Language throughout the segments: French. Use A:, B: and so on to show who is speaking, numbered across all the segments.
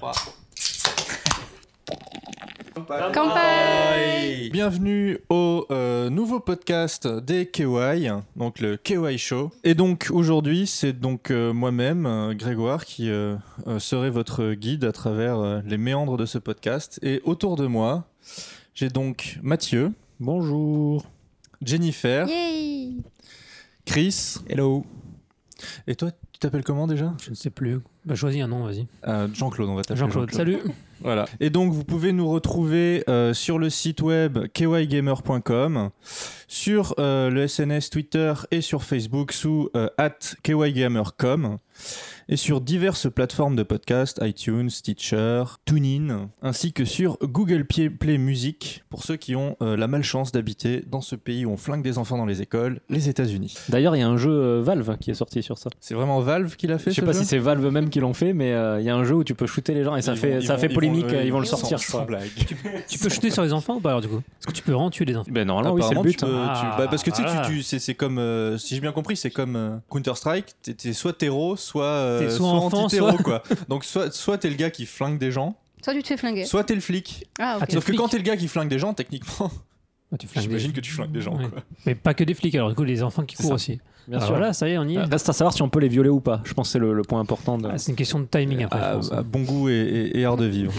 A: moi.
B: Campagne
C: Bienvenue au euh, nouveau podcast des KY, donc le KY Show. Et donc aujourd'hui, c'est donc euh, moi-même, euh, Grégoire, qui euh, euh, serai votre guide à travers euh, les méandres de ce podcast. Et autour de moi, j'ai donc Mathieu. Bonjour. Jennifer.
B: Yay
C: Chris. Hello. Et toi, tu t'appelles comment déjà
D: Je ne sais plus. Bah, choisis un nom, vas-y.
C: Euh, Jean-Claude, on va t'appeler
D: Jean-Claude, salut.
C: Voilà. Et donc, vous pouvez nous retrouver euh, sur le site web kygamer.com, sur euh, le SNS Twitter et sur Facebook sous euh, at kygamer.com, et sur diverses plateformes de podcast, iTunes, Stitcher, TuneIn, ainsi que sur Google Play Play Music, pour ceux qui ont euh, la malchance d'habiter dans ce pays où on flingue des enfants dans les écoles, les États-Unis.
E: D'ailleurs, il y a un jeu euh, Valve qui est sorti sur ça.
C: C'est vraiment Valve qui l'a fait
E: Je sais
C: ce
E: pas
C: jeu
E: si c'est Valve même qui l'ont fait, mais euh, il y a un jeu où tu peux shooter les gens et ça
C: Ils
E: fait,
C: vont-
E: ça
C: ils
E: fait
C: vont-
E: polémique.
C: ouais,
E: euh, Ils vont le
C: sans-
E: sortir, je crois.
C: sans blague.
D: Tu peux shooter sur les enfants ou pas alors du coup Parce que tu peux vraiment tuer les enfants.
E: Ben, normalement, oui, c'est le
C: Apparemment,
E: but.
C: tu peux- tu-
D: Ah,
C: bah, parce que tu sais,
D: voilà.
C: tu, tu- c'est, c'est comme, euh, si j'ai bien compris, c'est comme Counter Strike. T'es, t'es soit terreau, soit, euh,
D: T'es soit enfant,
C: anti-terreau,
D: soit-
C: quoi. Donc soit, soit t'es le gars qui flingue des gens,
B: Toi, tu te fais flinguer.
C: soit t'es le flic.
B: Ah, ok.
D: T'es
C: Sauf
D: le
C: que
D: flic.
C: quand t'es le gars qui flingue des gens, techniquement,
D: Ah, tu flingues des-
C: j'imagine que tu flingues des gens.
D: Ouais.
C: quoi.
D: Mais pas que des flics alors, du coup, les enfants qui
C: C'est
D: courent
C: ça.
D: aussi.
E: Bien
D: Ah,
E: sûr.
D: Voilà, ça y est, on y est.
E: Euh, Reste à savoir si on peut les violer ou pas. Je pense que c'est le, le point important. De...
D: Ah, c'est une question de timing après,
C: À-
D: je pense.
C: à bon goût et, et- et art de vivre.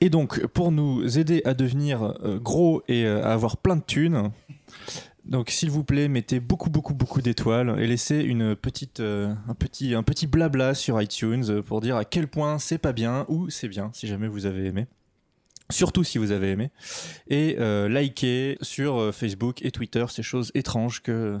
C: et donc, pour nous aider à devenir euh, gros et euh, à avoir plein de thunes, donc s'il vous plaît, mettez beaucoup, beaucoup, beaucoup d'étoiles et laissez une petite, euh, un, petit, un petit blabla sur iTunes euh, pour dire à quel point c'est pas bien ou c'est bien, si jamais vous avez aimé. Surtout si vous avez aimé. Et euh, likez sur euh, Facebook et Twitter ces choses étranges que euh,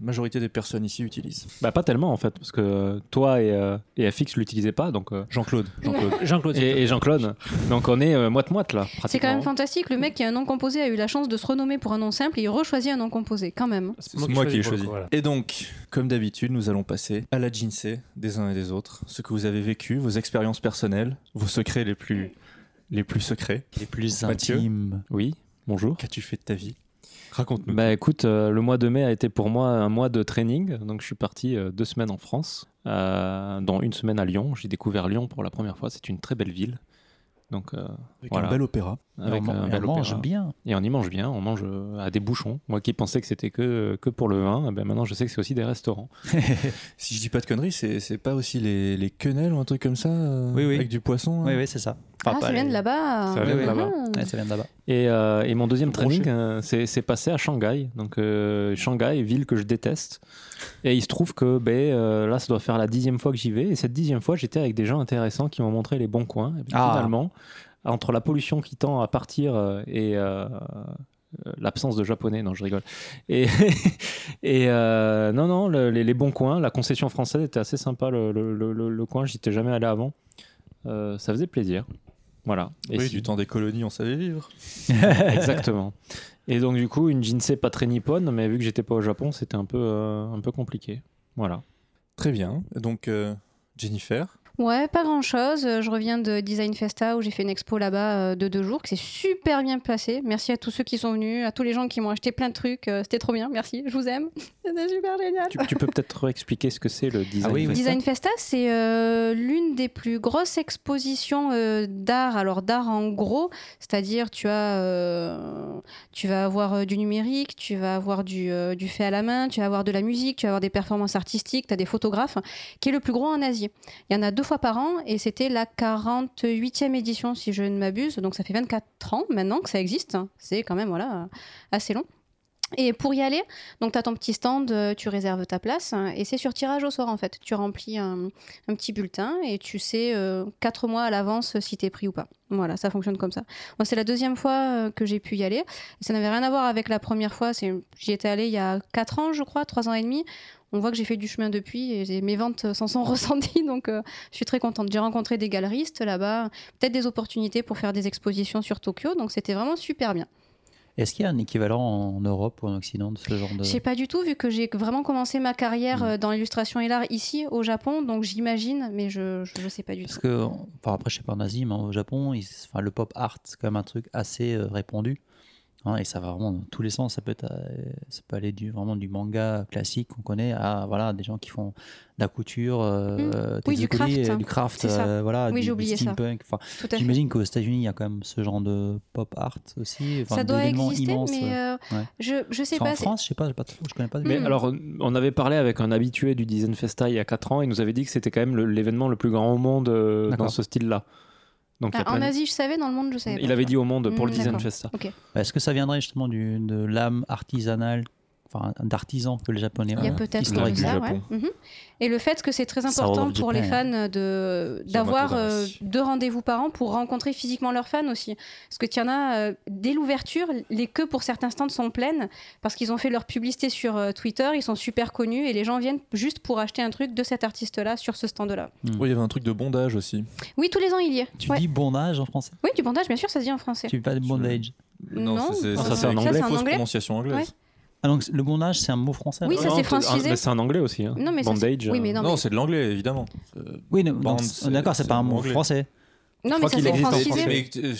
C: la majorité des personnes ici utilisent.
E: Bah, pas tellement en fait, parce que euh, toi et, euh, et FX l'utilisaient pas, donc. euh,
C: Jean-Claude.
E: Jean-Claude.
D: Jean-Claude,
E: et, et Jean-Claude. Donc on est euh, moite-moite là,
B: C'est quand
E: pratiquement.
B: même fantastique, le mec qui a un nom composé a eu la chance de se renommer pour un nom simple et il rechoisit un nom composé, quand même.
C: C'est moi, qui l'ai
D: pour le
C: choisi.
D: coup, voilà.
C: Et donc, comme d'habitude, nous allons passer à la ginsei des uns et des autres. Ce que vous avez vécu, vos expériences personnelles, vos secrets les plus, les plus secrets.
E: Les plus
C: Mathieu.
E: Oui, bonjour.
C: Qu'as-tu fait de ta vie Raconte-nous.
E: Bah écoute, euh, le mois de mai a été pour moi un mois de training, donc je suis parti euh, deux semaines en France, euh, dont une semaine à Lyon. J'ai découvert Lyon pour la première fois, c'est une très belle ville. Donc, euh,
C: Avec
E: voilà.
C: un bel opéra.
E: avec
F: on,
E: un
F: man- et on
E: bel
F: mange
E: opéra.
F: bien.
E: Et on y mange bien, on mange euh, à des bouchons. Moi qui pensais que c'était que, que pour le vin, eh ben maintenant je sais que c'est aussi des restaurants.
C: Si je dis pas de conneries, c'est c'est pas aussi les, les quenelles ou un truc comme ça euh,
F: Oui, oui.
C: Avec du poisson
F: Oui,
C: hein
F: oui, c'est ça.
B: ah, ça vient de là-bas.
C: Ça
F: vient de
B: Ah.
C: là-bas.
F: Ouais, ça vient de là-bas.
E: Et, euh, et mon deuxième
C: Branché.
E: training, euh, c'est c'est passé à Shanghai. Donc euh, Shanghai, ville que je déteste. Et il se trouve que ben, euh, là, ça doit faire la dixième fois que j'y vais. Et cette dixième fois, j'étais avec des gens intéressants qui m'ont montré les bons coins. Et puis,
F: Ah.
E: Finalement, entre la pollution qui tend à partir euh, et euh, euh, l'absence de japonais, non, je rigole. Et, et euh, non, non, le- les, les bons coins, la concession française était assez sympa. Le, le- le- le- le coin, j'y étais jamais allé avant. Euh, ça faisait plaisir. Voilà. Et
C: Oui,
E: si-
C: du temps des colonies, on savait vivre.
E: Exactement. Et donc du coup, une jinsei pas très nippone, mais vu que j'étais pas au Japon, c'était un peu euh, un peu compliqué. Voilà.
C: Très bien. Donc, euh, Jennifer.
B: Ouais, pas grand chose. Je reviens de Design Festa où j'ai fait une expo là-bas euh, de deux jours, que c'est super bien placé. Merci à tous ceux qui sont venus, à tous les gens qui m'ont acheté plein de trucs. euh, C'était trop bien, merci, je vous aime. C'était super génial.
E: Tu, tu peux peut-être expliquer ce que c'est le design.
F: Ah oui, oui.
B: Design Festa, c'est euh, l'une des plus grosses expositions euh, d'art. Alors d'art en gros, c'est-à-dire tu as, euh, tu vas avoir euh, du numérique, tu vas avoir du, euh, du fait à la main, tu vas avoir de la musique, tu vas avoir des performances artistiques, tu as des photographes, qui est le plus gros en Asie. Il y en a deux fois par an et c'était la 48e édition si je ne m'abuse. Donc ça fait 24 ans maintenant que ça existe. C'est quand même voilà assez long. Et pour y aller, donc tu as ton petit stand, euh, tu réserves ta place hein, et c'est sur tirage au sort en fait. Tu remplis un, un petit bulletin et tu sais euh, quatre mois à l'avance si t'es pris ou pas. Voilà, ça fonctionne comme ça. Moi, c'est la deuxième fois euh, que j'ai pu y aller. Ça n'avait rien à voir avec la première fois. C'est- J'y étais allée il y a quatre ans, je crois, trois ans et demi. On voit que j'ai fait du chemin depuis et j'ai- mes ventes euh, s'en sont ressenties, donc euh, je suis très contente. J'ai rencontré des galeristes là-bas, peut-être des opportunités pour faire des expositions sur Tokyo, donc c'était vraiment super bien.
F: Est-ce qu'il y a un équivalent en Europe ou en Occident de ce genre de.
B: Je sais pas du tout, vu que j'ai vraiment commencé ma carrière euh, dans l'illustration et l'art ici, au Japon, donc j'imagine, mais je ne sais pas du
F: Parce
B: tout.
F: que, enfin après, je sais pas en Asie, mais au Japon, ils- enfin, le pop art, c'est quand même un truc assez euh, répandu. hein, et ça va vraiment dans tous les sens. Ça peut, être, euh, ça peut aller du, vraiment du manga classique qu'on connaît à voilà, des gens qui ffont de la couture, euh,
B: Mmh. Oui, du
F: tetzukuri,
B: craft. hein.
F: euh, du craft,
B: C'est ça.
F: euh, voilà,
B: Oui,
F: du,
B: j'ai
F: du
B: oublié ça.
F: steampunk. Enfin,
B: Tout à fait.
F: J'imagine qu'aux États-Unis, il y a quand même ce genre de pop art aussi. enfin,
B: ça doit
F: d'événements
B: exister,
F: immenses.
B: mais euh,
F: ouais.
B: je, je sais
F: Enfin, en
B: pas. c'est-
F: France, je sais pas, j'ai pas trop- je connais pas. de-
E: Mais
B: Mm.
E: alors, on avait parlé avec un habitué du Design Festa il y a 4 ans, il nous avait dit que c'était quand même le- l'événement le plus grand au monde euh, dans
F: D'accord.
E: ce style-là. Donc, il y a
B: Ah,
E: plein
B: en
E: de-
B: Asie, je savais, dans le monde, je savais.
E: il
B: pas.
E: avait dit au monde pour le
B: Mm,
E: Design
B: d'accord.
E: Festa.
F: Est-ce que ça viendrait justement du, de l'âme artisanale, enfin d'artisan que les Japonais
B: Il y a
F: ont
B: peut-être
C: l'histoire
B: comme
C: du
B: ça,
C: Japon.
B: ouais. Mhm. Et le fait que c'est très
F: Sour
B: important
F: of
B: pour les
F: Japan,
B: fans de d'avoir euh, deux rendez-vous par an pour rencontrer physiquement leurs fans aussi. Parce que tiens, a euh, dès l'ouverture, les queues pour certains stands sont pleines parce qu'ils ont fait leur publicité sur euh, Twitter, ils sont super connus et les gens viennent juste pour acheter un truc de cet artiste-là sur ce stand-là.
C: Oui, il y avait un truc de bondage aussi.
B: Oui, tous les ans, il y est.
F: Tu
B: Ouais.
F: dis bondage en français
B: Oui, du bandage, bien sûr, ça se dit en français.
F: Tu dis pas de bondage
B: Non,
C: c'est- c'est
B: euh,
E: ça, c'est
C: c'est
E: en
C: une
E: anglais.
B: Ça, c'est en
C: fausse
B: anglais.
C: prononciation anglaise.
F: Ah donc le bondage c'est un mot français
B: Oui,
F: alors
B: ça,
E: Non,
B: c'est
E: t-
B: francisé.
E: ah, mais c'est en anglais aussi. hein.
B: Non, mais ça, c'est-
E: Bondage.
B: oui,
E: euh,
B: mais non,
C: Non,
B: mais-
C: c'est de l'anglais, évidemment. Euh,
F: Oui, non,
C: Bond,
F: donc,
C: c'est-
F: d'accord, c'est pas un
C: c'est
F: mot
C: anglais.
F: français.
B: Non,
E: Je
B: mais
E: crois
B: ça
E: qu'il
B: c'est
E: existe en
B: francisé.
E: français.
C: Mais, euh,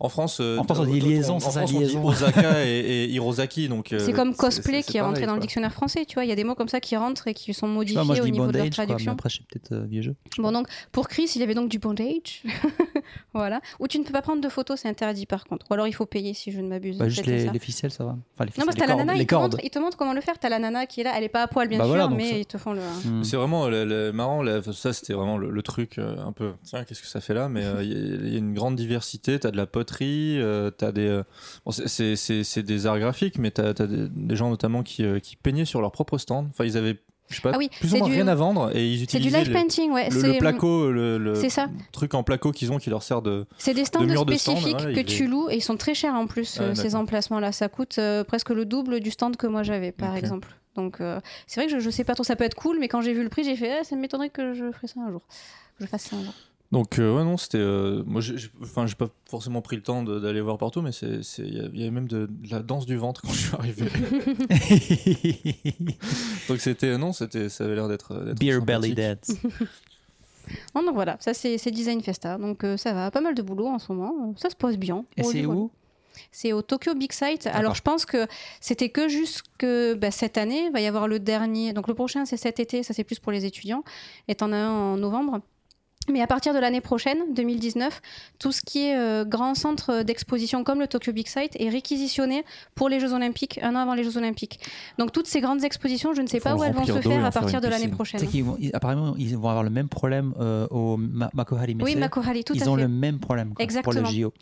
C: en France, euh,
F: En France, on dit
C: euh,
F: liaison,
C: en
F: c'est ça,
C: France, on dit
F: liaison.
C: Osaka et, et Hirosaki. donc, euh,
B: C'est comme cosplay
C: c'est- c'est
B: qui est rentré
C: pareil,
B: dans le
C: quoi.
B: dictionnaire français, tu vois. Il y a des mots comme ça qui rentrent et qui sont
F: Tu
B: modifiés
F: vois, moi je
B: au
F: dis
B: niveau de leur
F: bondage, quoi, mais
B: traduction.
F: après je suis peut-être euh, vieux jeu.
B: Bon, donc pour Chris, il avait donc du bondage. voilà. Ou tu ne peux pas prendre de photos, c'est interdit par contre. Ou alors il faut payer si je ne m'abuse.
F: Bah, juste
B: Peut-être c'est
F: les,
B: ça.
F: les ficelles, ça va. Enfin, les
B: Non,
F: ficelles,
B: parce que t'as
F: les
B: la
F: cordes.
B: nana,
F: les
B: il te, montre,
F: cordes.
B: il te montre comment le faire. T'as la nana qui est là, elle est pas à poil bien
F: Bah
B: sûr,
F: voilà, donc
B: mais
F: ça-
B: ils te font le.
F: Hmm.
C: C'est vraiment le, le- marrant, là, ça c'était vraiment le, le truc euh, un peu, tiens, qu'est-ce que ça fait là Mais euh, il y, a- il y a une grande diversité, t'as de la poterie, euh, t'as des... euh, bon, c'est- c'est- c'est c'est des arts graphiques, mais t'as t'as des, des gens notamment qui, euh, qui peignaient sur leur propre stand. Enfin, ils avaient, je sais pas,
B: Ah oui,
C: plus
B: c'est
C: ou moins
B: du-
C: rien à vendre et ils
B: C'est du
C: utilisaient
B: live
C: les-
B: painting, ouais.
C: le, le
B: c'est- hum,
C: placo, le, le
B: C'est ça.
C: truc en placo qu'ils ont qui leur sert de...
B: C'est des stands
C: de murs de stand,
B: spécifiques
C: ouais,
B: que
C: il
B: tu
C: est-
B: loues et ils sont très chers en plus,
C: Ah,
B: euh,
C: d'accord.
B: ces emplacements-là. Ça coûte euh, presque le double du stand que moi j'avais, par
C: Ok.
B: exemple. Donc euh, c'est vrai que je, je sais pas trop, ça peut être cool, mais quand j'ai vu le prix, j'ai fait, Ah, ça m'étonnerait que je ferais ça un jour. Que je fasse ça un jour.
C: Donc euh, ouais non c'était euh, moi j'ai j'ai- enfin j'ai pas forcément pris le temps de- d'aller voir partout mais c'est c'est- il y a- il y, avait même de, de la danse du ventre quand je suis arrivé
F: Mm.
C: donc c'était non c'était ça avait l'air d'être d'être
F: Hmm. Beer belly
C: sympathique.
F: dance.
B: Non, donc voilà, ça c'est c'est Design Festa. Donc euh, ça va, pas mal de boulot en ce moment. euh, Ça se pose bien.
F: Et
B: Au-
F: c'est
B: voilà.
F: où
B: C'est au Tokyo Big Sight. Alors
F: D'accord.
B: je pense que c'était que jusque bah, cette année. Il va y avoir le dernier. Donc le prochain c'est cet été, ça c'est plus pour les étudiants. Et t'en as un en novembre. Mais à partir de l'année prochaine, 2019, tout ce qui est euh, grand centre d'exposition comme le Tokyo Big Sight est réquisitionné pour les Jeux Olympiques, un an avant les Jeux Olympiques. Donc toutes ces grandes expositions, je ne sais
E: Faut
B: pas
E: le
B: où elles vont
E: remplir
B: se
E: d'eau et
B: faire
E: en
B: à
E: faire
B: partir
E: une
B: de l'année
E: piscine.
F: Tu
B: prochaine.
F: sais qu'ils vont, ils- apparemment, ils vont avoir le même problème euh, au Ma- Makohari Messe.
B: Oui, Makohari, tout à
F: ils
B: fait.
F: ont le même problème quoi, pour le
B: Exactement.
F: JO.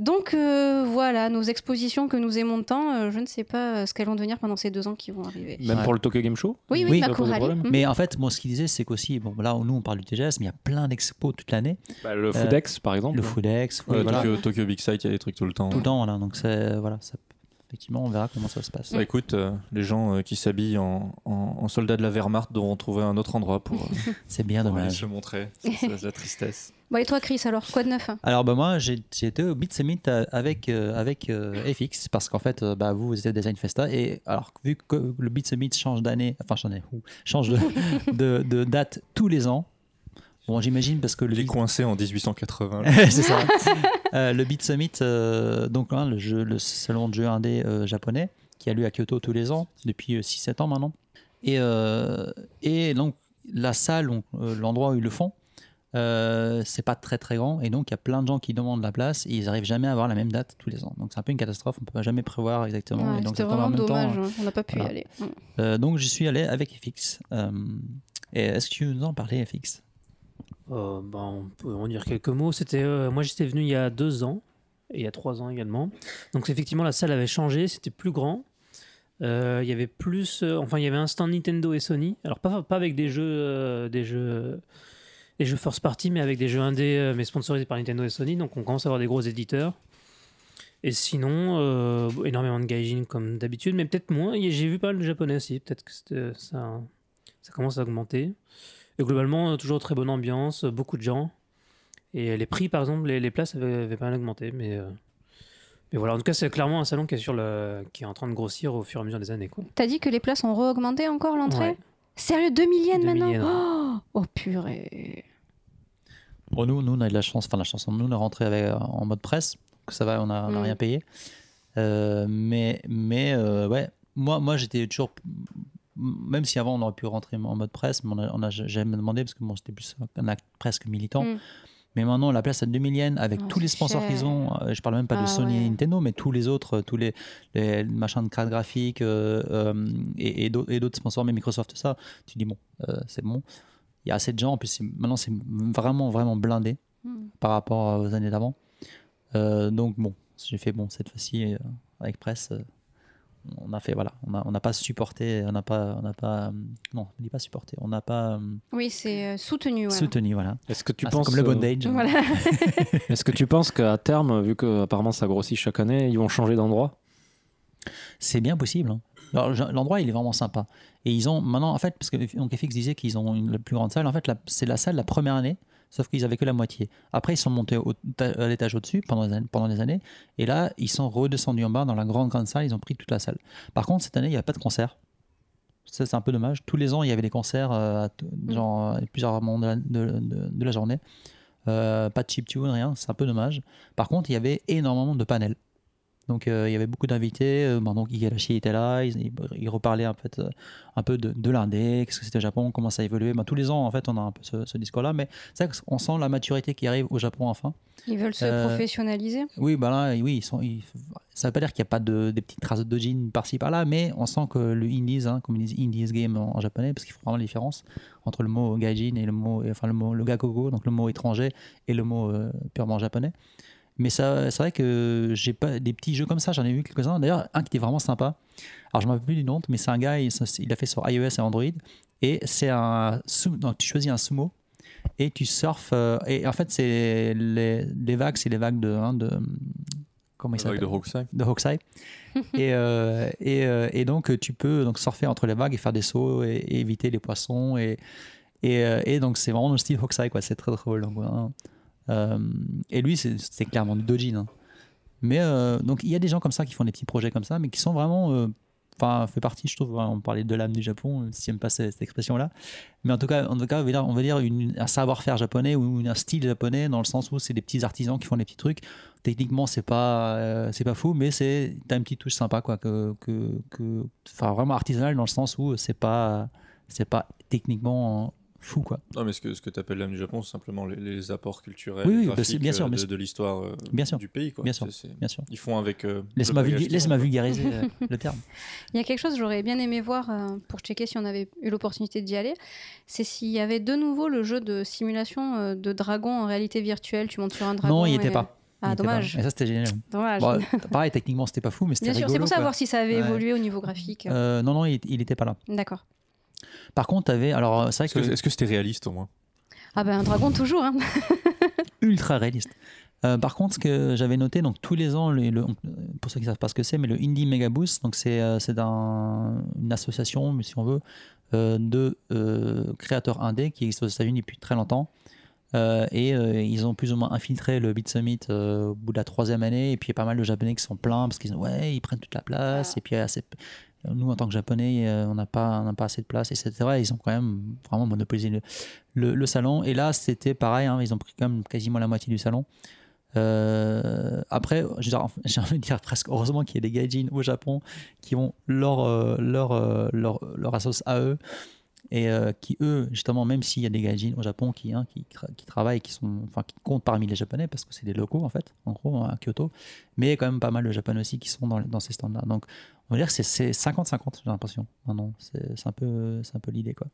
B: Donc euh, voilà, nos expositions que nous aimons tant, euh, je ne sais pas euh, ce qu'elles vont devenir pendant ces deux ans qui vont arriver.
E: Même
F: Ouais.
E: pour le Tokyo Game Show
B: Oui, oui,
F: Oui,
B: ma
E: pas de
B: chorale.
E: problème.
B: Mhm.
F: Mais en fait, moi, ce qu'il disait, c'est qu'aussi, bon, là, nous, on parle du TGS, mais il y a plein d'expos toute l'année.
E: Bah, Le Foodex, par exemple.
F: Euh, Le Foodex,
C: Ouais,
F: voilà,
C: Tokyo, Tokyo Big Sight il y a des trucs tout le temps
F: tout le temps, voilà. Donc, c'est, voilà, ça- effectivement, on verra comment ça se passe.
C: Bah, écoute euh, les gens euh, qui s'habillent en, en, en soldats de la Wehrmacht devront trouver un autre endroit pour, euh,
F: C'est bien
C: pour aller
F: dommage.
C: se montrer c'est c'est la tristesse
B: Bon, et toi, Chris, alors, quoi de neuf hein
F: Alors bah, moi j'ai j'ai été au Beat Summit euh, avec, euh, avec euh, FX parce qu'en fait euh, bah, vous vous étiez au Design Festa et alors vu que le Beat Summit change d'année, enfin change, d'année, ouh, change de, de, de date tous les ans, bon j'imagine parce que le
C: il est
F: Beat,
C: coincé en 1880 là.
F: c'est ça. Euh, le Beat Summit, euh, donc hein, le, jeu, le salon de jeu indé euh, japonais qui a lieu à Kyoto tous les ans depuis euh, 6-7 ans maintenant. Et, euh, et donc la salle, on- euh, l'endroit où ils le font, euh, c'est pas très très grand et donc il y a plein de gens qui demandent la place et ils arrivent jamais à avoir la même date tous les ans. Donc c'est un peu une catastrophe, on peut jamais prévoir exactement.
B: Ouais,
F: et donc
B: C'était
F: ça tombe en
B: vraiment
F: même temps,
B: dommage, hein, on n'a pas pu y
F: voilà.
B: aller. Mm.
F: euh, donc je suis allé avec FX. Euh, et est-ce que tu veux nous en parler FX
D: Euh, bah, on peut en dire quelques mots. C'était, euh, moi, j'étais venu il y a deux ans et il y a trois ans également. Donc, effectivement, la salle avait changé. C'était plus grand. Euh, il y avait plus, euh, enfin, il y avait un stand Nintendo et Sony. Alors, pas, pas avec des jeux, euh, des jeux, des jeux first party, mais avec des jeux indés, euh, mais sponsorisés par Nintendo et Sony. Donc, on commence à avoir des gros éditeurs. Et sinon, euh, énormément de gaijin comme d'habitude, mais peut-être moins. Et J'ai vu pas mal de japonais aussi. Peut-être que c'était- ça, ça commence à augmenter. Et globalement, euh, toujours très bonne ambiance, euh, beaucoup de gens. Et euh, les prix, par exemple, les, les places avaient, avaient pas mal augmenté. Mais, euh, mais voilà, en tout cas, c'est clairement un salon qui est, sur le, qui est en train de grossir au fur et à mesure des années. Quoi.
B: T'as dit que les places ont re-augmenté encore l'entrée
D: Ouais.
B: Sérieux, 2000 yens
D: 2 000
B: maintenant
D: yens,
B: oh, oh, purée.
F: euh, Bon, nous, nous, on a eu de la chance, enfin la chance, nous, on est rentré avec- en mode presse, donc ça va, on n'a on n'a
B: Mm.
F: rien payé. Euh, mais mais euh, ouais, moi, moi j'étais toujours. Même si avant on aurait pu rentrer en mode presse, mais on a, on a jamais demandé parce que moi c'était plus un acte presque militant.
B: Mm.
F: Mais maintenant, la place à 2000 yens avec
B: Ah,
F: tous les
B: c'est
F: sponsors
B: cher.
F: qu'ils ont. euh, Je parle même pas
B: Ah,
F: de Sony
B: ouais.
F: et Nintendo, mais tous les autres, euh, tous les, les machins de cartes graphiques euh, euh, et, et d'autres et d'autres sponsors, mais Microsoft, tout ça. Tu dis, bon, euh, c'est bon. Il y a assez de gens. En plus, c'est- maintenant, c'est vraiment, vraiment blindé
B: Hmm.
F: par rapport aux années d'avant. Euh, donc bon, j'ai fait bon cette fois-ci euh, avec presse. euh, on a fait voilà, on n'a on n'a pas supporté, on n'a pas, on n'a pas, euh, non, on dit pas supporté, on n'a pas euh,
B: Oui, c'est euh, soutenu. voilà.
F: soutenu voilà.
E: Est-ce que tu
F: Ah, c'est
E: penses
F: comme le
E: euh,
F: bondage
B: Voilà.
E: Est-ce que tu penses qu'à terme, vu que apparemment ça grossit chaque année, ils vont changer d'endroit
F: C'est bien possible. hein. Alors, je- L'endroit, il est vraiment sympa. Et ils ont maintenant, en fait, parce que donc, FX disait qu'ils ont une, la plus grande salle. En fait, la- c'est la salle la première année, sauf qu'ils avaient que la moitié. Après, ils sont montés au- à l'étage au-dessus pendant, les an- pendant les années. Et là, ils sont redescendus en bas dans la grande, grande salle. Ils ont pris toute la salle. Par contre, cette année, il n'y a pas de concert. Ça, c'est un peu dommage. Tous les ans, il y avait des concerts, euh, à t- genre, à plusieurs moments de la, de- de- de la journée. Euh, pas de chiptune, rien. C'est un peu dommage. Par contre, il y avait énormément de panels. Donc euh, il y avait beaucoup d'invités. Euh, bon, donc Igarashi était là. Il, il- il reparlait en fait euh, un peu de, de l'indé, qu'est-ce que c'était le Japon, comment ça évoluait. Ben, tous les ans en fait on a un peu ce, ce discours-là, mais c'est vrai qu'on sent la maturité qui arrive au Japon enfin.
B: Ils veulent se
F: Euh,
B: professionnaliser.
F: Oui, ben là, oui, ils sont, ils- ça veut pas dire qu'il n'y a pas de, des petites traces de jeans par-ci par-là, mais on sent que le indies, hein, comme ils disent indies game en, en japonais, parce qu'il faut vraiment la différence entre le mot gaijin et le mot, et enfin le mot le gakogo, donc le mot étranger et le mot euh, purement japonais. Mais ça, c'est vrai que j'ai pas des petits jeux comme ça, j'en ai vu quelques-uns. D'ailleurs, un qui était vraiment sympa. Alors, je m'en rappelle plus du nom, mais c'est un gars, il, il a fait sur iOS et Android. Et c'est un. sou- Donc, tu choisis un sumo et tu surfes. euh, et en fait, c'est les, les vagues, c'est les vagues de. hein, de comment il s'appelle
C: Roxy.
F: de Hokusai. et, euh, et, euh, et donc, tu peux donc, surfer entre les vagues et faire des sauts et, et éviter les poissons. Et, et, euh, et donc, c'est vraiment le style Hokusai, quoi. C'est très drôle. donc, hein. Euh, et lui, c'est c'est clairement du dojin. hein. Mais euh, donc, il y a des gens comme ça qui font des petits projets comme ça, mais qui sont vraiment. euh, Enfin, fait partie, je trouve. hein, on parlait de l'âme du Japon, euh, si j'aime pas cette, cette expression-là. Mais en tout cas, en tout cas, on va dire, on va dire une- un savoir-faire japonais ou une- un style japonais dans le sens où c'est des petits artisans qui font des petits trucs techniquement c'est pas euh, c'est pas fou mais c'est t'as une petite touche sympa quoi que que que- enfin vraiment artisanal dans le sens où c'est pas c'est pas techniquement fou quoi
C: Non, mais ce que, ce que tu appelles l'âme du Japon, c'est simplement les, les apports culturels,
F: Oui,
C: et
F: oui, bah,
C: graphiques,
F: c'est- bien sûr,
C: euh,
F: bien
C: de,
F: sûr.
C: de l'histoire euh,
F: Bien sûr.
C: du pays. Quoi.
F: Bien sûr.
C: C'est- c'est-
F: bien sûr
C: Ils font avec. euh, le
F: laisse-moi
C: bagage
F: vulga-
C: qu'ils
F: laisse-moi
C: ont.
F: vulgariser euh, le terme
B: Il y a quelque chose que j'aurais bien aimé voir euh, pour checker si on avait eu l'opportunité d'y aller. C'est s'il y avait de nouveau le jeu de simulation euh, de dragon en réalité virtuelle. Tu montes sur un dragon.
F: non il
B: et-
F: était pas
B: Ah,
F: Il était pas.
B: dommage.
F: et ça c'était génial
B: dommage.
F: Bon, pareil techniquement c'était pas fou mais c'était
B: bien sûr, c'est
F: rigolo,
B: pour ça
F: quoi.
B: voir si ça avait
F: Ouais.
B: évolué au niveau graphique.
F: Euh, non non il, il était pas là
B: D'accord.
F: par contre t'avais alors c'est vrai
C: Est-ce que est-ce que c'était réaliste au moins
B: Ah ben un dragon toujours. hein.
F: ultra réaliste. Euh, par contre, ce que j'avais noté, donc tous les ans, le, le- pour ceux qui ne savent pas ce que c'est, mais le Indie Mega Boost, donc c'est euh, c'est d'un- une association, mais si on veut, euh, de euh, créateurs indés qui existent aux États-Unis depuis très longtemps. Euh, et euh, ils ont plus ou moins infiltré le Beat Summit euh, au bout de la troisième année. Et puis il y a pas mal de Japonais qui sont pleins parce qu'ils disent, ouais, ils prennent toute la place. Et puis il y a assez- nous, en tant que Japonais, euh, on n'a pas, on n'a pas assez de place, etc. Ils ont quand même vraiment monopolisé le, le, le salon. Et là, c'était pareil, hein, ils ont pris quand même quasiment la moitié du salon. Euh, après, j'ai envie- j'ai envie de dire presque heureusement qu'il y a des gaijins au Japon qui ont leur, euh, leur, euh, leur, leur assos à eux et euh, qui, eux, justement, même s'il y a des gaijins au Japon qui, hein, qui, tra- qui travaillent, qui, sont, enfin, qui comptent parmi les Japonais parce que c'est des locaux en fait, en gros, hein, à Kyoto, mais il y a quand même pas mal de Japonais aussi qui sont dans, dans ces stands-là. Donc, on va dire que c'est- c'est 50-50, j'ai l'impression. Maintenant, c'est c'est un peu, c'est un peu l'idée quoi.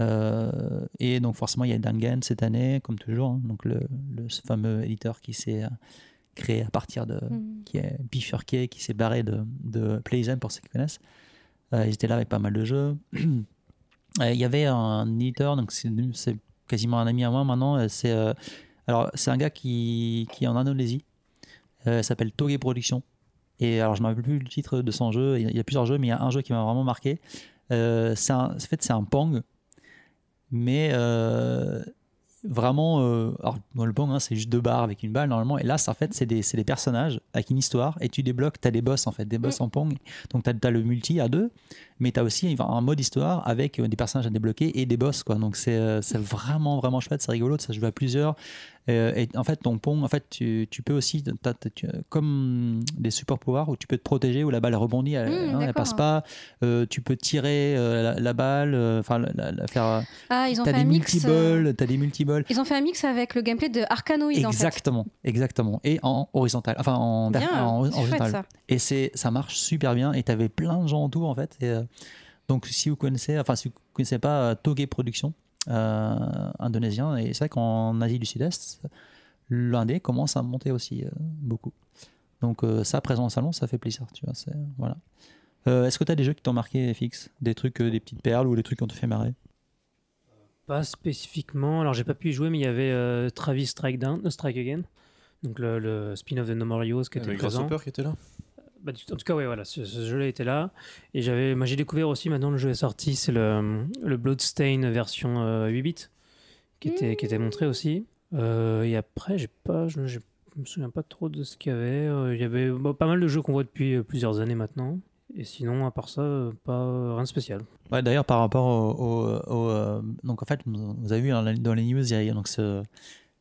F: Euh, et donc forcément, il y a Dangan cette année, comme toujours, hein. donc le, le- ce fameux éditeur qui s'est euh, créé à partir de,
B: Mm.
F: qui est bifurqué, qui s'est barré de, de PlayZen pour ceux qui connaissent. Euh, ils étaient là avec pas mal de jeux. Euh, Il y avait un éditeur, donc c'est c'est quasiment un ami à moi maintenant. euh, C'est euh, alors c'est un gars qui, qui est en Indonésie. Euh, il s'appelle Toge Productions. Et alors je ne me rappelle plus le titre de son jeu. Il y a- il y a plusieurs jeux, mais il y a un jeu qui m'a vraiment marqué. Euh, c'est un- en fait, c'est un pang, mais euh, vraiment. euh, alors, bon, le pang, hein, c'est juste deux barres avec une balle normalement. Et là, c'est- en fait, c'est des, c'est des personnages avec une histoire. Et tu débloques, tu as des boss en fait, des boss en pang. Donc, tu as, le multi à deux, mais tu as aussi un mode histoire avec euh, des personnages à débloquer et des boss. Quoi. Donc c'est euh, c'est vraiment, vraiment chouette, c'est rigolo, ça joue à plusieurs. Euh, et en fait, ton pont, en fait, tu, tu peux aussi, t'as- t'as- tu- comme des super pouvoirs où tu peux te protéger, où la balle rebondit, elle,
B: Hmm,
F: hein, elle
B: d'accord.
F: passe pas. Euh, tu peux tirer euh, la, la balle, euh, enfin, la- la- la faire.
B: Ah, ils ont
F: T'as
B: fait
F: des
B: un mix. euh,
F: multiballs, t'as des multiballs.
B: Ils ont fait un mix avec le gameplay de Arcanoid en fait.
F: Exactement, exactement. Et en horizontal, enfin en,
B: Bien,
F: ver- en- en
B: c'est chouette,
F: horizontal.
B: ça.
F: Et c'est, ça marche super bien. Et tu avais plein de gens autour, en fait. Et, euh, donc, si vous connaissez, enfin, si vous connaissez pas euh, Toge Productions, euh, indonésien, et c'est vrai qu'en Asie du Sud-Est, l'indé commence à monter aussi euh, beaucoup. Donc, euh, ça, présent au salon, ça fait plaisir, tu vois. C'est, voilà. Euh, est-ce que tu as des jeux qui t'ont marqué, FX Des trucs, euh, des petites perles ou des trucs qui ont te fait marrer
D: Pas spécifiquement. Alors, j'ai pas pu y jouer, mais il y avait euh, Travis Strike, Down, euh, Strike Again. Donc, le, le spin-off de No More Heroes qui était
C: Avec
D: présent.
C: Grasshopper qui était là.
D: Bah, du- en tout cas, ouais, voilà, ce, ce jeu-là était là. Et j'avais, moi, j'ai découvert aussi, maintenant le jeu est sorti, c'est le, le Bloodstain version euh, 8 bits qui était, qui était montré aussi. Euh, et après, j'ai pas, je, je me souviens pas trop de ce qu'il y avait. Euh, Il y avait bah, pas mal de jeux qu'on voit depuis euh, plusieurs années maintenant. Et sinon, à part ça, euh, pas euh, rien de spécial.
F: Ouais, d'ailleurs, par rapport au. au- au, euh, donc, en fait, vous vous avez vu dans la- dans les news, il y a- il y a donc ce,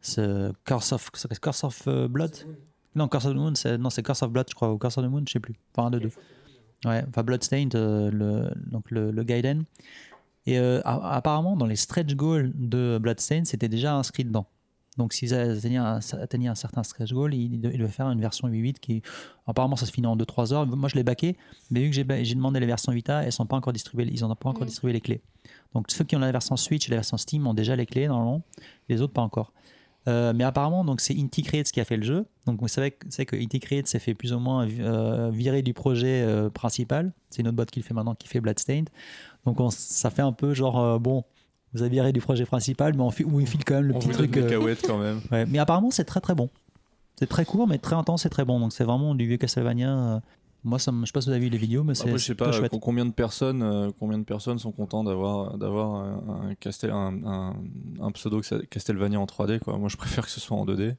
F: ce Curse of, Curse of euh, Blood. Non, Curse of the Moon, c'est, non, c'est Curse of Blood, je crois, ou Curse of the Moon, je sais plus. Enfin, un de deux. Ouais, enfin, Bloodstained, euh, le, donc le, le Gaiden. Et euh, a- apparemment, dans les stretch goals de Bloodstained, c'était déjà inscrit dedans. Donc, s'ils atteignaient un, atteignaient un certain stretch goal, ils de- ils devaient faire une version 8.8 qui, apparemment, ça se finit en 2-3 heures. Moi, je l'ai baqué, mais vu que j'ai ba- j'ai demandé les versions Vita, elles sont pas encore distribuées, ils n'ont pas encore
B: Mm.
F: distribué les clés. Donc, ceux qui ont la version Switch et la version Steam ont déjà les clés, normalement, les autres pas encore. Euh, mais apparemment, donc c'est Inti Creates qui a fait le jeu. Donc vous savez que, vous savez que Inti Creates s'est fait plus ou moins euh, virer du projet euh, principal. C'est une autre boîte qui le fait maintenant, qui fait Bloodstained. Donc on- ça fait un peu genre euh, bon, vous avez viré du projet principal, mais on, fi- on file quand même le
C: On
F: petit
C: vous donne
F: truc.
C: des
F: euh,
C: cacahuètes quand même.
F: Ouais, mais apparemment, c'est très très bon. C'est très court, mais très intense et très bon. Donc c'est vraiment du vieux Castlevania. euh, Moi, ça, me- je sais pas si vous avez vu les vidéos, mais c'est
C: Après, je sais
F: c'est
C: pas
F: plutôt chouette.
C: euh, combien de personnes, euh, combien de personnes sont contents d'avoir d'avoir un, un Castel, un, un- un pseudo que ça- Castlevania en 3D quoi. Moi, je préfère que ce soit en 2D.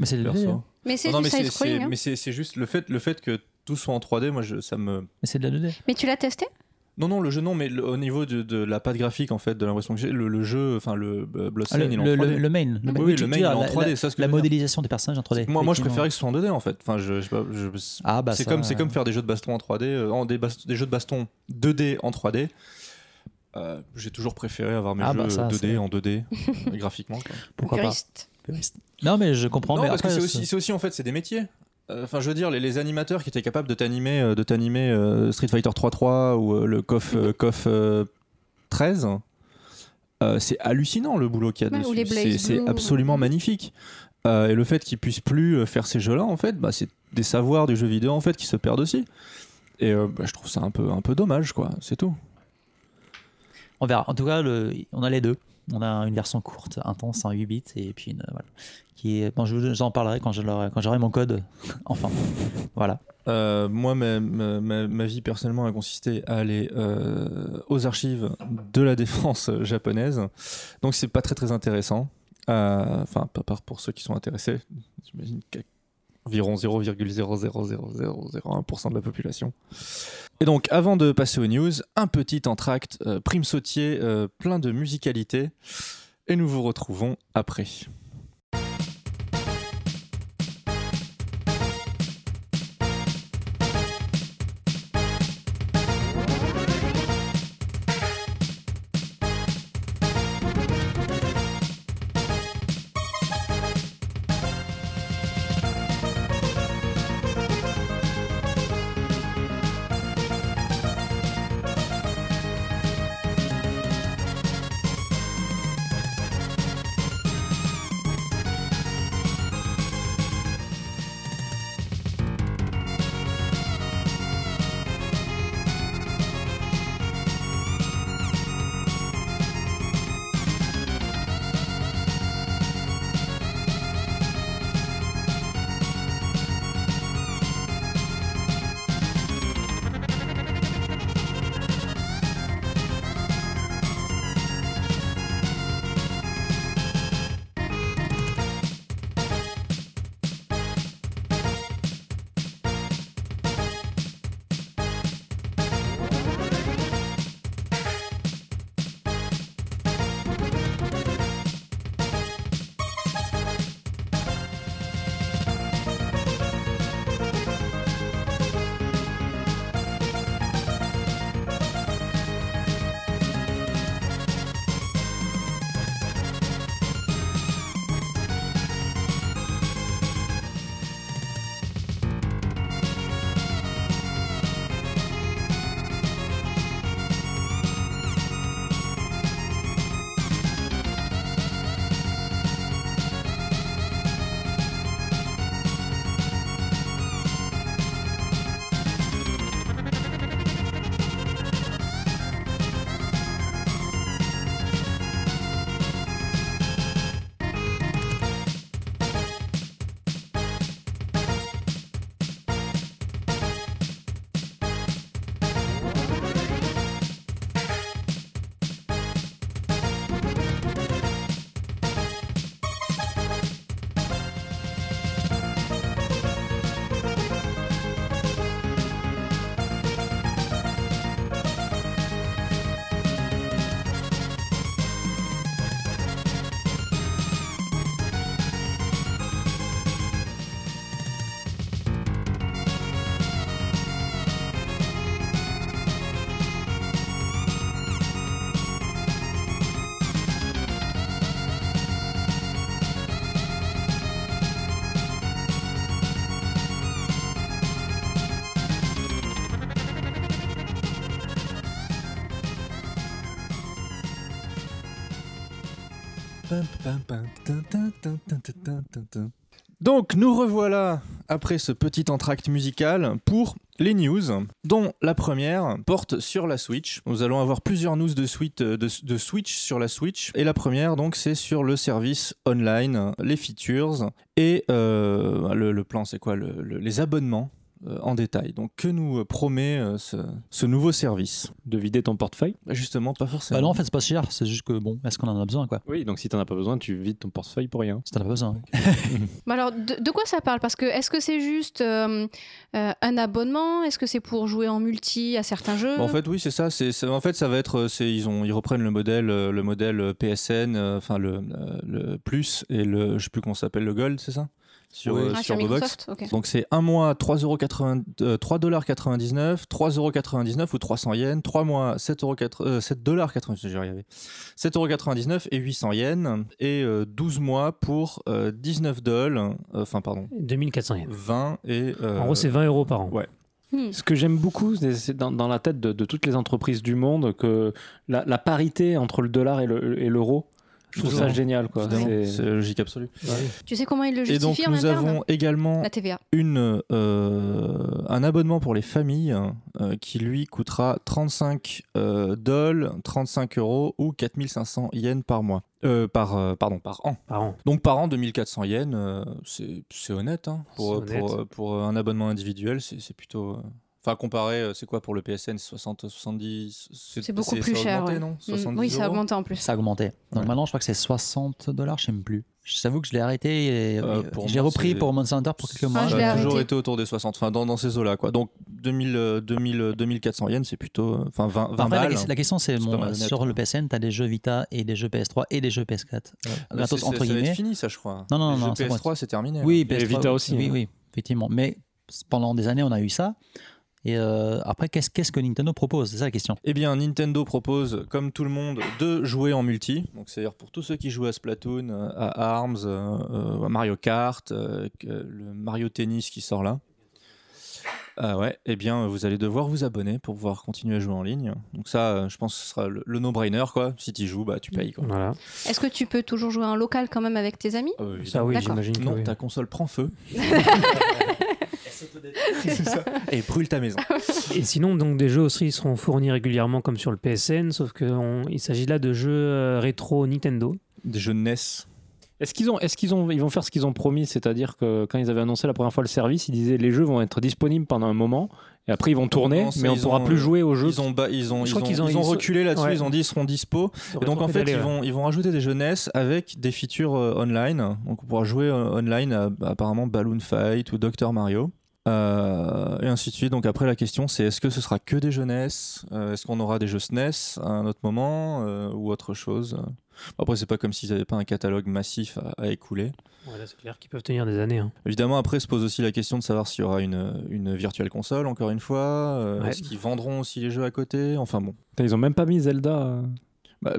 F: Mais c'est le
C: perso.
F: mais
B: Mais c'est
C: Oh Non, non,
B: du
C: mais c'est- c'est
B: side-scrolling. hein.
C: mais c'est- c'est juste le fait le fait que tout soit en 3D. Moi, je, ça me
F: c'est de la 2D.
B: Mais tu l'as testé
C: non non le jeu non mais le- au niveau de, de la patte graphique en fait de l'impression que j'ai le, le jeu enfin le euh,
F: Ah,
C: Bloodstained
F: le,
C: il est
F: le-
C: en 3D.
F: le main.
C: Oui,
F: main,
C: oui,
F: tu-
C: le
F: tu
C: main il est
F: vois,
C: en
F: la-
C: 3D. ça, ce que
F: La
C: je veux dire.
F: modélisation des personnages en 3D.
C: Moi, moi, je
F: effectivement.
C: préférais que ce soit en 2D en fait. Enfin, je, je sais pas, je-
F: Ah bah
C: c'est
F: ça,
C: comme c'est
F: euh,
C: comme faire des jeux de baston en 3D, euh, en des, bast- des jeux de baston 2D en 3D. Euh, J'ai toujours préféré avoir mes
F: Ah
C: jeux
F: bah ça,
C: 2D
F: c'est-
C: en 2D euh, graphiquement. quoi.
F: Pourquoi pas
B: Puriste.
F: Non, mais je comprends.
C: non,
F: mais
C: parce
F: après,
C: que c'est
F: c'est-
C: aussi, c'est aussi en fait c'est des métiers. Euh, Enfin, je veux dire, les, les animateurs qui étaient capables de t'animer, euh, de t'animer euh, Street Fighter 3.3 ou euh, le KOF, euh, KOF, euh, 13, euh, c'est hallucinant le boulot qu'il y a
B: Ouais, ou
C: dessus.
B: les Blaze
C: C'est- C'est
B: Blue.
C: absolument magnifique. Euh, et le fait qu'ils puissent plus euh, faire ces jeux-là, en fait, bah, c'est des savoirs du jeu vidéo en fait qui se perdent aussi. Et euh, bah, je trouve ça un peu, un peu dommage, quoi. C'est tout.
F: On verra. En tout cas, le- on a les deux. On a une version courte, intense, en 8 bits, et puis une. euh, Voilà. Qui est... bon, je vous en parlerai quand je l'aurai- quand j'aurai mon code. enfin, voilà.
C: Euh, moi, ma, ma- ma- ma vie personnellement a consisté à aller euh, aux archives de la défense japonaise. Donc, c'est pas très très intéressant. Euh, Enfin, pas part pour ceux qui sont intéressés. J'imagine qu'environ 0,00001% de la population. Et donc, avant de passer aux news, un petit entracte, euh, prime sautier, euh, plein de musicalité. Et nous vous retrouvons après. Donc nous revoilà après ce petit entracte musical pour les news, dont la première porte sur la Switch. Nous allons avoir plusieurs news de, suite, euh, de, de Switch sur la Switch. Et la première, donc, c'est sur le service online, les features et euh, le, le plan, c'est quoi le- le- Les abonnements euh, en détail. Donc, que nous euh, promet euh, ce, ce nouveau service
E: de vider ton portefeuille.
C: Bah, Justement, pas forcément.
F: Bah non, en fait, c'est pas cher. C'est juste que, bon, est-ce qu'on en a besoin, quoi
E: Oui, donc si t'en as pas besoin, tu vides ton portefeuille pour rien.
F: Si t'en as pas besoin.
B: Mais alors, de, de quoi ça parle Parce que est-ce que c'est juste euh, euh, un abonnement Est-ce que c'est pour jouer en multi à certains jeux
C: Bah, en fait, oui, c'est ça. C'est, c'est- en fait, ça va être, euh, c'est, ils ont, ils reprennent le modèle, euh, le modèle euh, PSN, euh, enfin le, euh, le plus et le, je sais plus comment ça s'appelle, le Gold, c'est ça Sur,
F: Oui.
C: euh,
B: Ah,
C: sur,
B: sur
C: Bobox.
B: Microsoft ok.
C: Donc c'est un mois 3,99 euh, 3,99 3,99 ou 300 yens, 3 mois euh, 7,99 j'y arrivais. 7,99 et 800 yens et euh, 12 mois pour euh, 19 dollars, euh, enfin pardon,
D: 2400 yens.
C: 20 et euh,
D: En gros, c'est 20 euros par an.
C: ouais.
B: Hmm.
E: Ce que j'aime beaucoup, c'est c'est dans, dans la tête de, de toutes les entreprises du monde, que la, la parité entre le dollar et le- et l'euro, je trouve ça
C: Évidemment.
E: génial. Quoi.
C: évidemment,
E: C'est-
C: c'est logique absolue.
B: Tu sais comment ils le
C: Et donc
B: justifient en
C: nous
B: interne
C: avons également
B: La TVA. Hmm.
C: une, euh, un abonnement pour les familles euh, qui lui coûtera 35 euh, dollars, 35 euros ou 4500 yens par mois. Euh, par, euh, pardon, par an.
D: Par an.
C: Donc par an, 2400 yens, euh, c'est c'est honnête. hein. pour,
D: C'est
C: Pour,
D: honnête.
C: euh, pour un abonnement individuel, c'est c'est plutôt. euh, Enfin, comparé, euh, c'est quoi pour le PSN 60, 70
B: C'est beaucoup plus
C: ça a
B: cher.
C: augmenté,
B: ouais.
C: non
B: Hmm.
C: 70
B: Oui, ça a
C: euros
B: augmenté en plus.
F: Ça a augmenté. Donc
C: Ouais.
F: maintenant, je crois que c'est 60 dollars, je sais même plus. Je t'avoue que je l'ai arrêté et
C: Euh,
F: et
C: pour
F: j'ai
C: moi,
F: repris
C: c'est- Ah,
F: pour Monsanto pour quelques mois.
B: je
C: Ça
B: l'ai
C: a toujours
B: arrêté.
C: été autour des 60, enfin dans, dans ces eaux-là. quoi. Donc 2000, euh, 2000, euh, 2400 yens, c'est plutôt. euh, Enfin, 20, 20
F: Enfin, la,
C: balles.
F: question- la question, c'est
C: C'est
F: bon,
C: pas mal
F: euh,
C: honnête.
F: sur le PSN, t'as des jeux Vita et des jeux PS3 et des jeux PS4. euh,
C: Bah,
F: gratos,
C: c'est-
F: entre
C: ça- Ça va
F: guillemets.
C: être fini, ça, je crois.
F: Non, non,
C: Les
F: non,
C: jeux
F: non, c'est
C: PS3, c'est terminé.
F: Oui,
E: Et
F: PS3,
E: Vita aussi,
F: Oui,
E: hein.
F: oui, effectivement. Mais pendant des années, on a eu ça. Et euh, après, qu'est-ce qu'est-ce que Nintendo propose C'est ça la question.
C: Eh bien, Nintendo propose, comme tout le monde, de jouer en multi. Donc, c'est-à-dire pour tous ceux qui jouent à Splatoon, euh, à Arms, euh, euh, à Mario Kart, euh, que- le Mario Tennis qui sort là. Ah ouais, eh bien, vous allez devoir vous abonner pour pouvoir continuer à jouer en ligne. Donc ça, euh, je pense que ce sera le, le no-brainer, quoi. Si tu joues, bah tu payes, quoi.
D: Voilà.
B: Est-ce que tu peux toujours jouer en local quand même avec tes amis
C: Ah, oui,
D: Ça, oui,
B: D'accord.
D: j'imagine. que
C: non,
D: oui.
C: ta console prend feu. C'est ça. Et brûle ta maison.
D: Et sinon, donc, des jeux aussi seront fournis régulièrement comme sur le PSN, sauf qu'il s'agit là de jeux euh, rétro Nintendo.
C: Des jeux NES.
E: Est-ce qu'ils ont, est-ce qu'ils ont, ils vont faire ce qu'ils ont promis, c'est-à-dire que quand ils avaient annoncé la première fois le service, ils disaient les jeux vont être disponibles pendant un moment et après ils vont tourner,
C: Non, c'est-
E: mais on
C: ils
E: pourra
C: ont,
E: plus
C: euh,
E: jouer aux jeux.
C: Ils ont, ba- ils ont,
D: Je
C: ils ont,
D: crois qu'ils ont-
C: ils ont
D: ils sont-
C: reculé là-dessus,
D: ouais.
C: ils ont dit ils seront dispo. Et donc en fait,
D: E.
C: ils vont, ils vont rajouter des jeux NES avec des features euh, online. Donc on pourra jouer euh, online à, apparemment Balloon Fight ou Dr Mario. Euh, et ainsi de suite. Donc après la question c'est est-ce que ce sera que des jeux NES Euh, Est-ce qu'on aura des jeux SNES à un autre moment euh, ou autre chose Après c'est pas comme s'ils n'avaient pas un catalogue massif à- à écouler.
D: c'est clair qu'ils peuvent tenir des années. hein.
C: Évidemment, après se pose aussi la question de savoir s'il y aura une, une virtuelle console, encore une fois. Euh,
D: Ouais.
C: Est-ce qu'ils vendront aussi les jeux à côté Enfin bon.
E: Putain, Ils ont même pas mis Zelda. euh.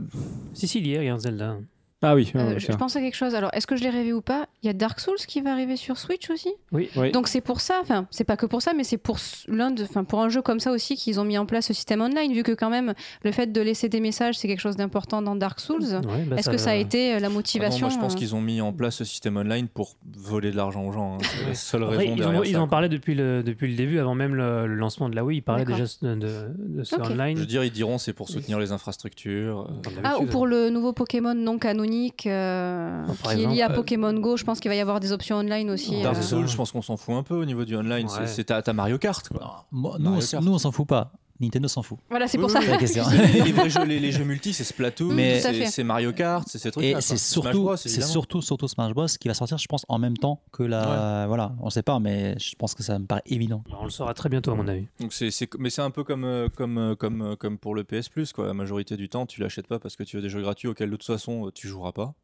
D: Si, si, hier, il y a un Zelda.
E: Ah oui.
B: Euh,
E: ouais,
B: je,
E: tiens.
B: je pense à quelque chose. Alors, est-ce que je l'ai rêvé ou pas Il y a Dark Souls qui va arriver sur Switch aussi.
D: Oui.
E: Oui.
B: Donc c'est pour ça. Enfin, c'est pas que pour ça, mais c'est pour s- l'un de, enfin pour un jeu comme ça aussi qu'ils ont mis en place ce système online. Vu que quand même le fait de laisser des messages, c'est quelque chose d'important dans Dark Souls.
D: Ouais, bah,
B: Est-ce que ça a été euh, la
C: Ah non,
B: motivation
C: moi, je pense
B: euh,
C: qu'ils ont mis en place ce système online pour voler de l'argent aux gens. hein. C'est la seule
D: Après,
C: raison
D: ils, en,
C: derrière
D: ils
C: ça.
D: en parlaient depuis le, depuis le début, avant même le, le lancement de la Wii. Ils parlaient déjà
B: D'accord.
D: de, de- de ce
B: Ok.
C: Je
D: online.
C: veux dire, ils diront c'est pour soutenir les infrastructures. euh,
D: Comme
B: Ah, ou
D: d'habitude.
B: pour le nouveau Pokémon non canonique euh,
D: Par
B: qui est lié à
C: exemple, euh,
B: Pokémon Go, je pense qu'il va y avoir des options online aussi.
C: Dark
B: euh.
C: Souls, je pense qu'on s'en fout un peu au niveau du online. C'est-
D: Ouais.
C: C'est ta, ta Mario Kart. Quoi.
F: Alors, moi, nous,
C: Mario
F: on s-
C: Kart.
F: nous, on s'en fout pas. Nintendo s'en fout.
B: Voilà, c'est pour
C: Oui,
B: ça.
C: oui,
F: C'est la question.
C: Et les, vrais jeux, les, les jeux multi, c'est Splatoon,
F: Mais-
B: Tout à fait.
C: c'est c'est Mario Kart, c'est ces trucs-là.
F: Et
C: quoi.
F: c'est
C: Smash
F: surtout,
C: Bros,
F: c'est
C: évidemment.
F: surtout, surtout Smash Bros qui va sortir, je pense, en même temps que la. Voilà, on sait pas, mais je pense que ça me paraît évident.
D: Bah, on le saura très bientôt, à mon avis.
C: Donc c'est, c'est- mais c'est un peu comme, euh, comme, euh, comme, euh, comme pour le PS Plus, quoi. La majorité du temps, tu l'achètes pas parce que tu veux des jeux gratuits auxquels de toute façon euh, tu joueras pas.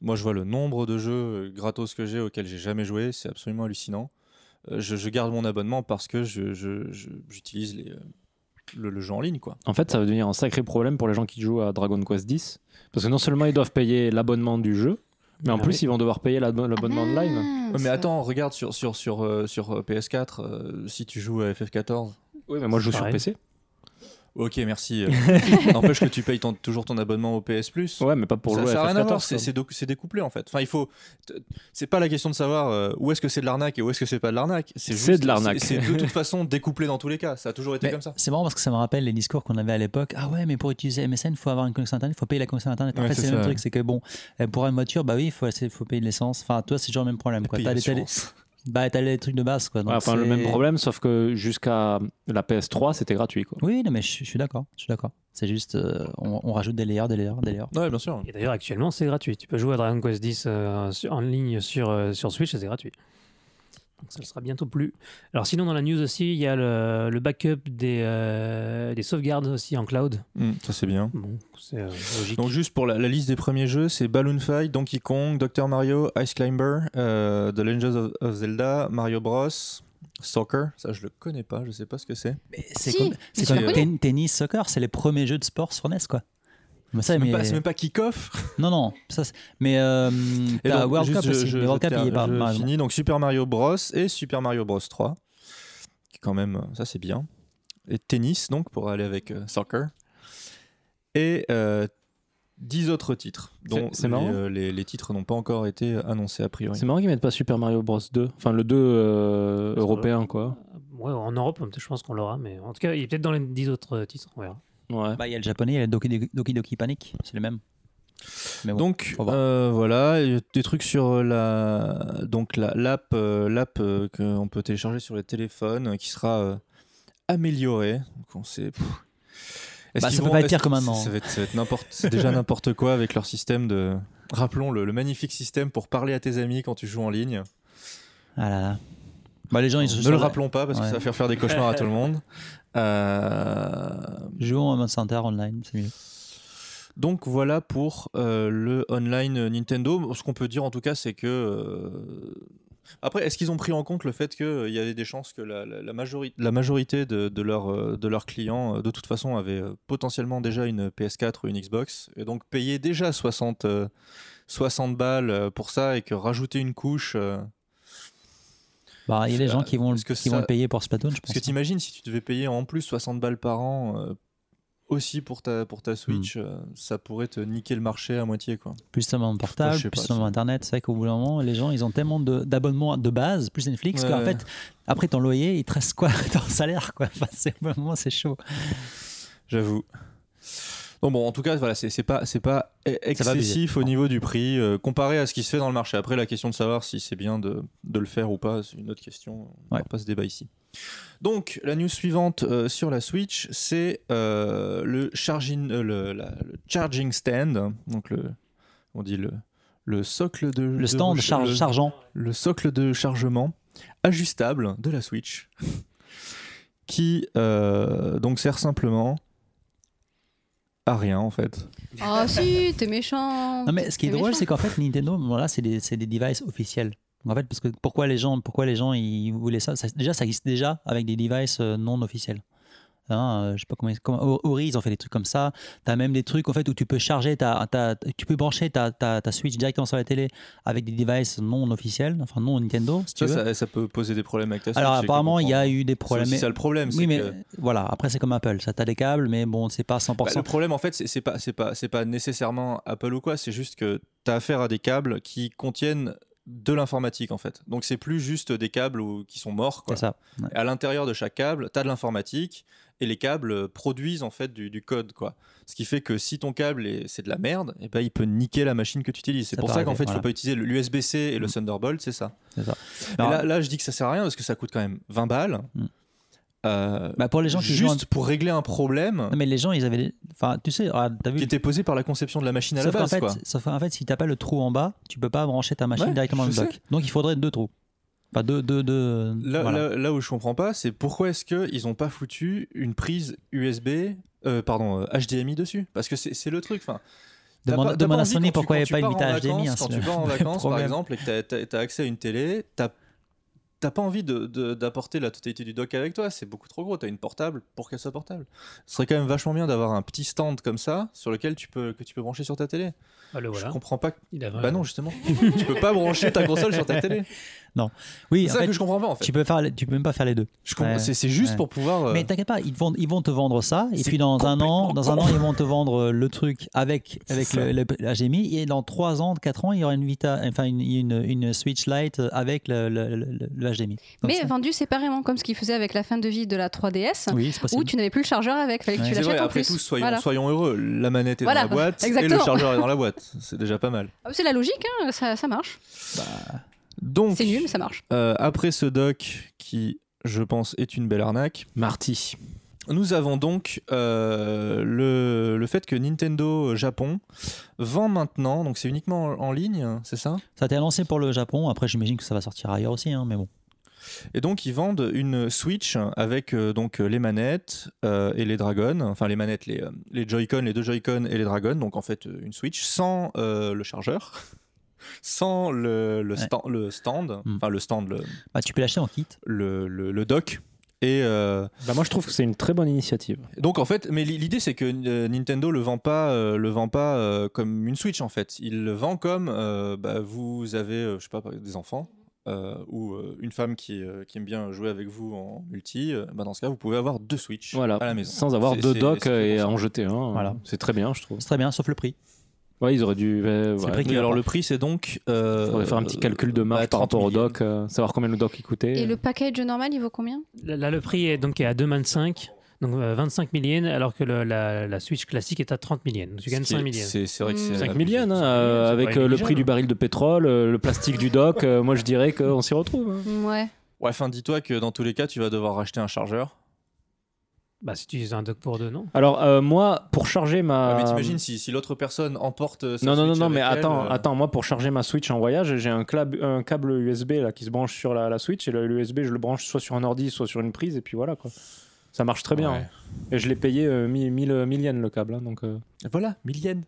C: Moi, je vois le nombre de jeux euh, gratos que j'ai auxquels j'ai jamais joué, c'est absolument hallucinant. Euh, je, je garde mon abonnement parce que je, je- je- j'utilise les, euh, le, le jeu en ligne, quoi.
E: En fait, ça va devenir un sacré problème pour les gens qui jouent à Dragon Quest X, parce que non seulement ils doivent payer l'abonnement du jeu, mais en
D: Ah
E: plus ils vont devoir payer l'abo- l'abonnement online.
B: Ah,
C: Ouais, mais
B: ça-
C: attends, regarde sur, sur, sur, euh, sur euh, PS4, euh, si tu joues à FF14,
E: Oui, mais moi je joue sur
D: Pareil.
E: PC.
C: Ok, merci. euh, N'empêche que tu payes ton- toujours ton abonnement au PS Plus.
E: Ouais, mais pas pour
C: ça,
E: jouer
C: ça a
E: à
C: rien à voir,
E: FF14.
C: c'est c'est doc- c'est découplé en fait. Enfin, il faut. t- C'est pas la question de savoir euh, où est-ce que c'est de l'arnaque et où est-ce que c'est pas de l'arnaque.
E: C'est
C: juste-
E: de l'arnaque.
C: C'est c'est de toute façon découplé dans tous les cas. Ça a toujours été
F: Mais
C: comme ça.
F: C'est marrant parce que ça me rappelle les discours qu'on avait à l'époque. Ah ouais, mais pour utiliser MSN, il faut avoir une connexion Internet, il faut payer la connexion Internet. En
C: Ouais,
F: fait,
C: c'est
F: c'est le
C: ça,
F: même
C: ouais.
F: truc. C'est que bon, euh, pour une voiture, bah oui, il faut, c'est- faut payer de l'essence. Enfin, toi, c'est toujours le même problème. Quoi.
C: Payer
F: T'as, les, t'as les-
C: l'assurance.
F: bah, t'as les trucs de base. Quoi. Donc,
E: Ouais, enfin, le
F: c'est-
E: même problème, sauf que jusqu'à la PS3, c'était gratuit. Quoi.
F: Oui, non, mais je, je suis d'accord. Je suis d'accord. C'est juste, euh, on, on rajoute des layers, des layers, des layers.
C: Ouais, bien sûr.
D: Et d'ailleurs, actuellement, c'est gratuit. Tu peux jouer à Dragon Quest X euh, sur- en ligne sur, euh, sur Switch et c'est gratuit. Donc ça ne sera bientôt plus. Alors sinon, dans la news aussi, il y a le, le backup des, euh, des sauvegardes aussi en cloud.
C: Mm, ça, c'est bien.
D: Bon, c'est euh, logique.
C: Donc juste pour la, la liste des premiers jeux, c'est Balloon Fight, Donkey Kong, Dr Mario, Ice Climber, euh, The Legends of, of Zelda, Mario Bros, Soccer. Ça je le connais pas, je sais pas ce que c'est.
F: Mais c'est
B: Si,
F: comme,
B: mais
F: c'est
B: tu
F: comme
B: la
F: ten- tennis, soccer. C'est les premiers jeux de sport sur NES, quoi. Mais ça,
C: C'est
F: mais...
C: même, pas- c'est même pas kick-off.
F: Non, non. Ça, c'est- mais euh,
C: Et
F: t'as
C: donc,
F: World
C: juste,
F: Cup aussi. Mais World Cup, il
C: termine-
F: est pas.
C: je
F: par exemple.
C: finis donc Super Mario Bros et Super Mario Bros 3. Qui quand même, euh, ça c'est bien. Et tennis donc pour aller avec euh, soccer. Et euh, 10 autres titres dont
E: C'est- c'est
C: les,
E: marrant.
C: euh, les- les titres n'ont pas encore été annoncés a priori.
E: C'est marrant qu'ils mettent pas Super Mario Bros 2, enfin le 2 euh,
D: Parce que-
E: européen, quoi.
D: Ouais, en Europe, peut-être, je pense qu'on l'aura, mais en tout cas, il est peut-être dans les 10 autres euh, titres. on verra.
E: Ouais.
F: Bah, il y a le japonais, il y a le Doki Doki- Doki, Doki Panic, c'est le même. Mais bon.
C: Donc
F: Au revoir.
C: euh, voilà, et des trucs sur euh, la donc la- l'app euh, l'app euh, qu'on peut télécharger sur les téléphones euh, qui sera euh, améliorée. Donc on sait. pff. Est-ce
F: Bah,
C: qu'ils
F: ça peut pas être
C: est-ce
F: pire que
C: que-
F: maintenant.
C: Ça va être, ça va être n'importe, c'est déjà n'importe quoi avec leur système de. Rappelons le, le magnifique système pour parler à tes amis quand tu joues en ligne.
F: ah là là. Bah, les gens, ils sont
C: ne
F: sur
C: le
F: la-
C: rappelons pas parce
F: Ouais.
C: que ça va faire faire des cauchemars à tout le monde. Euh,
F: Jouons en mode center online, c'est mieux.
C: Donc voilà pour euh, le online Nintendo. Ce qu'on peut dire en tout cas, c'est que. euh, Après, est-ce qu'ils ont pris en compte le fait qu'il y avait des chances que la, la- la majorité, la majorité de, de leurs, euh, de leurs clients, euh, de toute façon, avaient euh, potentiellement déjà une PS4 ou une Xbox, et donc payaient déjà 60, euh, 60 balles euh, pour ça, et que rajouter une couche. euh,
F: Bah, il y a des gens qui vont, le-
C: Est-ce que
F: qui
C: ça-
F: vont le payer pour Splatoon, je
C: Parce
F: pense.
C: que t'imagines si tu devais payer en plus 60 balles par an. euh, aussi pour ta, pour ta
F: Hmm.
C: Switch, euh, ça pourrait te niquer le marché à moitié. Quoi.
F: Plus seulement de
C: Moi,
F: portable,
C: je sais
F: plus
C: pas,
F: seulement
C: ça.
F: internet. C'est vrai qu'au bout d'un moment, les gens, ils ont tellement de- d'abonnements de base, plus Netflix,
C: Ouais,
F: qu'en
C: ouais.
F: fait, après ton loyer, il te reste quoi Ton salaire, quoi. Enfin, c'est- au bout d'un moment, c'est chaud.
C: J'avoue. Non, bon, en tout cas, voilà, c'est c'est pas, c'est pas e-
F: Ça va
C: excessif
F: abuser.
C: au niveau du prix euh, comparé à ce qui se fait dans le marché. Après, la question de savoir si c'est bien de, de le faire ou pas, c'est une autre question. On
F: Ouais.
C: va pas se débat ici. Donc, la news suivante euh, sur la Switch, c'est euh, le, charging, euh, le, la- le charging stand. Donc, le, on dit le, le socle de.
F: Le stand charge,
C: charge
F: chargeant.
C: le socle de chargement ajustable de la Switch qui euh, donc sert simplement à rien en fait.
B: Ah si, t'es méchant.
F: Non, mais ce qui est
B: C'est
F: drôle,
B: méchant.
F: c'est qu'en fait, Nintendo, voilà, c'est des, c'est des devices officiels. Donc, En fait, parce que pourquoi les gens, pourquoi les gens ils voulaient ça, Ça- Déjà, ça existe déjà avec des devices euh, non officiels. Hein, euh, je sais pas comment, ils- comment- Ori, Ori, ils ont fait des trucs comme ça. Tu as même des trucs en fait, où tu peux charger, ta, ta- tu peux brancher ta, ta, ta Switch directement sur la télé avec des devices non officiels, enfin non Nintendo, si tu
C: Ça,
F: veux.
C: ça, ça peut poser des problèmes avec ta Switch.
F: Alors,
C: j'ai cru
F: apparemment, il y a
C: comprendre.
F: eu des
C: C'est
F: problèmes.
C: aussi
F: mais-
C: ça le problème.
F: oui,
C: c'est
F: mais
C: que-
F: voilà, après, c'est comme Apple. Ça, t'as des câbles, mais bon, c'est pas 100%.
C: Bah, le problème en fait, c'est- c'est pas, c'est pas, c'est pas nécessairement Apple ou quoi. C'est juste que tu as affaire à des câbles qui contiennent de l'informatique en fait. Donc c'est plus juste des câbles ou- qui sont morts. Quoi.
F: c'est ça.
C: Et à l'intérieur de chaque câble, tu as de l'informatique et les câbles euh, produisent en fait du, du code quoi. Ce qui fait que si ton câble est- c'est de la merde, et ben il peut niquer la machine que tu utilises. C'est
F: Ça
C: pour
F: peut
C: ça qu'en
F: arriver,
C: fait, il
F: voilà.
C: faut pas utiliser le- l'USB-C et le
F: Mm.
C: Thunderbolt, c'est ça.
F: C'est ça.
C: Mais
F: Alors-
C: là, là, je dis que ça sert à rien parce que ça coûte quand même 20 balles.
F: Mm.
C: Euh,
F: Bah, pour les gens qui jouent en-
C: juste pour régler un problème
F: Non, mais les gens, ils avaient. des- Enfin, tu sais, ah, t'as vu.
C: qui était posé par la conception de la machine à
F: Sauf
C: la
F: qu'en
C: base
F: fait,
C: quoi.
F: sauf qu'en fait, si t'as pas le trou en bas, tu peux pas brancher ta machine
C: Ouais,
F: directement
C: je
F: dans le bloc. Donc il faudrait deux trous. Enfin, deux, deux, deux.
C: Là,
F: voilà.
C: là- là où je comprends pas, c'est pourquoi est-ce qu'ils ont pas foutu une prise USB, euh, pardon, euh, HDMI dessus Parce que c'est c'est le truc. Enfin, t'as
F: Demande-
C: pas- t'as
F: demande
C: pas
F: à
C: envie
F: Sony
C: quand tu-
F: pourquoi
C: quand
F: il y a
C: tu
F: pas une
C: pars en
F: Vita HDMI, hein,
C: vacances, Quand
F: c'est
C: tu
F: le-
C: vas en
F: le
C: vacances, par
F: problème.
C: exemple, et que t'as- t'as t'as accès à une télé, t'as t'as pas envie de- de- d'apporter la totalité du dock avec toi. C'est beaucoup trop gros. T'as une portable pour qu'elle soit portable. Ce serait quand même vachement bien d'avoir un petit stand comme ça sur lequel tu peux que tu peux brancher sur ta télé.
D: Ah, le
C: Je
D: voilà.
C: comprends pas.
D: Il a
C: Bah non, justement, tu peux pas brancher ta console sur ta télé.
F: Non. Oui,
A: C'est
F: en
A: ça
F: fait,
A: que je comprends pas en fait.
F: tu peux, faire, les- tu peux même pas faire les deux.
A: Je comprends-
F: Ouais.
A: C'est c'est juste
F: Ouais.
A: pour pouvoir. euh,
F: Mais t'inquiète pas, ils, te vendent- ils vont te vendre ça, et
A: C'est
F: puis dans un an, dans un
A: complètement
F: an, ils vont te vendre euh, le truc avec avec
A: C'est
F: le, le- la GMI, et dans 3 ans, 4 ans, il y aura une Vita, enfin une, une, une Switch Lite euh, avec le, le, le- le HDMI. Donc
B: Mais
F: ça-
B: vendu séparément, comme ce qu'ils faisaient avec la fin de vie de la 3DS,
F: oui, c'est
B: où
F: possible.
B: tu n'avais plus le chargeur avec, fallait que
F: Ouais.
B: tu
C: C'est
B: l'achètes
C: vrai,
B: en
C: après
B: plus.
C: tout, soyons,
B: Voilà.
C: soyons heureux. La manette est
B: Voilà,
C: dans la boîte et
B: exactement.
C: le chargeur est dans la boîte. C'est déjà pas mal.
B: Ah, C'est la logique, hein, ça, ça marche.
C: Donc,
B: C'est nul, mais ça marche.
C: euh, après ce doc qui, je pense, est une belle arnaque,
E: Marty.
C: nous avons donc euh, le, le fait que Nintendo euh, Japon vend maintenant, donc c'est uniquement en, en ligne, hein, c'est ça
F: Ça a été annoncé pour le Japon, après j'imagine que ça va sortir ailleurs aussi, hein, mais bon.
C: Et donc ils vendent une Switch avec euh, donc euh, les manettes euh, et les dragons, enfin les manettes, les, euh, les Joy-Con, les deux Joy-Con et les dragons, donc en fait euh, une Switch sans euh, le chargeur, sans le, le,
F: Ouais.
C: stand, le stand,
F: Mm.
C: enfin le stand, le,
F: Bah, tu peux l'acheter en kit.
C: le, le- le dock. Et euh,
E: Bah, moi, je trouve que c'est une très bonne initiative.
C: donc en fait, mais li- l'idée c'est que euh, Nintendo le vend pas, euh, le vend pas euh, comme une Switch en fait. Il le vend comme euh, bah, vous avez, euh, je sais pas, par exemple, des enfants euh, ou euh, une femme qui, euh, qui aime bien jouer avec vous en multi. euh, bah, dans ce cas, vous pouvez avoir deux Switch
E: Voilà.
C: à la maison.
E: Sans avoir
C: C'est-
E: deux
C: c'est-
E: docks
C: c'est
E: et à
C: vraiment
E: en
C: ça.
E: jeter un.
F: Voilà.
E: C'est très bien, je trouve.
F: C'est très bien, sauf le prix.
E: Ouais, ils auraient dû. euh,
F: C'est
E: ouais.
F: vrai
C: Oui, alors le prix c'est donc. Euh,
E: Il faudrait faire un petit calcul de marge
C: bah,
E: par
C: 30
E: rapport au
C: millions.
E: doc, euh, savoir combien le doc il coûtait.
B: Et le package normal, il vaut combien
D: Là, là, le prix est donc est à 2,25. Donc euh, 25 000 yens, alors que le- la, la Switch classique est à 30 000 yens. Donc tu
C: Ce
D: gagnes
C: qui est-
D: 5 000 yens.
C: C'est c'est vrai que c'est.
E: 5
C: abusé.
E: millions, hein,
D: c'est
E: euh,
D: pas
E: avec euh, le
D: négligeable.
E: prix
C: hein.
E: du baril de pétrole, euh, le plastique du doc. euh, moi, je dirais qu'on s'y retrouve. hein.
B: Ouais.
C: Ouais, enfin dis-toi que dans tous les cas, tu vas devoir racheter un chargeur.
D: Bah, si tu utilises un dock pour deux, non
E: Alors, euh, moi, pour charger
C: Ouais,
E: ma.
C: Ah, mais t'imagines si, si l'autre personne emporte. euh, sa
E: Euh, Non, non, non,
C: Switch
E: non, mais
C: avec elle,
E: attends,
C: euh,
E: attends, moi pour charger ma Switch en voyage, j'ai un, clab- un câble USB là, qui se branche sur la, la Switch et l'USB je le branche soit sur un ordi, soit sur une prise, et puis voilà quoi. Ça marche très bien.
C: Ouais.
E: hein. Et je l'ai payé euh, 1000 yens le câble. hein, donc, euh,
C: Voilà, 1000 yens.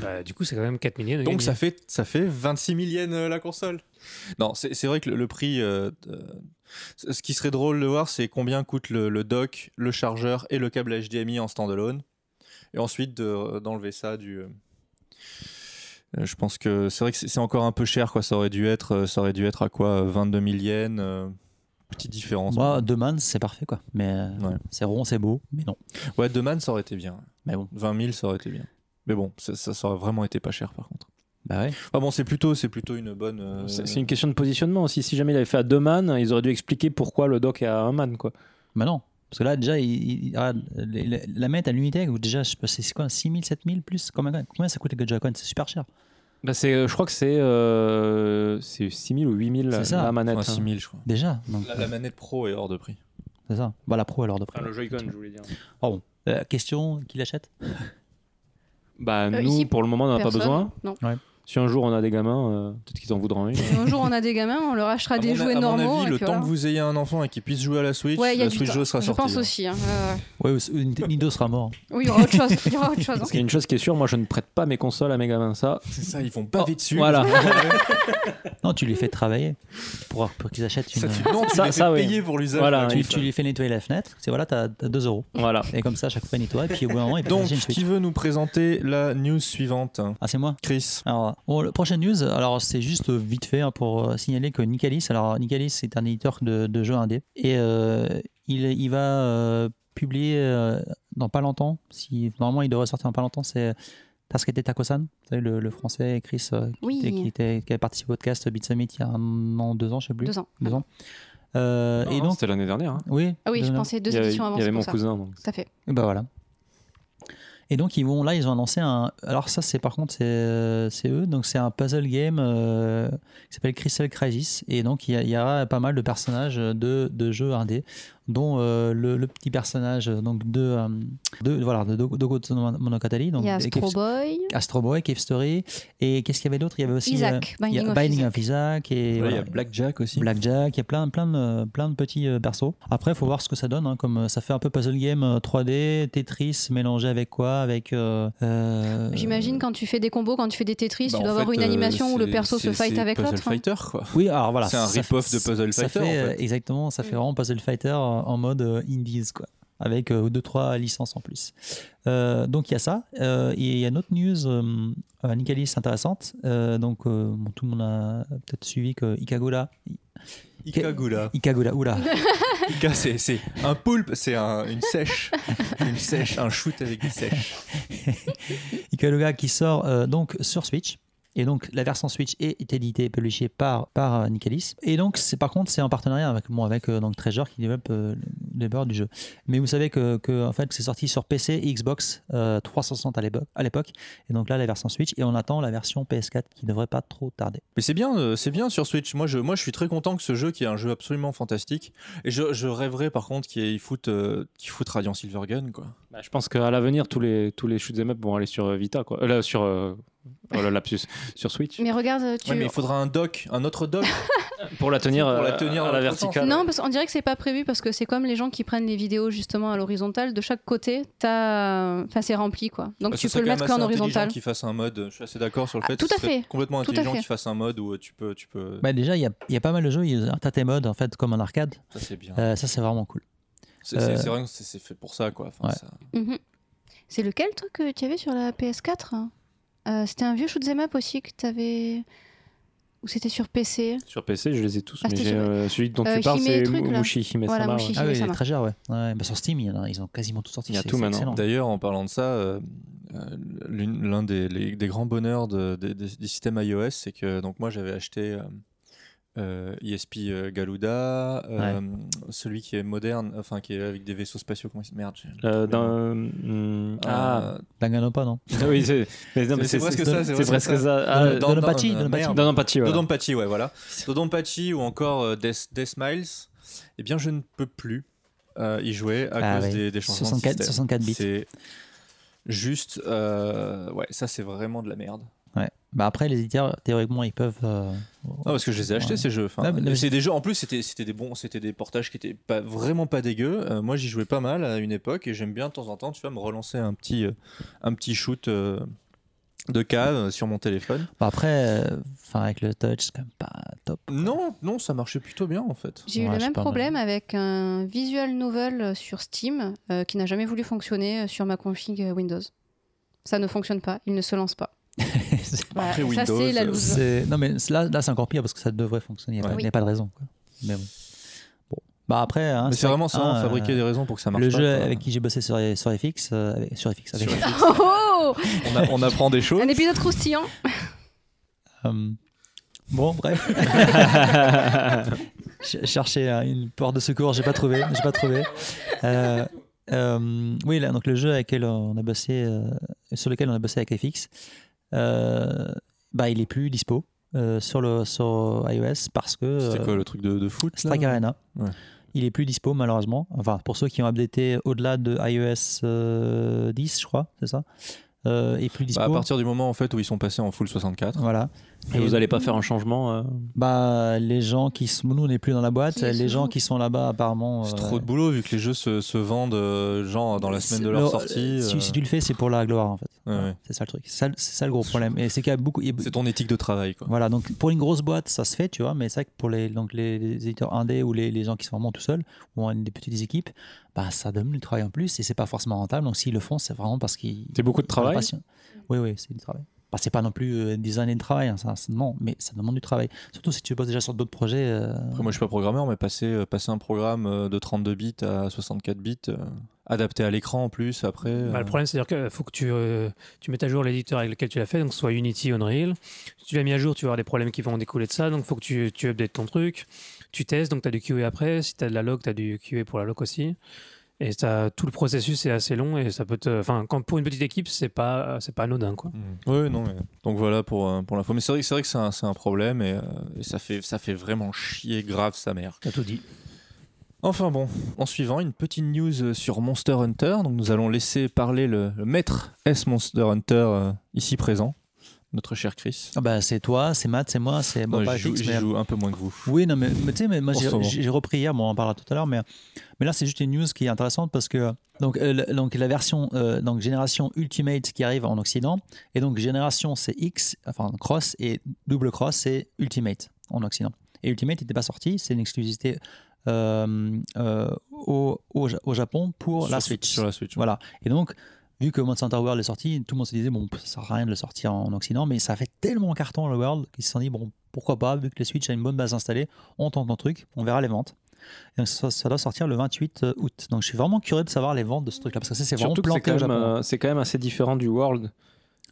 D: Bah, Du coup, c'est quand même 4 000 yens. de
C: Donc
D: gagner.
C: ça fait, ça fait 26 000 yens euh, la console. Non, c'est c'est vrai que le, le prix. euh, de- c- ce qui serait drôle de voir, c'est combien coûte le, le dock, le chargeur et le câble HDMI en standalone. Et ensuite de- d'enlever ça du. euh, euh, Je pense que c'est vrai que c'est c'est encore un peu cher, quoi. Ça aurait dû être, euh, ça aurait dû être à quoi euh, 22 000 yens. euh, petite différence.
F: Moi, deux man, c'est parfait quoi. Mais euh,
C: Ouais.
F: c'est rond, c'est beau, mais non.
C: Ouais, deux man, ça aurait été bien.
F: Mais bon,
C: 20 000, ça aurait été bien. Mais bon, ça, ça, ça aurait vraiment été pas cher par contre.
F: bah ouais.
C: Ah bon, c'est plutôt, c'est plutôt une bonne. euh,
E: c'est c'est une question de positionnement aussi. Si jamais il avait fait à deux man, ils auraient dû expliquer pourquoi le doc est à un man quoi.
F: Bah non. Parce que là, déjà, il- il- ah, les- les- la mettre à l'unité, ou déjà, je sais pas, c'est quoi, 6000, 7000 plus Combien, combien ça coûte les Joy-Con C'est super cher.
E: Bah, c'est, euh, je crois que c'est euh, c'est 6000 ou 8000
F: C'est ça.
E: la manette.
C: ouais,
E: hein.
C: 6 000, je crois.
F: Déjà. Donc,
C: La, la manette Ah, pro est hors de prix.
F: c'est ça. Bah, la pro, alors,
E: Ah,
F: de près.
E: voulais dire.
F: Euh, question qui l'achète
E: Bah,
B: Euh,
E: nous,
B: ici,
E: pour le moment, on n'en a pas
B: Personne
E: besoin.
B: Non.
E: Si un jour on a des gamins, euh, peut-être qu'ils en voudront une.
B: Si un jour on a des gamins, on leur achètera des
C: mon,
B: jouets
C: à mon
B: normaux.
C: avis,
B: et
C: le
B: puis
C: temps
B: voilà.
C: que vous ayez un enfant et qu'il puisse jouer à la Switch,
B: Ouais, il y a
C: la
B: du
C: Switch
B: temps.
C: Joe sera
B: Je
C: sortie.
B: pense
C: ouais.
B: aussi. hein, euh,
F: Oui, ou- ou Nite- Nintendo sera mort.
B: Oui, il y aura autre chose. Il y aura autre chose. hein.
E: Parce qu'il y a une chose qui est sûre, moi je ne prête pas mes consoles à mes gamins, ça.
C: hein. C'est ça, ils vont baver
E: Oh,
C: dessus.
E: voilà.
F: Non, tu les fais travailler pour, pour qu'ils achètent une.
C: Ça, tu,
F: euh,
C: non, tu
E: Ça-
C: les
E: ça,
C: fais
E: oui.
C: payer pour l'usage.
E: Voilà,
C: gratuit.
F: tu, tu les fais nettoyer la fenêtre, c'est voilà, t'as t'as 2 euros.
E: Voilà.
F: Et comme ça, à chaque fois, nettoie, et puis au bout d'un moment, ils peuvent
C: Donc,
F: acheter une Switch.
C: qui veut nous présenter la news suivante
F: Ah, c'est moi
C: Chris.
F: Alors, bon, le- prochaine news, alors c'est juste euh, vite fait hein, pour euh, signaler que Nicalis, alors Nicalis c'est un éditeur de, de jeux indé et euh, il, il va euh, publier euh, dans pas longtemps, si normalement il devrait sortir dans pas longtemps, c'est euh, Tasquete Takosan, vous savez, le, le français Chris euh, qui,
B: Oui.
F: était- qui, était- qui a participé au podcast Beat Summit il y a un an, deux ans, je sais plus.
B: Deux ans.
F: Deux ans. Euh, et donc,
E: c'était l'année dernière. hein.
F: oui,
B: Ah oui,
F: deux
B: je
F: ans.
B: pensais deux
E: il y avait,
B: éditions avant.
E: il y avait
B: c'est
E: mon
B: pour ça.
E: cousin. donc.
B: Tout à fait.
F: Et bah voilà. Et donc ils vont là, ils ont annoncé un. Alors ça, c'est par contre, c'est euh, c'est eux. Donc c'est un puzzle game euh, qui s'appelle Crystal Crisis. Et donc il y, a- il y aura pas mal de personnages de, de jeux indés, dont euh, le, le petit personnage euh, donc de, euh, de voilà de Do- Dogo Tsuno Monogatari, donc
B: Il y a
F: et
B: Astro
F: Cave-
B: Boy,
F: Astro Boy, Cave Story. Et qu'est-ce qu'il y avait d'autre Il y avait aussi
B: Isaac,
F: euh, il y a
B: Binding of
F: Binding
B: Isaac.
F: of Isaac et
C: Il
F: voilà.
C: y a Blackjack aussi.
F: Blackjack, il y a plein, plein, de, plein de petits euh, persos. Après, il faut voir ce que ça donne. hein, comme euh, ça fait un peu puzzle game euh, 3D, Tetris mélangé avec quoi Avec. euh, euh,
B: J'imagine quand tu fais des combos, quand tu fais des Tetris,
C: Bah,
B: tu dois
C: en
B: avoir
C: fait,
B: une
C: euh,
B: animation où le
C: c'est-
B: perso se
C: c'est-
B: fight
C: c'est
B: avec
C: Puzzle
B: l'autre. hein.
C: Fighter, quoi.
F: Oui, alors voilà.
C: C'est un
F: ça-
C: rip-off de Puzzle
F: ça
C: Fighter,
F: fait,
C: en fait.
F: euh, Exactement, ça fait
B: Mm.
F: vraiment Puzzle Fighter euh, en mode euh, Indies, quoi. Avec 2-3 licences en plus. Euh, donc il y a ça. Euh, et il y a une autre news, euh, euh, Nicalis, intéressante. Euh, donc euh, bon, tout le monde a peut-être suivi que Ikagura,
C: Ikagula.
F: Ikagura, oula.
C: Ika, c'est c'est un poulpe, c'est un- une sèche. Une sèche, un shoot avec des sèches.
F: Ikaruga qui sort euh, donc sur Switch. Et donc la version Switch est est éditée et publiée par, par euh, Nicalis. Et donc c'est par contre c'est en partenariat avec, bon, avec euh, donc Treasure qui développe euh, le développeur du jeu. Mais vous savez que, que, en fait c'est sorti sur PC et Xbox euh, 360 à l'époque- à l'époque. Et donc là la version Switch et on attend la version PS4 qui devrait pas trop tarder.
C: Mais c'est bien, euh, c'est bien sur Switch. Moi je, moi, je suis très content que ce jeu, qui est un jeu absolument fantastique, et je, je rêverais par contre qu'il foute, euh, qu'il foute Radiant Silvergun, quoi.
E: Bah, je pense qu'à l'avenir, tous les, tous les shoot'em up vont aller sur euh, Vita, quoi. Euh, là, sur. euh, oh, le lapsus. sur Switch.
B: Mais regarde, euh, tu.
C: Ouais, mais il faudra un doc, un autre doc.
E: Pour la tenir,
C: Pour la
E: euh,
C: tenir
E: à la
C: dans le
E: verticale.
B: Non, parce qu'on dirait que c'est pas prévu parce que c'est comme les gens qui prennent les vidéos justement à l'horizontale. De chaque côté, t'as, enfin, c'est rempli quoi. Donc
C: Bah, ce
B: tu peux
C: serait
B: le
C: quand
B: mettre
C: même
B: qu'en
C: assez intelligent
B: horizontale.
C: Qu'il fasse un mode, je suis assez d'accord sur le
B: Ah,
C: fait.
B: tout à
C: ce serait
B: fait.
C: Complètement
B: Tout à
C: intelligent
B: fait.
C: qu'il fasse un mode où euh, tu peux, tu peux.
F: Bah, déjà il y a, il y a pas mal de jeux, il y a un tas de modes en fait comme en arcade.
C: Ça c'est bien.
F: Euh, ça c'est vraiment cool.
C: C'est c'est-
F: euh,
C: c'est vrai que c'est c'est fait pour ça, quoi. Enfin,
F: ouais.
C: ça-
B: Mhm. C'est lequel toi que tu avais sur la PS4 hein Euh, C'était un vieux shoot'em up aussi que t'avais. Ou c'était sur PC
E: Sur PC, je les ai tous.
B: Ah,
E: mais
B: c'était
E: j'ai,
B: sur-
E: euh, celui dont
B: Euh,
E: tu parles,
B: Hime et
E: c'est
B: truc, là.
E: Mushi Himesama.
B: Voilà,
E: ouais.
B: Mushi.
F: Ah oui,
B: ça
F: les
B: marche.
F: Treasure ouais. Ouais, bah, sur Steam il y en a- ils ont quasiment tout sorti.
E: Il y a
F: c'est-
E: tout
F: c'est
E: maintenant.
F: excellent.
C: D'ailleurs, en parlant de ça, euh, euh, l'une- l'un des, les- des grands bonheurs de- des- des- des systèmes iOS, c'est que donc moi j'avais acheté euh, euh, ESP euh, Galuda, euh, celui qui est moderne, enfin qui est avec des vaisseaux spatiaux. Comment il s- Merde. j'ai-
E: Euh, dans, hum, ah,
C: Euh,
F: Danganronpa, non
E: oui, c'est mais non, mais
C: c'est presque ça, c'est
E: C'est presque ça. Ah,
F: Dans- Donpachi,
C: euh,
E: Donpachi,
C: merde.
F: Donpachi.
E: voilà.
C: Dodonpachi, ouais, voilà. Dodonpachi ou encore euh, Death, Death Miles, eh bien, je ne peux plus euh, y jouer à
F: Ah
C: cause
F: ouais.
C: des, des changements
F: 64
C: de système.
F: 64 bits.
C: C'est juste... euh, ouais, ça, c'est vraiment de la merde.
F: Ouais. Bah après, les éditeurs, théoriquement, ils peuvent. euh,
C: Non, parce que je les ai achetés,
F: Ouais.
C: ces jeux. Enfin,
F: Ah, mais-
C: c'est des jeux... En plus, c'était c'était des bons... C'était des portages qui étaient pas, vraiment pas dégueux. Euh, moi, j'y jouais pas mal à une époque et j'aime bien, de temps en temps, tu vois, me relancer un petit, euh, un petit shoot... euh, de cave euh, sur mon téléphone.
F: Bah après, euh, enfin avec le touch, c'est quand même pas top.
C: Non, non, ça marchait plutôt bien en fait.
B: J'ai eu
F: Ouais,
B: le
F: c'est
B: même
F: pas mal.
B: problème avec un visual novel sur Steam euh, qui n'a jamais voulu fonctionner sur ma config euh, Windows. Ça ne fonctionne pas, il ne se lance pas.
F: C'est-
B: Voilà,
C: Après
B: ça
C: Windows,
B: c'est la
C: euh,
B: loose.
F: c'est- non, mais c'est- là, là c'est encore pire parce que ça devrait fonctionner. Il n'y a,
C: Ouais.
F: pas- il y
B: Oui.
F: a pas de raison. Quoi. Mais bon. Bon. Bah après, hein,
C: Mais Ah, c'est vraiment ça,
F: hein,
C: fabriquer
F: euh,
C: des raisons pour que ah, ça marche.
F: Le
C: pas,
F: jeu
C: quoi.
F: avec qui j'ai bossé sur, sur FX, euh, avec- sur FX, avec-
C: Sur
B: Oh,
C: on, a- on apprend des
B: oh
C: choses.
B: un épisode croustillant.
F: Euh, bon, bref. Ch- Chercher hein, une porte de secours, j'ai pas trouvé. J'ai pas trouvé. Euh, euh, oui, là, donc le jeu avec lequel on a bossé, euh, sur lequel on a bossé avec FX, euh, bah, il est plus dispo euh, sur le sur iOS parce que
C: C'était
F: euh,
C: quoi le truc de, de foot là
F: Strike Arena.
C: Ah. Ouais.
F: Il est plus dispo malheureusement. Enfin, pour ceux qui ont updaté au-delà de iOS euh, 10, je crois, c'est ça. Euh, il est plus dispo.
C: Bah, À partir du moment en fait où ils sont passés en full 64.
F: Voilà.
E: Et vous allez pas faire un changement euh,
F: Bah, les gens qui sont. Nous, on n'est plus dans la boîte.
B: Qui
F: les
B: se
F: gens
B: jouent.
F: qui sont là-bas, apparemment.
C: C'est
F: euh,
C: trop de boulot vu que les jeux se, se vendent euh, genre dans la semaine de
F: c'est-
C: leur
F: le-
C: sortie.
F: Si,
C: euh,
F: si tu le fais, c'est pour la gloire, en fait.
C: Ouais, ouais.
F: C'est ça le truc. C'est ça, le- c'est ça le gros problème. Et c'est qu'il y a beaucoup. il y a-
C: C'est ton éthique de travail quoi.
F: Voilà, donc pour une grosse boîte, ça se fait, tu vois, mais c'est vrai que pour les, donc les, les éditeurs indés ou les, les gens qui sont vraiment tout seuls, ou en des petites équipes, bah, ça donne du travail en plus et c'est pas forcément rentable. Donc s'ils le font, c'est vraiment parce qu'ils.
E: C'est beaucoup de
F: par
E: travail.
F: passion. Oui, oui, c'est du travail. Bah, c'est pas non plus euh, des années de travail, hein, ça, c'est- non, mais ça demande du travail. Surtout si tu bosses déjà sur d'autres projets. euh,
C: Après, moi je suis pas programmeur mais passer, euh, passer un programme euh, de 32 bits à 64 bits euh, adapté à l'écran en plus après. euh,
D: Bah, le problème, c'est-à-dire qu'il faut que tu, euh, tu mettes à jour l'éditeur avec lequel tu l'as fait, donc soit Unity, Unreal. Si tu l'as mis à jour, tu vas avoir des problèmes qui vont découler de ça, donc il faut que tu, tu updates ton truc. Tu testes, donc tu as du QA après. Si tu as de la log, tu as du QA pour la log aussi. Et t'as- tout le processus est assez long et ça peut te. Enfin, quand, pour une petite équipe, c'est pas, c'est pas anodin, quoi.
C: Mm. Ouais, non. mais- Donc voilà pour, euh, pour l'info. Mais c'est vrai, que- c'est vrai que c'est un, c'est un problème et, euh, et ça, fait, ça fait vraiment chier grave sa mère.
D: T'as tout dit.
C: Enfin bon, en suivant, une petite news euh, sur Monster Hunter. Donc nous allons laisser parler le, le maître S Monster Hunter euh, ici présent, notre cher Chris.
F: Ah bah, c'est toi, c'est Matt, c'est moi, c'est bon,
C: Non,
F: pas
C: j'y joue, hein.
F: FX,
C: j'y
F: mais- euh,
C: joue un peu moins que vous.
F: Oui, non, mais, mais tu sais, mais moi
C: En
F: j'ai-
C: ce moment.
F: j'ai j'ai repris hier, bon, on en parlera tout à l'heure, mais, mais là c'est juste une news qui est intéressante parce que donc, euh, le- donc la version euh, donc génération Ultimate qui arrive en Occident et donc génération c'est X, enfin Cross et double Cross c'est Ultimate en Occident. Et Ultimate n'était pas sorti, c'est une exclusivité euh, euh, au, au, Ja- au Japon pour la
C: Sur-
F: Switch.
C: Sur la Switch.
F: Voilà. Et donc, vu que Monster Hunter World est sorti, tout le monde se disait, bon, ça sert à rien de le sortir en Occident, mais ça fait tellement carton le World qu'ils se sont dit, bon, pourquoi pas, vu que la Switch a une bonne base installée, on tente notre truc, on verra les ventes. Et donc ça, ça doit sortir le 28 août. Donc je suis vraiment curieux de savoir les ventes de ce truc-là, parce que ça, c'est vraiment
E: Surtout que c'est
F: planté au
E: quand, même,
F: Japon.
E: euh, c'est quand même assez différent du World.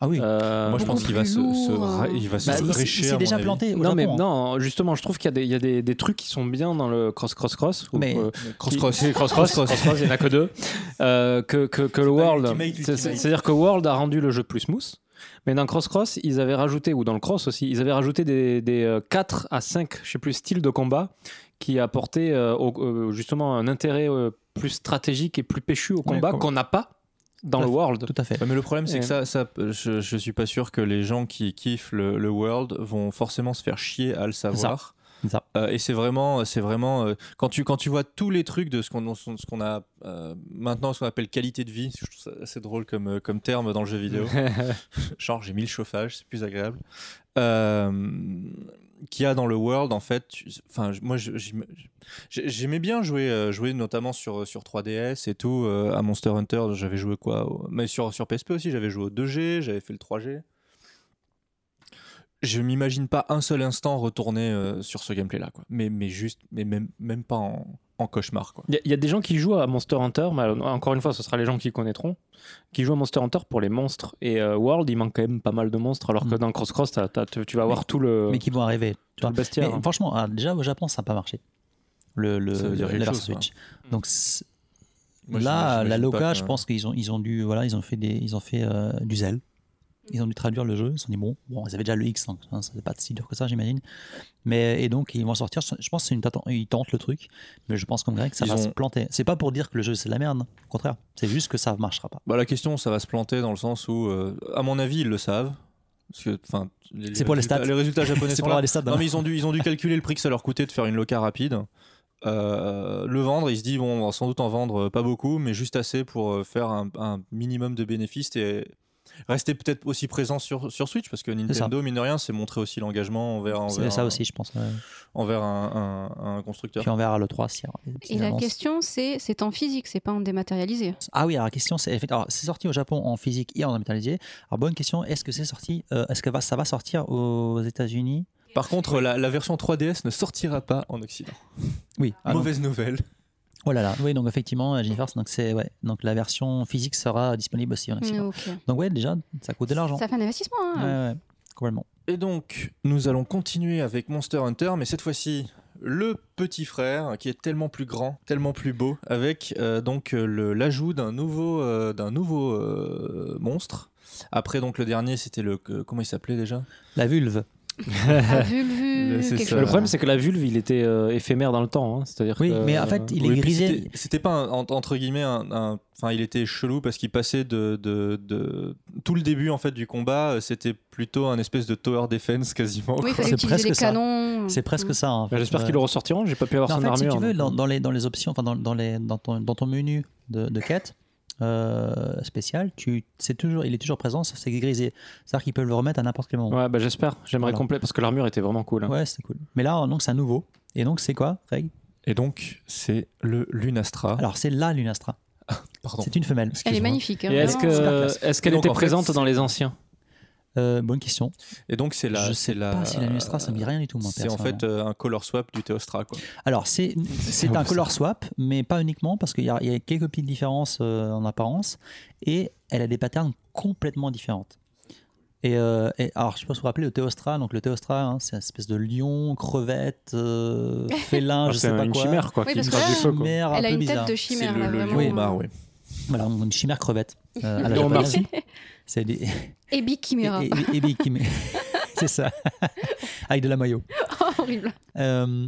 F: Ah oui.
E: Euh,
C: Moi, je
B: Beaucoup
C: pense qu'il va
B: plus
C: se, se
B: lourd,
C: ra-
B: hein.
C: il va se
F: Bah, il-
C: rêcher,
F: il
C: à
F: s'est
C: mon
F: déjà
C: avis.
F: planté au
E: non, mais
F: Japon, hein.
E: non, justement, je trouve qu'il y a, des, il y a des, des trucs qui sont bien dans le cross-cross-cross. ou,
F: Mais-
E: euh,
C: Cross
E: qui-
C: cross.
E: Oui, cross, cross, cross, cross, il n'y en a que deux. Euh, que, que, que le World.
C: l'ultimate,
E: c'est-
C: l'ultimate.
E: C'est-à-dire que World a rendu le jeu plus smooth. Mais dans Cross Cross, ils avaient rajouté, ou dans le Cross aussi, ils avaient rajouté des, des, euh, 4 à 5, je sais plus, styles de combat qui apportaient euh, au- euh, justement un intérêt euh, plus stratégique et plus péchu au combat
F: comme-
E: qu'on n'a pas dans
F: Tout à
E: le
F: fait.
E: World.
F: Tout à fait.
C: Ouais, mais le problème, c'est
E: Et-
C: que ça, ça je, je suis pas sûr que les gens qui kiffent le, le World vont forcément se faire chier à le savoir.
F: C'est ça.
C: Euh, et c'est vraiment, c'est vraiment euh, quand tu quand tu vois tous les trucs de ce qu'on dont- ce qu'on a euh, maintenant, ce qu'on appelle qualité de vie. Je trouve ça assez drôle comme euh, comme terme dans le jeu vidéo. Genre j'ai mis le chauffage, c'est plus agréable. Euh, qu'il y a dans le world en fait tu- enfin j- moi je- j'im- j'ai- j'aimais bien jouer euh, jouer notamment sur sur 3DS et tout euh, à Monster Hunter j'avais joué quoi au- mais sur sur PSP aussi j'avais joué au 2G j'avais fait le 3G je m'imagine pas un seul instant retourner euh, sur ce gameplay là quoi mais mais juste mais même même pas en, en cauchemar quoi
E: Il y a- il y, a des gens qui jouent à Monster Hunter, mais alors, encore une fois, ce sera les gens qui connaîtront, qui jouent à Monster Hunter pour les monstres. Et euh, World, il manque quand même pas mal de monstres, alors que
F: Mm.
E: dans Cross Cross, t'as- t'as- tu tu vas avoir tout le,
F: Mais qui vont arriver.
E: tout le bestiaire.
F: Mais franchement, ah, déjà au Japon, ça n'a pas marché. Le, le,
C: Ça veut dire
F: le-
C: quelque
F: la
C: chose,
F: version Switch. Donc c'est-
C: Moi, je-
F: là,
C: j'imagine
F: la
C: pas
F: Loca,
C: que-
F: je pense qu'ils ont, ils ont dû, voilà, ils ont fait des, ils ont fait euh, du zèle.
B: Mhm.
F: Ils ont dû traduire le jeu. Ils se sont dit bon, bon, ils avaient déjà le X, donc hein, ça n'est pas si dur que ça, j'imagine. Mais et donc ils vont sortir. Je pense que c'est une tâton- ils tentent le truc, mais je pense comme Greg, ça
C: Ils
F: va
C: ont-
F: se planter. C'est pas pour dire que le jeu c'est de la merde. hein. Au contraire, c'est juste que ça marchera pas.
C: Bah, la question, ça va se planter dans le sens où, euh, à mon avis, ils le savent. Parce que, enfin,
F: C'est pour les
C: résultats-
F: stats.
C: Les résultats japonais
F: C'est
C: sont
F: pour
C: là.
F: avoir des stats.
C: Non, mais ils ont, dû, ils ont dû calculer le prix que ça leur coûtait de faire une loca rapide. Euh, le vendre, ils se disent, bon, on va sans doute en vendre euh, pas beaucoup, mais juste assez pour euh, faire un, un minimum de bénéfices et rester peut-être aussi présent sur, sur Switch, parce que Nintendo, mine de rien, c'est montrer aussi l'engagement envers,
F: C'est
C: envers,
F: ça
C: un-
F: aussi, je pense. ouais.
C: envers un, un- un constructeur.
F: Puis on verra le 3 si.
B: Et la question, c'est c'est en physique, c'est pas en dématérialisé.
F: Ah oui, alors la question c'est alors, c'est sorti au Japon en physique et en dématérialisé. Alors bonne question, est-ce que c'est sorti euh, est-ce que va- ça va sortir aux États-Unis
C: Par contre, la, la version 3DS ne sortira pas en Occident.
F: Oui. Ah non.
C: Mauvaise nouvelle.
F: Oh là là. Oui, donc effectivement, euh, Jennifer, donc c'est ouais, donc la version physique sera disponible aussi en Occident.
B: Ok.
F: Donc ouais, déjà ça coûte de l'argent.
B: Ça fait un investissement.
F: Ouais,
B: hein.
F: ouais, complètement.
C: Et donc, nous allons continuer avec Monster Hunter, mais cette fois-ci, le petit frère, qui est tellement plus grand, tellement plus beau, avec euh, donc euh, le- l'ajout d'un nouveau, euh, d'un nouveau euh, monstre. Après, donc, le dernier, c'était le. que- comment il s'appelait déjà
F: La vulve.
B: Ah, vu le vu,
C: Le- c'est
B: quelque
C: ça.
E: Le
B: chose.
E: problème, c'est que la vulve, il était euh, éphémère dans le temps. hein. C'est-à-dire
F: Euh, Oui,
E: que-
F: mais en fait, il est
C: Oui, puis
F: grisé.
C: c'était- C'était pas, un- en- entre guillemets, un. un- Enfin, il était chelou parce qu'il passait de, de, de- Tout le début, en fait, du combat, euh, c'était plutôt un espèce de tower defense quasiment.
B: Oui, il
C: quoi.
B: fallait
F: C'est
B: utiliser les
F: presque ça.
B: canons.
F: C'est presque
B: Mm.
F: ça. hein, en fait.
E: Bah, J'espère
F: Ouais.
E: qu'ils le ressortiront. J'ai pas pu avoir
F: Non,
E: son
F: en fait, si
E: armure.
F: tu veux,
E: donc.
F: dans, dans les, dans les options, enfin dans, dans les, dans, ton, dans ton menu de, de quête euh, spéciale, tu, c'est toujours, il est toujours présent, sauf que c'est grisé. C'est-à-dire qu'ils peuvent le remettre à n'importe quel moment.
E: Ouais, bah, j'espère. J'aimerais
F: Voilà.
E: complet parce que l'armure était vraiment cool. hein.
F: Ouais, c'est cool. Mais là, donc, c'est un nouveau. Et donc, c'est quoi, Greg
C: Et donc, c'est le Lunastra.
F: Alors, c'est la Lunastra.
C: Pardon.
F: C'est une femelle.
B: Elle est
C: Excuse-moi.
B: magnifique. hein,
E: Et est-ce
B: vraiment.
E: que est-ce qu'elle
C: Et donc,
E: était
C: en fait,
E: présente
C: c'est-
E: dans les anciens
F: Euh, bonne question.
C: Et donc, c'est la.
F: Je
C: c'est
F: sais pas si la Lunastra, ça me dit rien du tout, moi.
C: C'est en fait
F: personnellement.
C: euh, un color swap du Teostra. Quoi.
F: Alors, c'est c'est un
E: pour ça.
F: color swap, mais pas uniquement, parce qu'il y, a- il y a quelques petites différences euh, en apparence. Et elle a des patterns complètement différentes. Et, euh, et- alors, je sais pas si vous vous rappelez le Théostra. Donc, le Théostra, hein, c'est une espèce de lion, crevette, euh, félin,
E: Ah,
F: je
E: c'est
F: sais pas
E: une
F: quoi.
E: chimère quoi.
B: Oui,
E: qui
B: parce que
E: crache
B: là,
E: du feu, quoi.
F: Chimère Ah, un
B: Elle a
F: peu
B: une
F: bizarre.
B: tête de
C: C'est
B: chimère.
C: le,
B: là,
C: le lion
B: vraiment. euh,
C: au
F: hein,
C: mar, oui.
F: Voilà, une chimère crevette. euh, à la
E: Lion
F: japonaise.
E: marci.
F: C'est des,
B: Et Big Chimera.
F: Et, et- et Big Kim. c'est ça. Avec de la maillot.
B: Oh, Horrible.
F: Euh,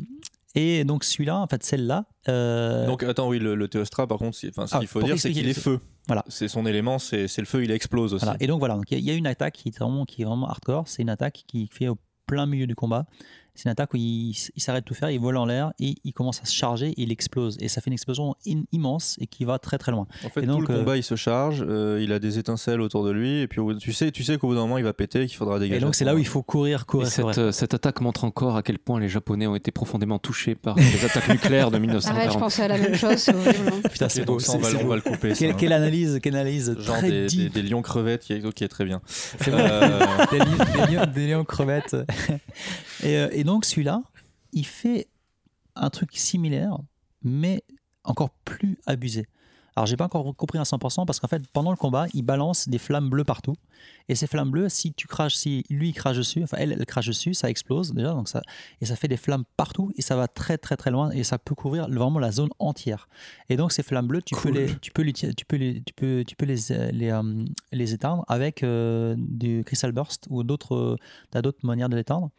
F: et donc celui-là, en fait, celle-là. euh,
C: Donc attends, oui, le, le Théostra, par contre, c'est- enfin, ce
F: Ah,
C: qu'il faut
F: pour
C: dire, c'est
F: expliquer
C: qu'il
F: le-
C: est feu.
F: Voilà.
C: C'est son élément, c'est c'est le feu, il explose aussi.
F: voilà. Et donc voilà, Donc, il y, a- il y a une attaque qui est vraiment, qui est vraiment hardcore. C'est une attaque qui fait au plein milieu du combat C'est une attaque où il, s- il s'arrête de tout faire, il vole en l'air et il commence à se charger et il explose. Et ça fait une explosion in- immense et qui va très très loin.
C: En fait,
F: Et
C: tout
F: donc,
C: le
F: euh,
C: combat, il se charge, euh, il a des étincelles autour de lui, et puis au bout- tu sais, tu sais qu'au bout d'un moment, il va péter, et qu'il faudra dégager.
F: Et donc c'est là où il faut courir,
E: Et
F: courir,
E: cette,
F: courir.
E: euh, cette attaque montre encore à quel point les Japonais ont été profondément touchés par les attaques nucléaires de
B: Arrête, Ah je
E: 1940.
B: pensais à la même chose, c'est horrible. hein.
F: Ah, Putain, c'est
C: Ok,
F: beau.
C: donc ça, on
F: c'est-
C: va,
F: c'est
C: on
F: beau.
C: va le couper. ça,
F: Quelle,
C: hein.
F: quelle analyse, quelle analyse
C: Genre
F: très
C: des, des,
F: deep.
C: des lions crevettes qui est, qui est très bien.
F: C'est bon.
C: Euh,
F: des, lions, des lions- des lions crevettes. Et, euh, et donc celui-là, il fait un truc similaire, mais encore plus abusé. Alors j'ai pas encore compris à 100% parce qu'en fait pendant le combat, il balance des flammes bleues partout. Et ces flammes bleues, si tu craches, si lui il crache dessus, enfin elle, elle crache dessus, ça explose déjà, donc ça et ça fait des flammes partout et ça va très très très loin et ça peut couvrir vraiment la zone entière. Et donc ces flammes bleues, tu
C: Cool.
F: peux les, tu peux les, tu peux les, tu peux, tu peux les, euh, les, euh, les éteindre avec euh, du crystal burst ou d'autres, euh, t'as d'autres manières de l'éteindre.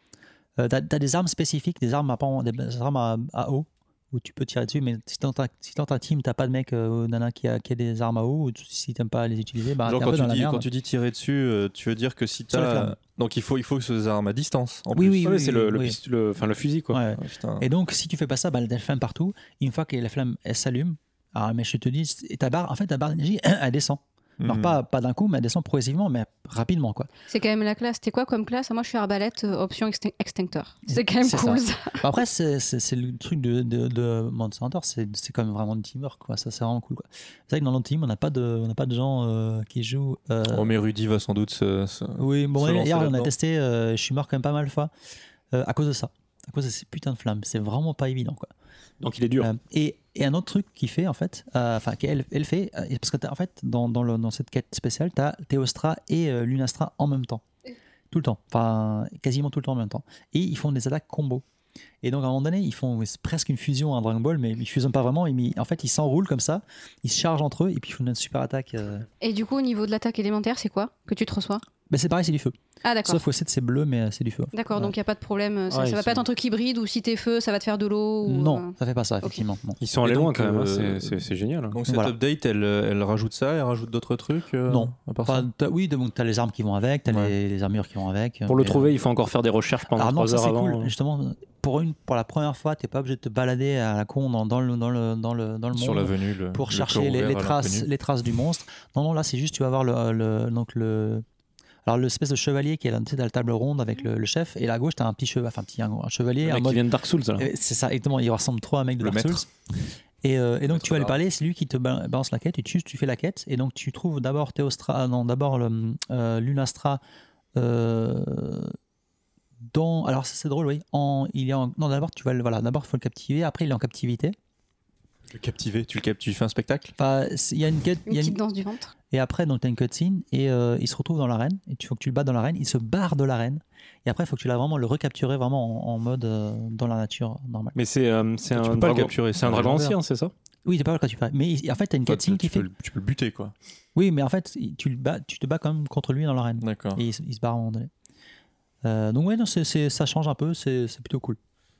F: Euh, t'as, t'as des armes spécifiques, des armes à pan- des des armes à, à eau où tu peux tirer dessus, mais si dans ta, si dans ta team t'as pas de mec euh, ou nana qui a, qui a des armes à eau ou tu- si t'aimes pas les utiliser, bah
C: genre
F: t'es un
C: quand
F: peu
C: tu,
F: dans
C: dis,
F: la
C: quand
F: merde.
C: tu dis tirer dessus, euh, tu veux dire que si
F: Sur les
C: t'as.
F: flammes.
C: Donc il faut, il faut que ce arme à distance. En
F: Oui,
C: plus.
F: oui,
E: Ah Ouais, c'est le, le
F: oui.
E: pist- le- enfin, le fusil quoi.
F: Ouais.
C: Ah, putain.
F: Et donc, si tu fais pas ça, bah, la flamme partout. Une fois que la flamme elle s'allume, alors, mais je te dis, et ta barre, en fait, ta barre d'énergie, elle descend. Alors,
C: Mhm.
F: pas, pas d'un coup, mais elle descend progressivement, mais rapidement, quoi.
B: C'est quand même la classe. T'es quoi comme classe Moi, je suis arbalète, euh, option extin- extincteur. C'est quand même
F: C'est
B: cool,
F: ça.
B: ça.
F: Bah, après, c'est c'est- c'est le truc de, de, de Monster Hunter, c'est c'est quand même vraiment une teamwork, quoi. Ça, c'est vraiment cool, quoi. C'est vrai que dans notre team, on n'a pas, de- on n'a pas de gens euh, qui jouent. euh,
C: Oh, mais Rudy va sans doute. se- se-
F: oui, bon,
C: se lancer
F: hier, on a
C: là-dedans.
F: testé, euh, je suis mort quand même pas mal de fois euh, à cause de ça. À cause de ces putains de flammes. C'est vraiment pas évident, quoi.
E: Donc il est dur.
F: Euh, et, et un autre truc qu'il fait, en fait, euh, enfin, qu'elle elle fait, euh, parce que t'as- en fait, dans, dans, le- dans cette quête spéciale, tu as Théostra et euh, Lunastra en même temps. Tout le temps. Enfin, quasiment tout le temps en même temps. Et ils font des attaques combo. Et donc, à un moment donné, ils font c'est presque une fusion à Dragon Ball, mais ils fusionnent pas vraiment. mais en fait, ils s'enroulent comme ça, ils se chargent entre eux, et puis ils font une super attaque. euh.
B: Et du coup, au niveau de l'attaque élémentaire, c'est quoi que tu te reçois
F: Ben, c'est pareil, c'est du feu.
B: Ah, d'accord.
F: Sauf que c'est c'est bleu, mais euh, c'est du feu.
B: D'accord, donc il n'y a pas de problème. euh, Ça,
D: Ouais,
B: ça va
D: c'est-
B: pas être un truc hybride où si t'es feu, ça va te faire de l'eau. ou,
F: Non,
B: euh,
F: ça fait pas ça, effectivement. non.
E: Ils sont
C: Et
E: allés
C: donc,
E: loin quand même, hein,
C: euh,
E: c'est- c'est c'est génial. hein.
C: Donc cette
F: Voilà.
C: update, elle, elle rajoute ça, elle rajoute d'autres trucs euh,
F: Non,
C: à part
F: Enfin,
C: ça
F: t'as- oui, donc t'as les armes qui vont avec, t'as
C: Ouais.
F: les, les armures qui vont avec.
E: Pour le
F: Et, euh,
E: trouver, il faut encore faire des recherches pendant
F: Ah
E: 3
F: non, ça
E: heures
F: c'est
E: avant. euh. hein.
F: cool. Justement, pour, une, pour la première fois, t'es pas obligé de te balader à la con dans, dans le, dans, le, dans, le, dans le monde
C: Sur l'avenue, le-
F: pour
C: le
F: chercher
C: corps
F: les,
C: ouvert
F: les
C: à
F: traces,
C: l'inconnu.
F: les traces du monstre. Non, non, là c'est juste, tu vas voir le, le- donc le, alors l'espèce de chevalier qui est là, tu sais, dans la table ronde avec le, le chef, et là à gauche, t'as un petit chevalier, enfin petit, un, un chevalier
E: Le
F: en
E: mec qui
F: mode-
E: vient de Dark Souls là.
F: euh, C'est ça, exactement. Il ressemble trop à un mec de
C: Hein Le
F: Dark
C: maître.
F: Souls. Et, euh, et donc
C: Maître
F: tu vas lui
C: d'armes.
F: parler, c'est lui qui te ba- balance la quête, et tu, tu fais la quête, et donc tu trouves d'abord Théostra, ah non, d'abord le, euh, Lunastra euh, dans. Alors ça, c'est drôle, oui. En, il est en- non, d'abord tu vas le, voilà, d'abord faut le captiver, après il est en captivité.
C: Le captiver, tu le captes, tu fais un spectacle
F: Enfin, c'est- il y a une quête,
B: Une
F: il y a
B: petite
F: une-
B: danse du ventre.
F: et après donc t'as une cutscene, et euh, il se retrouve dans l'arène, et tu faut que tu le bats dans l'arène, il se barre de l'arène, et après il faut que tu l'as vraiment le recapturer vraiment en, en mode euh, dans la nature normale.
E: Mais c'est euh, c'est
C: Tu
E: un,
C: peux pas le
E: dragon-
C: capturer, Ah,
E: c'est un dragon
C: hein.
E: ancien, c'est ça
F: Oui, t'es pas mal quand tu parles, mais il- en fait t'as une
C: Toi,
F: cutscene
C: tu,
F: qui
C: tu peux,
F: fait
C: le- tu peux le buter, quoi.
F: Oui, mais en fait, il- tu, le bats, tu te bats quand même contre lui dans l'arène.
C: D'accord.
F: Et il, se- il se barre à un moment donné. Euh, donc, ouais, non, c'est- c'est- ça change un peu, c'est c'est plutôt cool.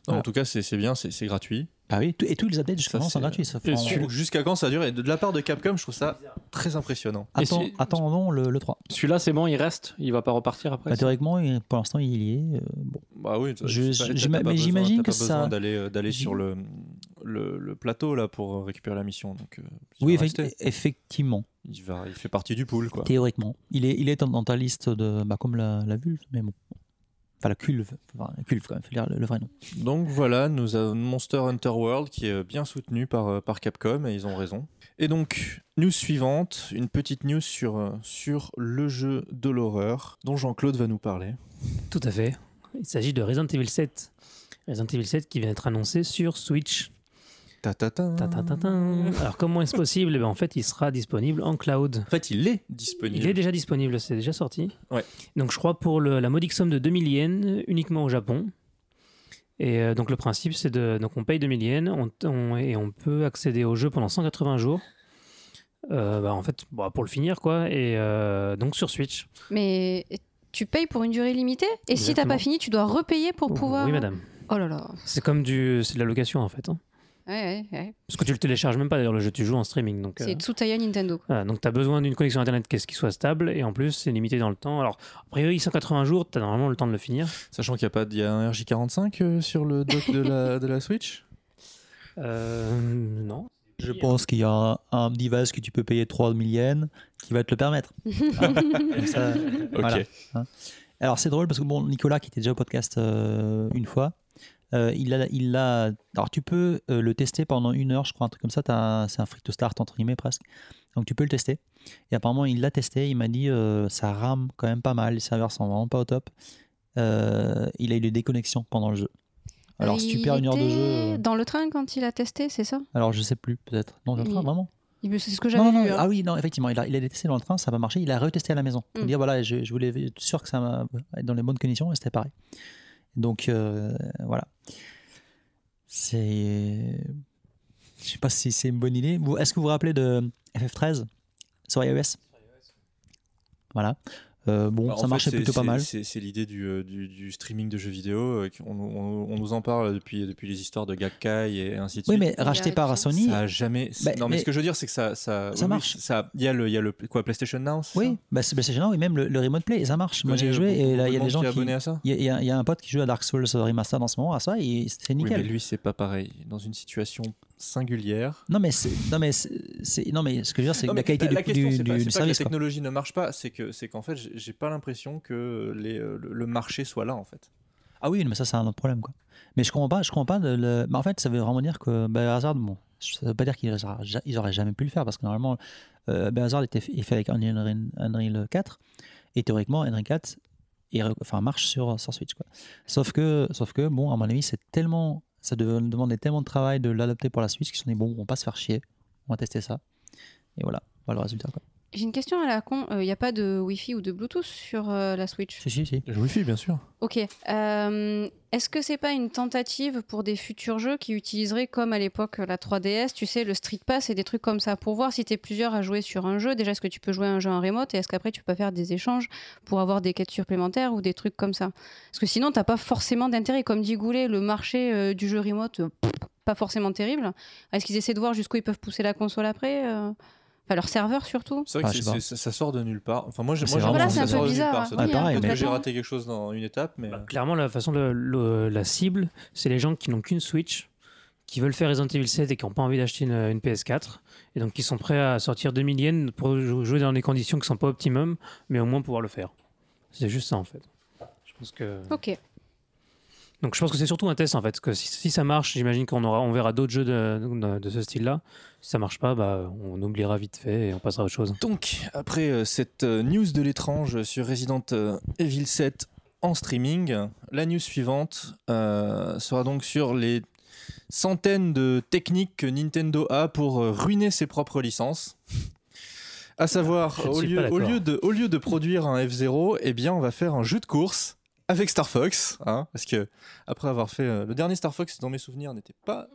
C: Non,
F: Voilà.
C: En tout cas, c'est c'est bien, c'est c'est gratuit.
F: Ah oui, et tous les updates justement
C: Bah Ça,
F: sont
C: c'est-
F: gratuits. sauf en-
C: Donc, Jusqu'à quand ça dure Et de la part de Capcom, je trouve ça très impressionnant.
F: Attends,
E: Et c'est-
F: attendons le, le 3.
E: Celui-là, c'est bon, il reste, il va pas repartir après.
F: Bah, théoriquement, il- pour l'instant, il y est. euh, bon.
C: Bah oui,
F: Je-
C: c'est pas-
F: je-
C: t'as
F: j'ima-
C: pas
F: mais
C: besoin-
F: j'imagine
C: t'as
F: que
C: pas besoin
F: ça-
C: d'aller euh, d'aller
F: J'im-
C: sur le, le, le plateau là pour récupérer la mission. Donc, euh, il
F: Oui,
C: va
F: effect-
C: rester.
F: effectivement.
C: il, va, il fait partie du pool, quoi.
F: Théoriquement. Il est, il est dans- dans ta liste de. Bah, comme la, la vulve, mais bon. Enfin, la culve. Enfin, la culve, quand même, faut dire le, le vrai nom.
C: Donc voilà, nous avons Monster Hunter World qui est bien soutenu par, euh, par Capcom et ils ont raison. Et donc, news suivante, une petite news sur, euh, sur le jeu de l'horreur dont Jean-Claude va nous parler.
D: Tout à fait. Il s'agit de Resident Evil 7. Resident Evil 7 qui vient d'être annoncé sur Switch.
C: Ta ta ta.
D: Ta, ta, ta, ta. Alors comment est-ce possible Eh ben, En fait, il sera disponible en cloud.
C: En fait, il est disponible.
D: Il est déjà disponible, c'est déjà sorti.
C: Ouais.
D: Donc je crois pour le- la modique somme de 2000 yens uniquement au Japon. Et euh, donc le principe c'est de donc on paye 2000 yens on, on- et on peut accéder au jeu pendant 180 jours. Euh, bah, en fait, bah, pour le finir quoi. Et euh, donc sur Switch.
B: Mais tu payes pour une durée limitée Et si t'as
D: Exactement.
F: Oh,
B: pas fini, tu dois repayer pour pouvoir.
D: Oui Oh, madame.
B: Oh là là.
D: C'est comme du c'est de la location en fait. hein.
B: Ouais, ouais, ouais.
D: Parce que tu le télécharges même pas d'ailleurs le jeu, tu joues en streaming. Donc, euh,
B: C'est Tsutaya Nintendo.
D: voilà, donc tu as besoin d'une connexion internet qu'est-ce qui soit stable et en plus c'est limité dans le temps. Alors, a priori 180 jours, tu as normalement le temps de le finir.
C: Sachant qu'il y a pas, il y a un RJ45 euh, sur le dock de la, de la Switch.
D: Euh, non.
F: Je pense qu'il y a un, un device que tu peux payer 3000 yens qui va te le permettre. Hein, comme ça, voilà. Hein. Alors c'est drôle parce que bon, Nicolas qui était déjà au podcast euh, une fois, euh, il a, il a, alors tu peux euh, le tester pendant une heure, je crois, un truc comme ça. t'as un- C'est un free to start entre guillemets presque. Donc tu peux le tester. Et apparemment il l'a testé, il m'a dit euh, ça rame quand même pas mal, les serveurs sont vraiment pas au top. Euh, il a eu des déconnexions pendant le jeu. Alors si tu
B: Ah, Il
F: perds une heure de
B: était
F: jeu, euh,
B: Dans le train quand il a testé, c'est ça
F: alors je sais plus peut-être. Non, je
B: Il-
F: crois vraiment.
B: Il- C'est ce que j'avais
F: Non, non,
B: vu.
F: non,
B: hein.
F: Ah oui, non, effectivement, il a, il a testé dans le train, ça n'a pas marché, il a retesté à la maison. Pour
B: Mm.
F: dire, voilà, je, je voulais être sûr que ça m'a être dans les bonnes conditions et c'était pareil. Donc, euh, voilà. C'est. Je sais pas si c'est une bonne idée. Vous- Est-ce que vous vous rappelez de FF13 sur iOS Voilà. Euh, bon,
C: Alors, Bah, en
F: ça
C: fait,
F: marchait
C: c'est-
F: plutôt pas
C: c'est-
F: mal.
C: C'est c'est l'idée du, euh, du- du streaming de jeux vidéo. euh, qu'on- on, on nous en parle depuis, depuis les histoires de Gakkai et ainsi de
F: Oui,
C: suite.
F: mais
B: a
F: racheté
B: tout
F: par
B: ça.
F: Sony.
C: Ça a jamais.
F: Bah,
C: non, mais,
F: mais-
C: ce que je veux dire, c'est que ça. Ça, oui, oui,
F: marche.
C: ça- Il y a le, il y a le quoi, PlayStation Now c'est ça
F: Oui, bah, c'est bah, c'est gênant, et même le, le Remote Play, ça marche.
C: Je
F: Moi, j'ai
C: connais
F: joué
C: beaucoup-
F: et là, il y
C: beaucoup
F: a
C: de
F: des gens
C: monde
F: qui.
C: est abonné à ça
F: Il y a- il y, a- il y a un pote qui joue à Dark Souls Remastered en ce moment, à ça, et c'est
C: Oui,
F: nickel.
C: mais lui, c'est pas pareil. Dans une situation singulière.
F: Non mais c'est, non mais c'est, c'est- non mais ce que je veux dire c'est que
C: Non,
F: la
C: mais
F: qualité du,
C: question,
F: du-
C: c'est
F: du-
C: pas,
F: du
C: c'est pas
F: service.
C: que la
F: quoi.
C: technologie ne marche pas, c'est que c'est qu'en fait, j'ai j'ai pas l'impression que les, euh, le, le marché soit là en fait.
F: Ah oui mais ça c'est un autre problème quoi. Mais je comprends pas, je comprends pas. le- le- bah, en fait ça veut vraiment dire que Biohazard bon, ça veut pas dire qu'ils aura- ja- ils auraient jamais pu le faire parce que normalement euh, Biohazard était fait, est fait avec Unreal, Unreal 4 et théoriquement Unreal 4 est re- enfin marche sur, sur Switch quoi. Sauf que sauf que bon à mon avis c'est tellement ça de- demandait tellement de travail de l'adapter pour la Switch qu'ils se sont dit bon on va pas se faire chier, on va tester ça et voilà voilà le résultat quoi.
B: J'ai une question à la con. Il n'y a pas de Wi-Fi ou de Bluetooth sur euh, la Switch
F: Si si si.
C: Le Wi-Fi, bien sûr.
B: Ok. euh, Est-ce que c'est pas une tentative pour des futurs jeux qui utiliseraient comme à l'époque la 3DS, tu sais, le Street Pass et des trucs comme ça, pour voir si t'es plusieurs à jouer sur un jeu Déjà, est-ce que tu peux jouer à un jeu en remote et est-ce qu'après tu peux faire des échanges pour avoir des quêtes supplémentaires ou des trucs comme ça Parce que sinon, t'as pas forcément d'intérêt. Comme dit Goulet, le marché euh, du jeu remote, euh, pff, pas forcément terrible. Est-ce qu'ils essaient de voir jusqu'où ils peuvent pousser la console après euh Enfin, leur serveur surtout
C: C'est vrai
F: Ah,
C: que
F: je
C: c'est-
F: sais pas. Ah,
C: c'est- ça sort de nulle part. Enfin, moi, j'ai-
F: C'est
C: moi, j'ai
F: vraiment-
B: Voilà, c'est
C: l'impression
B: un peu
C: que ça sort de nulle
B: bizarre.
C: part, ce
B: hein.
C: truc.
F: Ouais, pareil,
C: Peut-être que j'ai
B: complètement.
C: raté quelque chose dans une étape, mais
D: Bah, clairement, la façon, le- le- la cible, c'est les gens qui n'ont qu'une Switch, qui veulent faire Resident Evil 7 et qui n'ont pas envie d'acheter une, une PS4, et donc qui sont prêts à sortir 2000 yens pour jou- jouer dans des conditions qui sont pas optimum, mais au moins pouvoir le faire. C'est juste ça en fait. Je pense que.
B: Ok.
D: Donc je pense que c'est surtout un test en fait, parce que si, si ça marche, j'imagine qu'on aura, on verra d'autres jeux de, de- de ce style-là. Si ça marche pas, bah, on oubliera vite fait et on passera à autre chose.
C: Donc, après euh, cette euh, news de l'étrange sur Resident euh, Evil 7 en streaming, la news suivante euh, sera donc sur les centaines de techniques que Nintendo a pour euh, ruiner ses propres licences. À savoir,
D: Je ne
C: au
D: suis pas
C: lieu, au,
D: d'accord.
C: lieu de, au lieu de produire un F0, eh bien, on va faire un jeu de course avec Star Fox. hein, parce que, après avoir fait. euh, le dernier Star Fox, dans mes souvenirs, n'était pas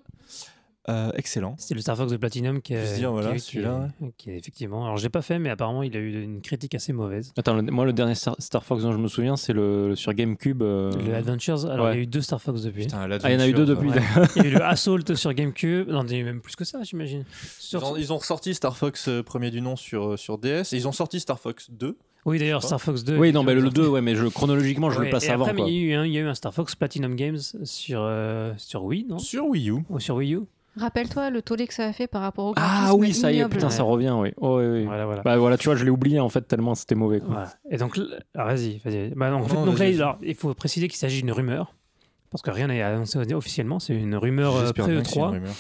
C: euh, excellent.
D: C'est le Star Fox de Platinum qui
C: Je
D: est,
C: veux dire, voilà,
D: qui est- qui
C: celui-là,
D: est- qui est effectivement. Alors je l'ai pas fait, mais apparemment il a eu une critique assez mauvaise.
E: Attends, le- moi le dernier Star, Star Fox dont je me souviens, c'est le sur GameCube. euh,
D: Le Adventures, alors
E: ouais.
D: il y a eu deux Star Fox depuis.
C: Putain,
E: Ah, il y en a eu deux
C: l'Adventure,
E: depuis.
C: euh,
D: Ouais. Il y a eu le Assault sur GameCube. Non, il y a eu même plus que ça, j'imagine. Sur-
C: Ils ont, ils ont ressorti Star Fox euh, premier du nom sur, euh, sur DS et ils ont sorti Star Fox 2.
D: Oui, d'ailleurs,
C: je sais
D: Star Fox 2.
E: Oui, non, mais le
D: effectivement,
E: 2, ouais, mais je, chronologiquement, je
D: ouais,
E: le passe
D: et
E: avant.
D: Après, mais
E: quoi.
D: il y a eu un, il y a eu un Star Fox Platinum Games sur, euh, sur Wii, non
C: Hein Sur Wii U.
D: Ou sur Wii U
B: Rappelle-toi le tollé que ça a fait par rapport au
E: Ah
B: graphisme
E: oui, ça y est,
B: ignoble.
E: putain, ça revient, oui. Oh, oui, oui.
D: Voilà, voilà.
E: Bah voilà, tu vois, je l'ai oublié en fait, tellement c'était mauvais. quoi.
D: Voilà. Et donc, l- alors, vas-y, vas-y. Bah, non, en fait,
C: Non,
D: donc là,
C: vas-y.
D: il- alors, il faut préciser qu'il s'agit d'une rumeur. Parce que rien n'est annoncé officiellement, c'est une rumeur euh,
C: J'espère bien que c'est une
D: pré-E3.
C: rumeur.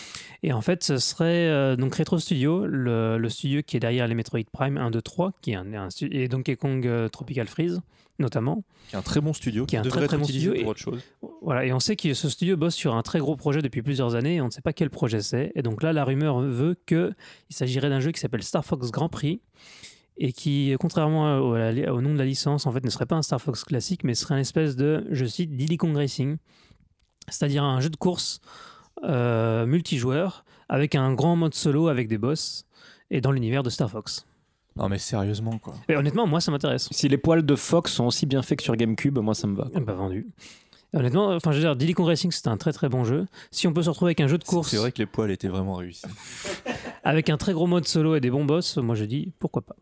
D: Et en fait, ce serait euh, donc Retro Studio, le, le studio qui est derrière les Metroid Prime 1, 2, 3, qui est un, un stu- et Donkey Kong euh, Tropical Freeze, notamment.
C: Qui est un très bon studio,
D: Qui est
C: qui
D: un très,
C: devrait
D: très
C: être
D: bon
C: utilisé
D: studio
C: pour
D: et-
C: autre chose.
D: Voilà, et on sait que ce studio bosse sur un très gros projet depuis plusieurs années, et on ne sait pas quel projet c'est. Et donc là, la rumeur veut qu'il s'agirait d'un jeu qui s'appelle Star Fox Grand Prix, et qui, contrairement au, à la- au nom de la licence, en fait, ne serait pas un Star Fox classique, mais serait une espèce de, je cite, Diddy Kong Racing, c'est-à-dire un jeu de course euh, multijoueur, avec un grand mode solo, avec des boss, et dans l'univers de Star Fox.
C: Non mais sérieusement quoi.
D: Et honnêtement, moi, ça m'intéresse.
E: Si les poils de Fox sont aussi bien faits que sur GameCube, moi ça me va.
D: Eh ben, vendu. Honnêtement, enfin, je veux dire, Diddy Kong Racing, c'était un très très bon jeu. Si on peut se retrouver avec un jeu de course,
C: C'est vrai que les poils étaient vraiment réussis.
D: avec un très gros mode solo et des bons boss, moi je dis pourquoi pas.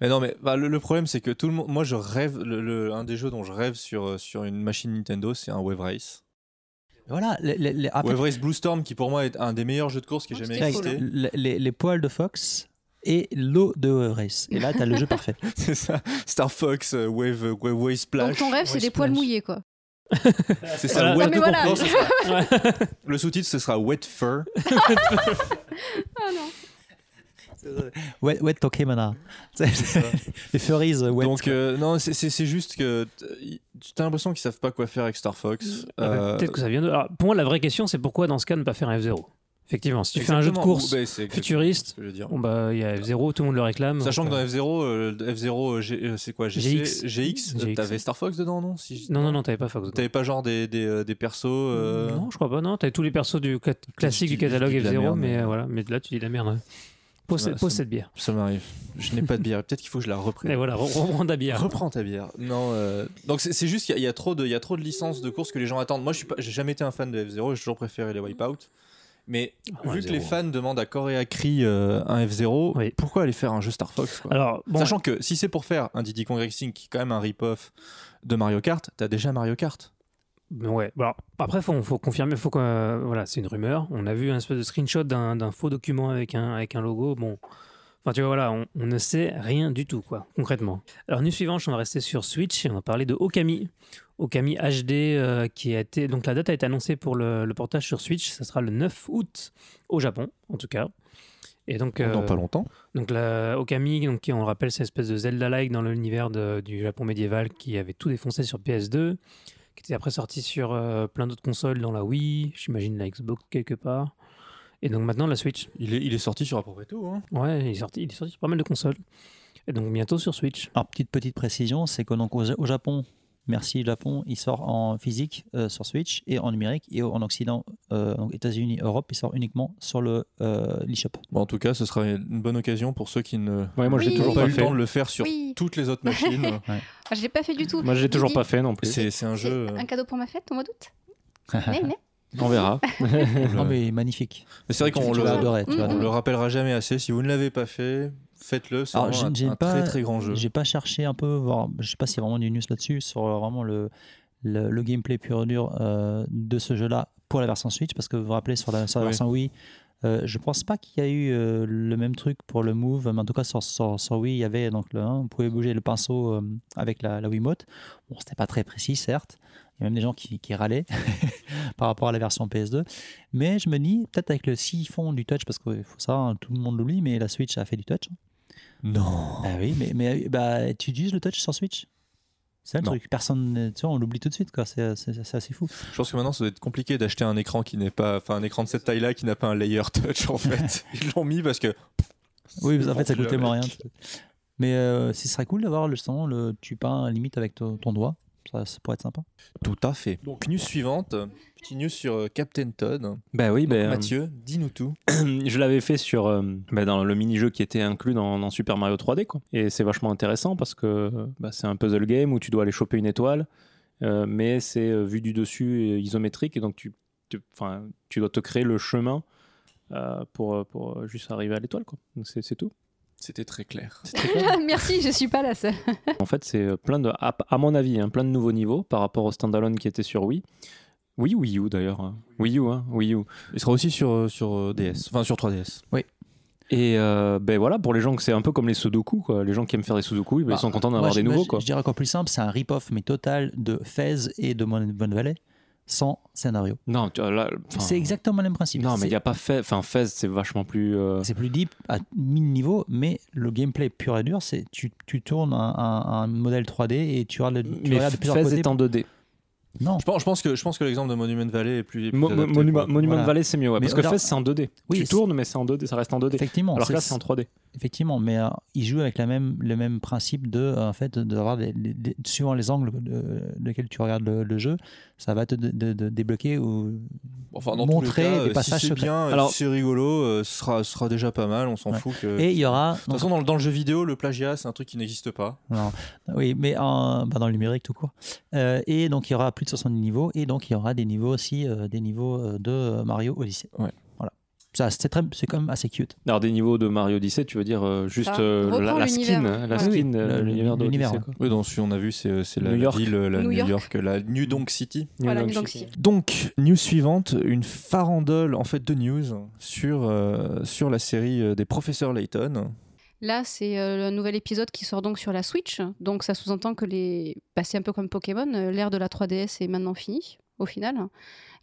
C: Mais non, mais bah, le, le problème, c'est que tout le monde. Moi, je rêve. le- le- un des jeux dont je rêve sur, euh, sur une machine Nintendo, c'est un Wave Race.
F: Voilà, les, les-
D: Ah,
F: les- après,
C: Wave Race Blue Storm, qui pour moi est un des meilleurs jeux de course qui ait
B: Oh,
C: jamais
B: c'était
F: avec
B: cool.
C: existé.
F: les, les- les poils de Fox et l'eau de Wave Race. Et là, tu as le jeu parfait.
C: C'est ça. Star Fox, euh, Wave, euh, Wave, Wave Splash.
B: Donc ton rêve, c'est
F: ouais,
B: des poils
F: splash.
B: mouillés, quoi. Ah,
C: C'est
E: Ah,
C: ça,
D: Voilà.
C: Wet
D: Non,
B: mais voilà.
C: Non, ce sera- Le sous-titre, ce sera Wet Fur.
B: Ah non.
F: Wet, wet Pokémon. Les furries euh, wet.
C: Donc, euh, non, c'est- c'est c'est juste que t- tu as l'impression qu'ils savent pas quoi faire avec Star Fox.
D: Ah bah,
C: Euh,
D: Peut-être que ça vient de. Alors, pour moi, la vraie question, c'est pourquoi dans ce cas ne pas faire un F0 Effectivement, si tu fais un jeu de
C: exactement.
D: course,
C: Ou- ben, c'est exactement
D: futuriste,
C: ce que je veux dire.
D: bon bah il y a F0, tout le monde le réclame.
C: Sachant que
D: Donc,
C: dans
D: euh,
C: F0, euh, F0, euh, G- euh, c'est quoi GC,
D: GX.
C: GX, euh,
D: GX.
C: t'avais Star Fox dedans, non si je-
D: non, non, non, t'avais pas Fox.
C: T'avais pas genre des, des, euh, des persos. euh,
D: Non, je crois pas. Non, t'avais tous les persos du cat- classique
C: dis-
D: du
C: je dis
D: catalogue
C: de la
D: F0,
C: merde,
D: mais
C: mais-
D: euh, voilà. Mais là, tu dis de la merde. ouais. Pose,
C: Ça va,
D: cette- pose
C: ça-
D: cette bière.
C: Ça m'arrive. Je n'ai pas de bière. Peut-être qu'il faut que je la
D: Et
C: reprenne.
D: voilà, re- reprends ta bière.
C: Reprends ta bière. Non. euh, Donc c'est c'est juste qu'il y, a- il y a trop de, il y a trop de licences de courses que les gens attendent. Moi, je suis pas, j'ai jamais été un fan de F0. J'ai toujours préféré les Wipeout. Mais
D: Ouais,
C: vu que les
D: F0.
C: fans demandent à Corée à Cri euh, un F0,
D: Oui.
C: pourquoi aller faire un jeu Star Fox quoi
D: Alors, bon,
C: Sachant que si c'est pour faire un Diddy Kong Racing qui est quand même un rip-off de Mario Kart, t'as déjà Mario Kart.
D: Mais Ouais, bon, alors, après, faut, faut confirmer, faut que, euh, voilà, c'est une rumeur. On a vu un espèce de screenshot d'un d'un faux document avec un, avec un logo. Bon, enfin, tu vois, voilà, on, on ne sait rien du tout, quoi, concrètement. Alors, nuit suivante, on va rester sur Switch et on va parler de Okami. Okami HD, euh, qui a été. Donc, la date a été annoncée pour le, le portage sur Switch, ça sera le 9 août, au Japon, en tout cas. Et donc, euh,
C: Dans pas longtemps.
D: donc la Okami, donc, qui on le rappelle, c'est une espèce de Zelda-like dans l'univers de- du Japon médiéval qui avait tout défoncé sur PS2, qui était après sorti sur euh, plein d'autres consoles, dans la Wii, j'imagine la Xbox quelque part. Et donc maintenant la Switch.
C: Il est, il est sorti sur à peu près tout. hein.
D: Ouais, il est sorti, il est sorti sur pas mal de consoles. Et donc bientôt sur Switch.
F: Alors, petite, petite précision, c'est que donc au, Ja- au Japon, merci Japon, il sort en physique euh, sur Switch et en numérique et en Occident, euh, donc États-Unis, Europe, il sort uniquement sur le euh, l'eShop.
C: Bon, en tout cas, ce sera une bonne occasion pour ceux qui ne
E: Ouais, moi, je l'ai
B: Oui.
E: toujours
C: pas
E: pas
C: eu le
E: fait.
C: temps de le faire sur
B: Oui.
C: toutes les autres machines.
B: Ah, je l'ai pas fait du tout.
E: Moi, je l'ai toujours
B: Didi,
E: pas fait non plus.
C: c'est c'est un
B: c'est
C: jeu. euh,
B: Un cadeau pour ma fête au mois d'août Ah, Mais, mais.
E: On verra.
F: non mais magnifique.
C: Mais c'est vrai qu'on
F: Tu
C: le,
F: vas adorer, tu vas
B: Mm,
C: on
F: adorer.
C: le rappellera jamais assez. Si vous ne l'avez pas fait, faites-le. C'est
F: Alors,
C: vraiment
F: j'ai- j'ai
C: un, un
F: pas-
C: très très grand jeu.
F: J'ai pas cherché un peu, voir, je sais pas s'il y a vraiment du news là-dessus, sur euh, vraiment le, le, le gameplay pur et dur euh, de ce jeu-là pour la version Switch, parce que vous vous rappelez, sur la, sur la
C: Oui.
F: version Wii, euh, je pense pas qu'il y a eu euh, le même truc pour le Move, mais en tout cas sur, sur, sur Wii, il y avait donc le 1, on pouvait bouger le pinceau euh, avec la, la Wiimote. Bon, c'était pas très précis, certes, il y a même des gens qui, qui râlaient par rapport à la version PS2, mais je me dis, peut-être avec le siphon du touch, parce qu'il faut ça, tout le monde l'oublie, mais la Switch a fait du touch.
C: Non.
F: Bah oui, mais, mais euh, bah, tu utilises le touch sur Switch C'est ça le
C: Non.
F: truc. Personne, euh, tu vois, on l'oublie tout de suite, quoi. C'est euh, c'est- c'est assez fou.
C: Je pense que maintenant, ça doit être compliqué d'acheter un écran qui n'est pas, enfin, un écran de cette taille-là qui n'a pas un layer touch en fait. Ils l'ont mis parce que.
F: Oui,
C: C'est
F: en fait, ça
C: vendu
F: coûtait moins rien.
C: avec.
F: Mais euh, ce serait cool d'avoir le son, le tu peins limite avec ton, ton doigt. Ça, ça pourrait être sympa.
C: Tout à fait. Donc news suivante. Petite news sur euh, Captain Todd.
E: bah oui, ben, euh,
C: Mathieu, dis-nous tout.
E: je l'avais fait sur euh, bah, dans le mini-jeu qui était inclus dans, dans Super Mario 3D. Quoi. Et c'est vachement intéressant parce que euh, bah, c'est un puzzle game où tu dois aller choper une étoile, euh, mais c'est euh, vu du dessus euh, isométrique et donc tu, tu, 'fin, tu dois te créer le chemin euh, pour, euh, pour euh, juste arriver à l'étoile. quoi. Donc c'est c'est tout.
C: C'était très clair.
B: Merci, je suis pas la seule.
E: En fait, c'est euh, plein de, à, à mon avis, hein, plein de nouveaux niveaux par rapport au standalone qui était sur Wii. Oui, Wii U d'ailleurs. hein. Wii U, hein, Wii U.
C: Il sera aussi sur, euh, sur euh, DS, enfin sur 3DS.
E: Et euh, ben voilà, pour les gens que c'est un peu comme les Sudoku, quoi. Les gens qui aiment faire des Sudoku, ben,
F: Bah,
E: ils sont contents
F: Moi,
E: d'avoir
F: je-
E: des
F: moi,
E: nouveaux,
F: je-
E: quoi.
F: Je dirais encore plus simple, c'est un rip-off, mais total, de Fez et de Mon- Bonne Valley, sans scénario.
E: Non, tu vois, là, enfin,
F: C'est exactement le même principe.
E: Non, mais il
F: C'est-
E: n'y a pas Fez. Enfin, Fez, c'est vachement plus. euh,
F: C'est plus deep à 1000 niveaux, mais le gameplay pur et dur, c'est tu, tu tournes un, un- un modèle 3D et tu regardes, tu
E: Mais
F: regardes de plusieurs
E: Fez
F: côtés.
E: est en 2D.
F: Non,
C: Je pense, je pense que je pense que l'exemple de Monument Valley est plus. est plus
E: Mo-
C: adapté
E: Mo- Monument
C: pour-
E: Monument
F: Voilà.
E: Valley, c'est mieux, ouais,
F: Mais
E: parce que
F: alors-
E: Fez, c'est en 2D.
F: Oui,
E: tu
F: c'est-
E: tournes, mais c'est en 2D, ça reste en 2D.
F: effectivement.
E: Alors que là,
F: c'est-
E: c'est en 3D.
F: Effectivement, mais euh, ils jouent avec la même, le même principe de, euh, en fait, d'avoir les- les- les- suivant les angles de, desquels tu regardes le, le jeu, ça va te dé- dé- dé- débloquer ou
C: Enfin, dans
F: Montrer
C: tous les cas,
F: des
C: euh,
F: passages
C: si c'est
F: secrets.
C: bien,
F: Alors-
C: Alors... si c'est rigolo, euh, ce sera, ce sera déjà pas mal, on s'en
F: Ouais.
C: fout.
E: Euh,
C: Que... De
F: et il y aura
C: toute façon, dans le, dans le jeu vidéo, le plagiat, c'est un truc qui n'existe pas.
F: Non. Oui, mais en- bah, dans le numérique tout court. Euh, et donc il y aura plus de 70 niveaux et donc il y aura des niveaux aussi, euh, des niveaux euh, de euh, Mario Odyssey.
C: Ouais.
F: Voilà. Ça, c'est très, c'est quand même assez cute.
E: Alors, des niveaux de Mario Odyssey, tu veux dire euh, juste
B: Ça,
E: euh,
B: reprend
E: la, la
B: l'univers.
E: skin, hein, la
B: Ouais.
E: skin,
F: Ah Oui,
E: euh,
F: le-
E: l'univers de
F: l'univers, hein.
E: l'Odyssée,
F: ouais.
E: quoi.
C: Oui, donc si on a vu, c'est c'est la,
E: New
C: la
E: York.
C: ville, euh, la
B: New
C: New,
B: York.
C: York. la New Donk City.
B: Voilà,
E: New
B: New
E: York
B: York
E: City.
B: City.
C: Donc, news suivante, une farandole, en fait, de news sur, euh, sur la série euh, des professeurs Layton.
B: Là, c'est euh, le nouvel épisode qui sort donc sur la Switch. Donc, ça sous-entend que les. bah, c'est un peu comme Pokémon, euh, l'ère de la 3DS est maintenant finie, au final.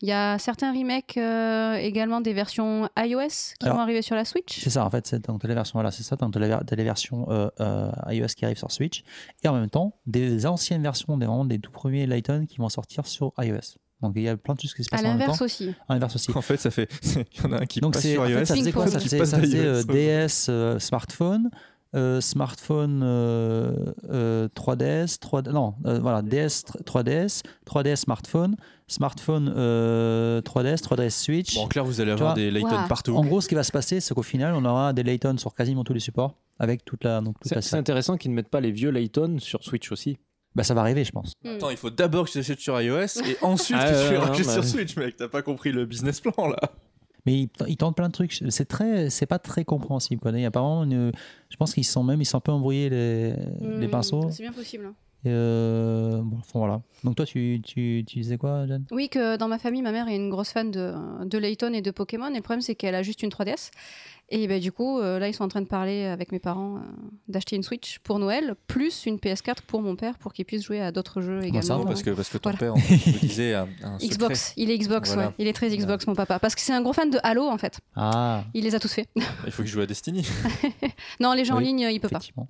B: Il y a certains remakes euh, également des versions iOS qui
F: Alors,
B: vont arriver sur la Switch.
F: C'est ça en fait, c'est donc t'as les versions, voilà, c'est ça, donc t'as les, ver- t'as les versions euh, euh, iOS qui arrivent sur Switch et en même temps des anciennes versions, des vraiment des tout premiers Lighton qui vont sortir sur iOS. Donc il y a plein de choses qui se
B: À
F: passent en même temps.
B: l'inverse aussi.
F: À l'inverse aussi.
C: En fait, ça fait. Il y en a un qui
F: Donc
C: passe
F: c'est
C: sur
F: en fait,
C: iOS.
F: ça faisait quoi
B: Ping-pong.
F: Ça
C: Qui
F: faisait,
C: passe
F: ça faisait,
C: d'iOS,
F: euh,
C: ouais.
F: DS, euh, smartphone, euh, smartphone euh, euh, 3DS, 3 non, euh, voilà, DS, 3DS, 3DS smartphone, smartphone euh, 3DS, 3DS Switch.
C: Bon, en clair, vous allez
F: Tu
C: avoir
F: vois,
C: des Layton
B: Ouah.
C: partout.
F: en gros, ce qui va se passer, c'est qu'au final, on aura des Layton sur quasiment tous les supports avec toute la donc toute
E: C'est
F: la
E: c'est
F: série.
E: intéressant qu'ils ne mettent pas les vieux Layton sur Switch aussi.
F: Bah, ça va arriver, je pense.
B: Hmm.
C: Attends, il faut d'abord que tu l'achètes sur iOS et ensuite
E: Ah,
C: que tu
E: ouais,
C: le rachètes
E: ouais,
C: sur
E: ouais.
C: Switch, mec. T'as pas compris le business plan là.
F: Mais ils, ils tentent plein de trucs. C'est très, c'est pas très compréhensible. Quoi. Il y a pas vraiment une- je pense qu'ils se sont même, ils se sont un peu embrouillés les, les
B: Hmm,
F: pinceaux.
B: C'est bien possible.
F: Et, euh, bon, enfin, voilà. Donc toi, tu, tu, tu disais quoi, Jeanne
B: Oui, que dans ma famille, ma mère est une grosse fan de, de Layton et de Pokémon. Et le problème, c'est qu'elle a juste une 3DS. Et ben, du coup, euh, là, ils sont en train de parler avec mes parents euh, d'acheter une Switch pour Noël, plus une PS4 pour mon père, pour qu'il puisse jouer à d'autres jeux également.
F: ça va,
C: Non, parce que, parce que ton
B: Voilà.
C: père, en fait, vous disait un, un secret.
B: Xbox, il est Xbox,
C: Voilà.
B: ouais. il est très Xbox, mon papa. Parce que c'est un gros fan de Halo, en fait.
F: Ah,
B: Il les a tous faits.
C: Il faut que je joue à Destiny.
B: Non, les jeux en
F: Oui,
B: ligne, il peut pas.
F: effectivement.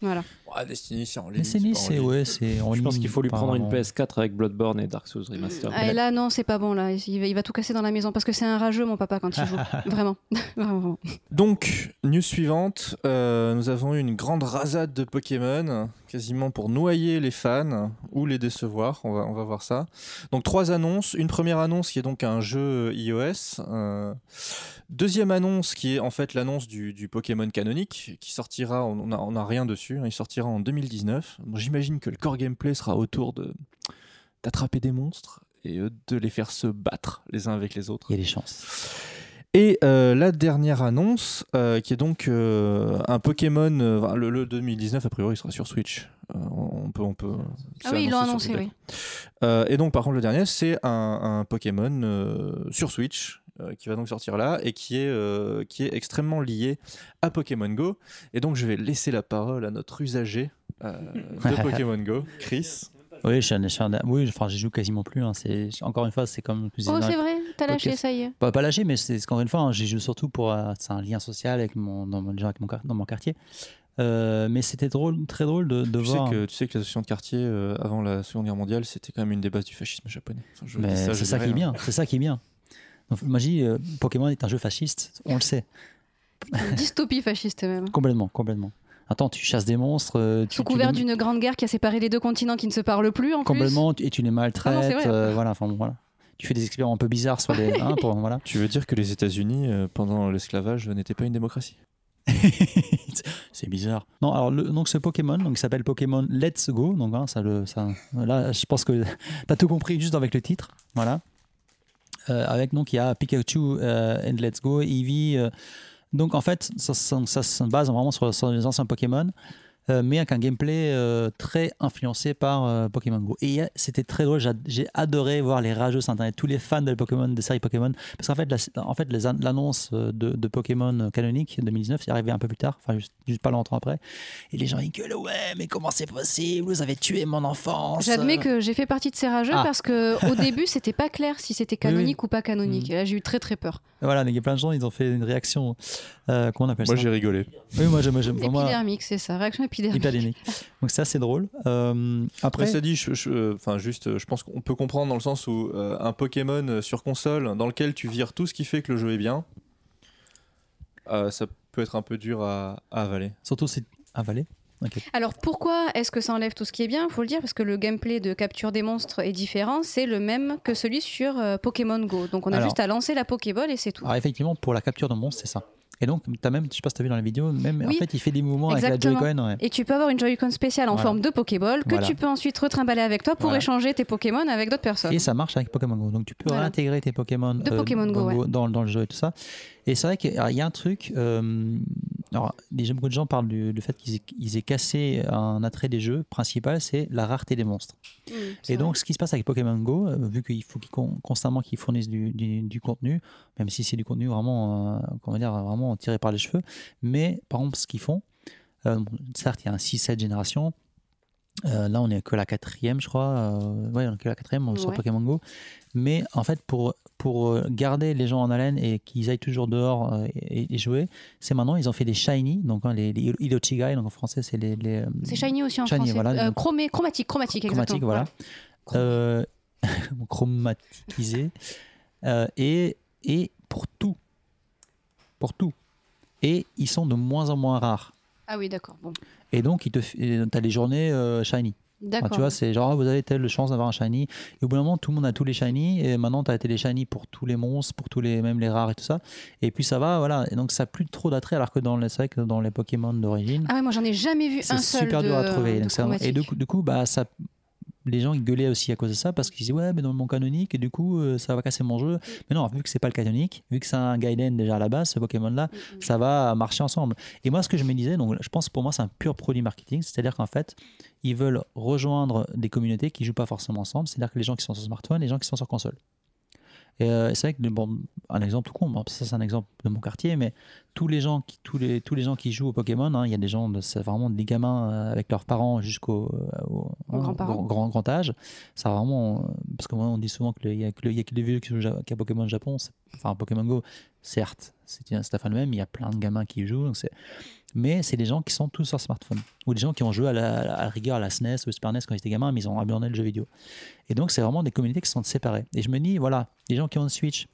B: Voilà.
C: Ah, Destiny, c'est en ligne.
F: Mais c'est mis,
C: pas en
F: c'est
C: ligne.
F: ouais, c'est en
E: Je pense
F: ligne,
E: qu'il faut lui
F: pas
E: prendre une
F: vraiment.
E: PS4 avec Bloodborne et Dark Souls Remastered.
B: Ah, et là, non, c'est pas bon, là. Il va, il va tout casser dans la maison parce que c'est un rageux, mon papa, quand il joue. vraiment. Vraiment, vraiment.
C: Donc, news suivante, euh, nous avons eu une grande rasade de Pokémon, quasiment pour noyer les fans ou les décevoir, on va, on va voir ça. Donc, trois annonces. Une première annonce qui est donc un jeu iOS. euh, deuxième annonce qui est en fait l'annonce du, du Pokémon canonique, qui sortira, on n'a on a rien dessus, hein, il sortira en 2019. Bon, J'imagine que le core gameplay sera autour de d'attraper des monstres et euh, de les faire se battre les uns avec les autres.
F: Il y a des chances.
C: Et euh, la dernière annonce, euh, qui est donc euh, un Pokémon, euh, enfin, le, le 2019 a priori il sera sur Switch. Euh, on on peut, on peut.
B: Ah
C: c'est
B: oui, ils l'ont annoncé,
C: annoncé sur-
B: oui.
C: Euh, et donc par contre le dernier, c'est un, un Pokémon euh, sur Switch euh, qui va donc sortir là et qui est euh, qui est extrêmement lié à Pokémon Go. Et donc je vais laisser la parole à notre usager euh, de Pokémon Go, Chris.
F: Oui, je suis un- je suis un- oui, enfin, j'y joue quasiment plus. hein, c'est- Encore une fois, c'est comme. je disais
B: Oh,
F: dans-
B: c'est vrai, t'as lâché,
F: podcast.
B: ça y est.
F: pas, pas lâché, mais c'est encore une fois, hein, j'y joue surtout pour. euh, c'est un lien social avec mon, dans mon, déjà avec mon, quart- dans mon quartier. Euh, mais c'était drôle, très drôle de, de
C: Tu sais,
F: voir.
C: que, tu sais que les associations de quartier, euh, avant la Seconde Guerre mondiale, c'était quand même une des bases du fascisme japonais. Enfin, je
F: Mais
C: dis
F: c'est
C: je
F: ça,
C: dirais,
F: qui
C: hein.
F: est bien. C'est ça qui est bien. Donc, moi, je dis, euh, Pokémon est un jeu fasciste, on le sait.
B: Une dystopie fasciste, même.
F: Complètement, complètement. Attends, tu chasses des monstres. euh, tu-
B: Sous
F: tu
B: couvert
F: les-
B: d'une grande guerre qui a séparé les deux continents qui ne se parlent plus en
F: complètement et tu les maltraites.
B: Ah non, c'est vrai.
F: euh, voilà, enfin bon, voilà. Tu fais des expériences un peu bizarres sur les. hein, pour- voilà.
C: Tu veux dire que les États-Unis, euh, pendant l'esclavage, euh, n'étaient pas une démocratie
F: c'est bizarre. Non, alors le- donc ce Pokémon, donc il s'appelle Pokémon Let's Go. Donc hein, ça le, ça, là, je pense que t'as tout compris juste avec le titre. Voilà. Euh, avec donc il y a Pikachu euh, and Let's Go, Eevee. euh. donc en fait, ça, ça- ça se base vraiment sur, sur les anciens Pokémon. euh, mais avec un gameplay euh, très influencé par euh, Pokémon Go. Et euh, c'était très drôle, j'a- j'ai adoré voir les rageux sur Internet, tous les fans de Pokémon, des séries Pokémon, parce qu'en fait, la- en fait les an- l'annonce euh, de, de Pokémon canonique 2019, c'est arrivé un peu plus tard, enfin juste, juste pas longtemps après. Et les gens ils gueulent, ouais, mais comment c'est possible Vous avez tué mon enfance. euh.
B: J'admets que j'ai fait partie de ces rageux
F: Ah.
B: parce que au début, c'était pas clair si c'était canonique ou pas canonique.
F: Mm.
B: Et là, j'ai eu très très peur.
F: Voilà, donc il y a plein de gens, ils ont fait une réaction. euh, comment on appelle ça
C: rigolé.
F: Oui, moi j'aime, j'aime. pour Moi,
B: Épidermique, c'est ça, réaction épidermique.
F: hyperdynamique. Donc ça, c'est drôle. Euh, après,
C: Après, ça dit, je, je- euh, enfin, juste, euh, je pense qu'on peut comprendre dans le sens où euh, un Pokémon euh, sur console, dans lequel tu vires tout ce qui fait que le jeu est bien, euh, ça peut être un peu dur à, à avaler.
F: Surtout ah, si. Avaler
B: Alors pourquoi est-ce que ça enlève tout ce qui est bien Faut le dire parce que le gameplay de capture des monstres est différent, c'est le même que celui sur euh, Pokémon Go. Donc on a
F: Alors- Ah.
B: juste à lancer la Pokéball et c'est tout.
F: Alors, effectivement, pour la capture de monstre, c'est ça. Et donc, t'as même, je sais pas si t'as vu dans la vidéo, même en
B: Oui.
F: fait, il fait des mouvements
B: Exactement.
F: avec la Joy-Con. ouais.
B: Et tu peux avoir une Joy-Con spéciale en
F: Voilà.
B: forme de Pokéball que
F: Voilà.
B: tu peux ensuite retrimballer avec toi pour
F: Voilà.
B: échanger tes Pokémon avec d'autres personnes.
F: Et ça marche avec Pokémon Go. Donc tu peux
B: Voilà.
F: réintégrer tes Pokémon, euh,
B: De Pokémon Go, ouais.
F: dans, dans le jeu et tout ça. Et c'est vrai qu'il y a un truc. euh, alors, déjà, beaucoup de gens parlent du, du fait qu'ils aient, ils aient cassé un attrait des jeux principal, c'est la rareté des monstres.
B: Mm, c'est
F: Et
B: vrai.
F: donc, ce qui se passe avec Pokémon Go, euh, vu qu'il faut qu'ils con- constamment qu'ils fournissent du, du- du contenu, même si c'est du contenu vraiment, euh, comment dire, vraiment tiré par les cheveux, mais par exemple, ce qu'ils font, euh, bon, certes, il y a un 6-7 générations. Euh, là, on est que la quatrième, je crois. Euh, ouais, on est que la quatrième euh, sur
B: Ouais.
F: Pokémon Go. Mais en fait, pour, pour euh, garder les gens en haleine et qu'ils aillent toujours dehors euh, et, et jouer, c'est maintenant, ils ont fait des shiny, donc hein, les, les Ilochigai, donc en français, c'est les. les, euh,
B: c'est shiny aussi en
F: Shiny,
B: français.
F: voilà,
B: Euh,
F: donc-
B: chromé- chromatique, chromatique,
F: chromatique,
B: exactement.
F: voilà. Euh, chromatisé. Euh, et, et pour tout. Pour tout. Et ils sont de moins en moins rares.
B: Ah oui, d'accord. Bon,
F: Et donc, tu as les journées euh, shiny. Enfin,
B: d'accord.
F: tu vois, c'est genre, ah, vous avez telle chance d'avoir un shiny. Et au bout d'un moment, tout le monde a tous les shiny. Et maintenant, tu as été les shiny pour tous les monstres, pour tous les, même les rares et tout ça. Et puis ça va, voilà. Et donc, ça n'a plus trop d'attrait. Alors que dans les, c'est vrai que dans les Pokémon d'origine,
B: ah ouais, moi j'en ai jamais vu un
F: c'est
B: seul.
F: super
B: de-
F: dur à trouver.
B: de
F: donc c'est vraiment- et
B: chromatique.
F: du coup, du coup, bah, ça, les gens ils gueulaient aussi à cause de ça parce qu'ils disaient ouais, mais dans mon canonique, et du coup, euh, ça va casser mon jeu. Mais non, vu que c'est pas le canonique, vu que c'est un Gaiden déjà à la base, ce Pokémon là,
B: Mm, mm.
F: ça va marcher ensemble. Et moi, ce que je me disais, donc je pense que pour moi, c'est un pur produit marketing, c'est-à-dire qu'en fait, ils veulent rejoindre des communautés qui jouent pas forcément ensemble, c'est-à-dire que les gens qui sont sur smartphone, les gens qui sont sur console. Et euh, c'est vrai que bon, un exemple tout con, bon, ça c'est un exemple de mon quartier, mais tous les gens qui tous les tous les gens qui jouent au Pokémon, hein, il y a des gens, de- c'est vraiment des gamins euh, avec leurs parents jusqu'au euh, au-
B: Aux grands-parents.
F: grand, grand- grand âge. Ça vraiment, euh, parce que moi, on dit souvent qu'il y a que le- il y a que les vieux qui jouent ja- qu'à Pokémon au Japon, c'est- enfin Pokémon Go, certes, c'est un- c'est la fin de même, il y a plein de gamins qui y jouent, donc c'est mais c'est des gens qui sont tous sur smartphone ou des gens qui ont joué à la, à la- à la rigueur à la SNES ou au Super NES quand ils étaient gamins, mais ils ont abandonné le jeu vidéo. Et donc, c'est vraiment des communautés qui sont séparées. Et je me dis, voilà, les gens qui ont une Switch,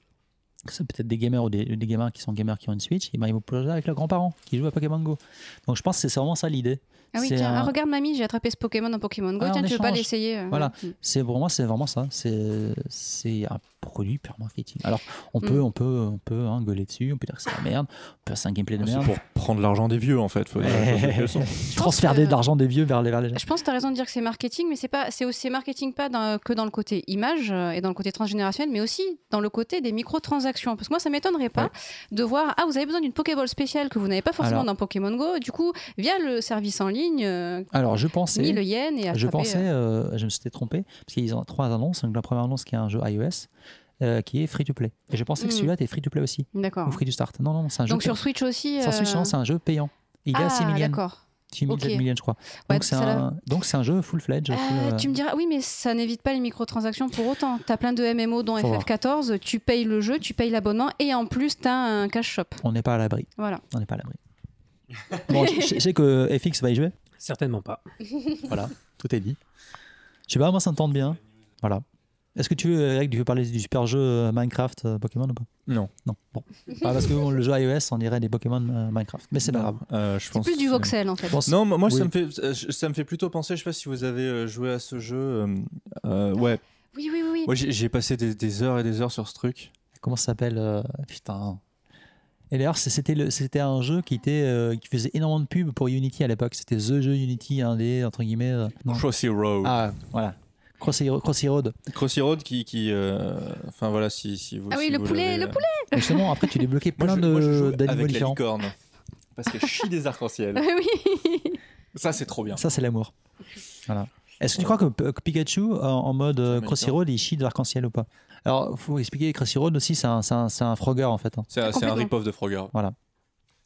F: que c'est peut-être des gamers ou des, ou des gamins qui sont gamers qui ont une Switch, et ben, ils vont pouvoir jouer avec leurs grands-parents qui jouent à Pokémon Go. Donc, je pense que c'est vraiment ça l'idée.
B: Ah oui,
F: c'est
B: tiens,
F: un-
B: ah, regarde mamie, j'ai attrapé ce Pokémon dans Pokémon Go.
F: Ouais,
B: tiens,
F: en
B: tu veux pas
F: échange.
B: l'essayer euh,
F: Voilà.
B: ouais.
F: C'est pour moi, c'est vraiment ça. C'est c'est un produit pur marketing. Alors, on
B: Mm.
F: peut, on peut, on peut hein, gueuler dessus, on peut dire que c'est la merde, on peut c'est un
B: Ah,
F: gameplay de
C: Ah, C'est
F: merde.
C: pour prendre l'argent des vieux en fait. Faut- faut- faut- faut-
B: Je
C: faut-
B: pense
F: Transférer
B: que-
F: de l'argent des vieux vers les, vers les jeunes.
B: Je pense que tu as raison de dire que c'est marketing, mais c'est pas, c'est aussi c'est marketing pas dans- que dans le côté image euh, et dans le côté transgénérationnel, mais aussi dans le côté des microtransactions. Parce que moi, ça m'étonnerait pas
F: Ouais.
B: de voir ah vous avez besoin d'une Pokéball spéciale que vous n'avez pas forcément
F: Alors-
B: dans Pokémon Go. Du coup, via le service en ligne, euh,
F: Alors, je pensais.
B: 1000 yens et attraper.
F: Je pensais,
B: euh,
F: euh, je me suis trompé, parce qu'ils ont trois annonces. Donc la première annonce qui est un jeu iOS, euh, qui est free to play. Et je pensais
B: Mm.
F: que celui-là était free to play aussi, ou
B: euh, D'accord.
F: free to start. Non, non, c'est un jeu.
B: Ah. Donc sur Switch aussi.
F: sur Switch,
B: euh,
F: non, c'est un jeu payant. Il y a 6
B: ah,
F: millions,
B: d'accord.
F: 6
B: ok.
F: 7 millions, je crois.
B: Ouais,
F: donc c'est
B: ça
F: un, donc c'est un jeu full fledged.
B: Euh, tu me diras, oui, mais ça n'évite pas les microtransactions pour autant. Tu as plein de MMO, dont
F: Faut voir.
B: FF14, tu payes le jeu, tu payes l'abonnement et en plus, tu as un cash shop.
F: On n'est pas à l'abri.
B: Voilà.
F: On n'est pas à l'abri. bon, je, je sais que FX va y jouer.
D: Certainement pas.
F: Voilà, tout est dit. Je sais pas, moi ça me tente bien. Voilà. Est-ce que tu veux, Eric, tu veux parler du super jeu euh, Minecraft euh, Pokémon ou pas
C: Non.
F: Non, bon. Ah, parce que bon, le jeu iOS, on dirait des Pokémon euh, Minecraft. Mais c'est pas grave.
C: Euh, je
B: C'est
C: pense
B: plus du
C: que-
B: voxel en fait.
F: Bon, c'est-
C: Non, moi
F: Oui.
C: ça me fait euh, ça me fait plutôt penser. Je sais pas si vous avez euh, joué à ce jeu. euh, euh, ouais.
B: Oui, oui, oui. oui.
C: Moi j'ai j'ai passé des, des heures et des heures sur ce truc.
F: Comment ça s'appelle euh, Putain. Et d'ailleurs, c'est- c'était le- c'était un jeu qui, était, euh, qui faisait énormément de pubs pour Unity à l'époque. C'était The Jeu Unity, un des, entre guillemets. euh, non.
C: Crossy Road.
F: Ah, voilà. Crossy, Crossy Road.
C: Crossy Road qui qui. euh, Enfin voilà si si vous.
B: Ah oui,
C: si
B: le
C: vous
B: poulet,
C: l'avez,
B: le
C: euh,
F: Et justement, après, tu débloquais
C: Moi,
F: plein
C: je- moi, je joue
F: de- d'animaux
C: avec la
F: différents.
C: licorne. Parce que je chie des arcs-en-ciel.
B: oui.
C: Ça, c'est trop bien.
F: Ça, c'est l'amour. Voilà. Est-ce que tu crois que, P- que Pikachu, en, en mode euh,
C: Américain.
F: Crossy Road, il chie de l'arc-en-ciel ou pas Alors, faut expliquer Crossy Road aussi, c'est un, c'est un, c'est un Frogger en fait. hein.
C: C'est un, c'est un
B: Complètement.
C: rip-off de Frogger.
F: Voilà.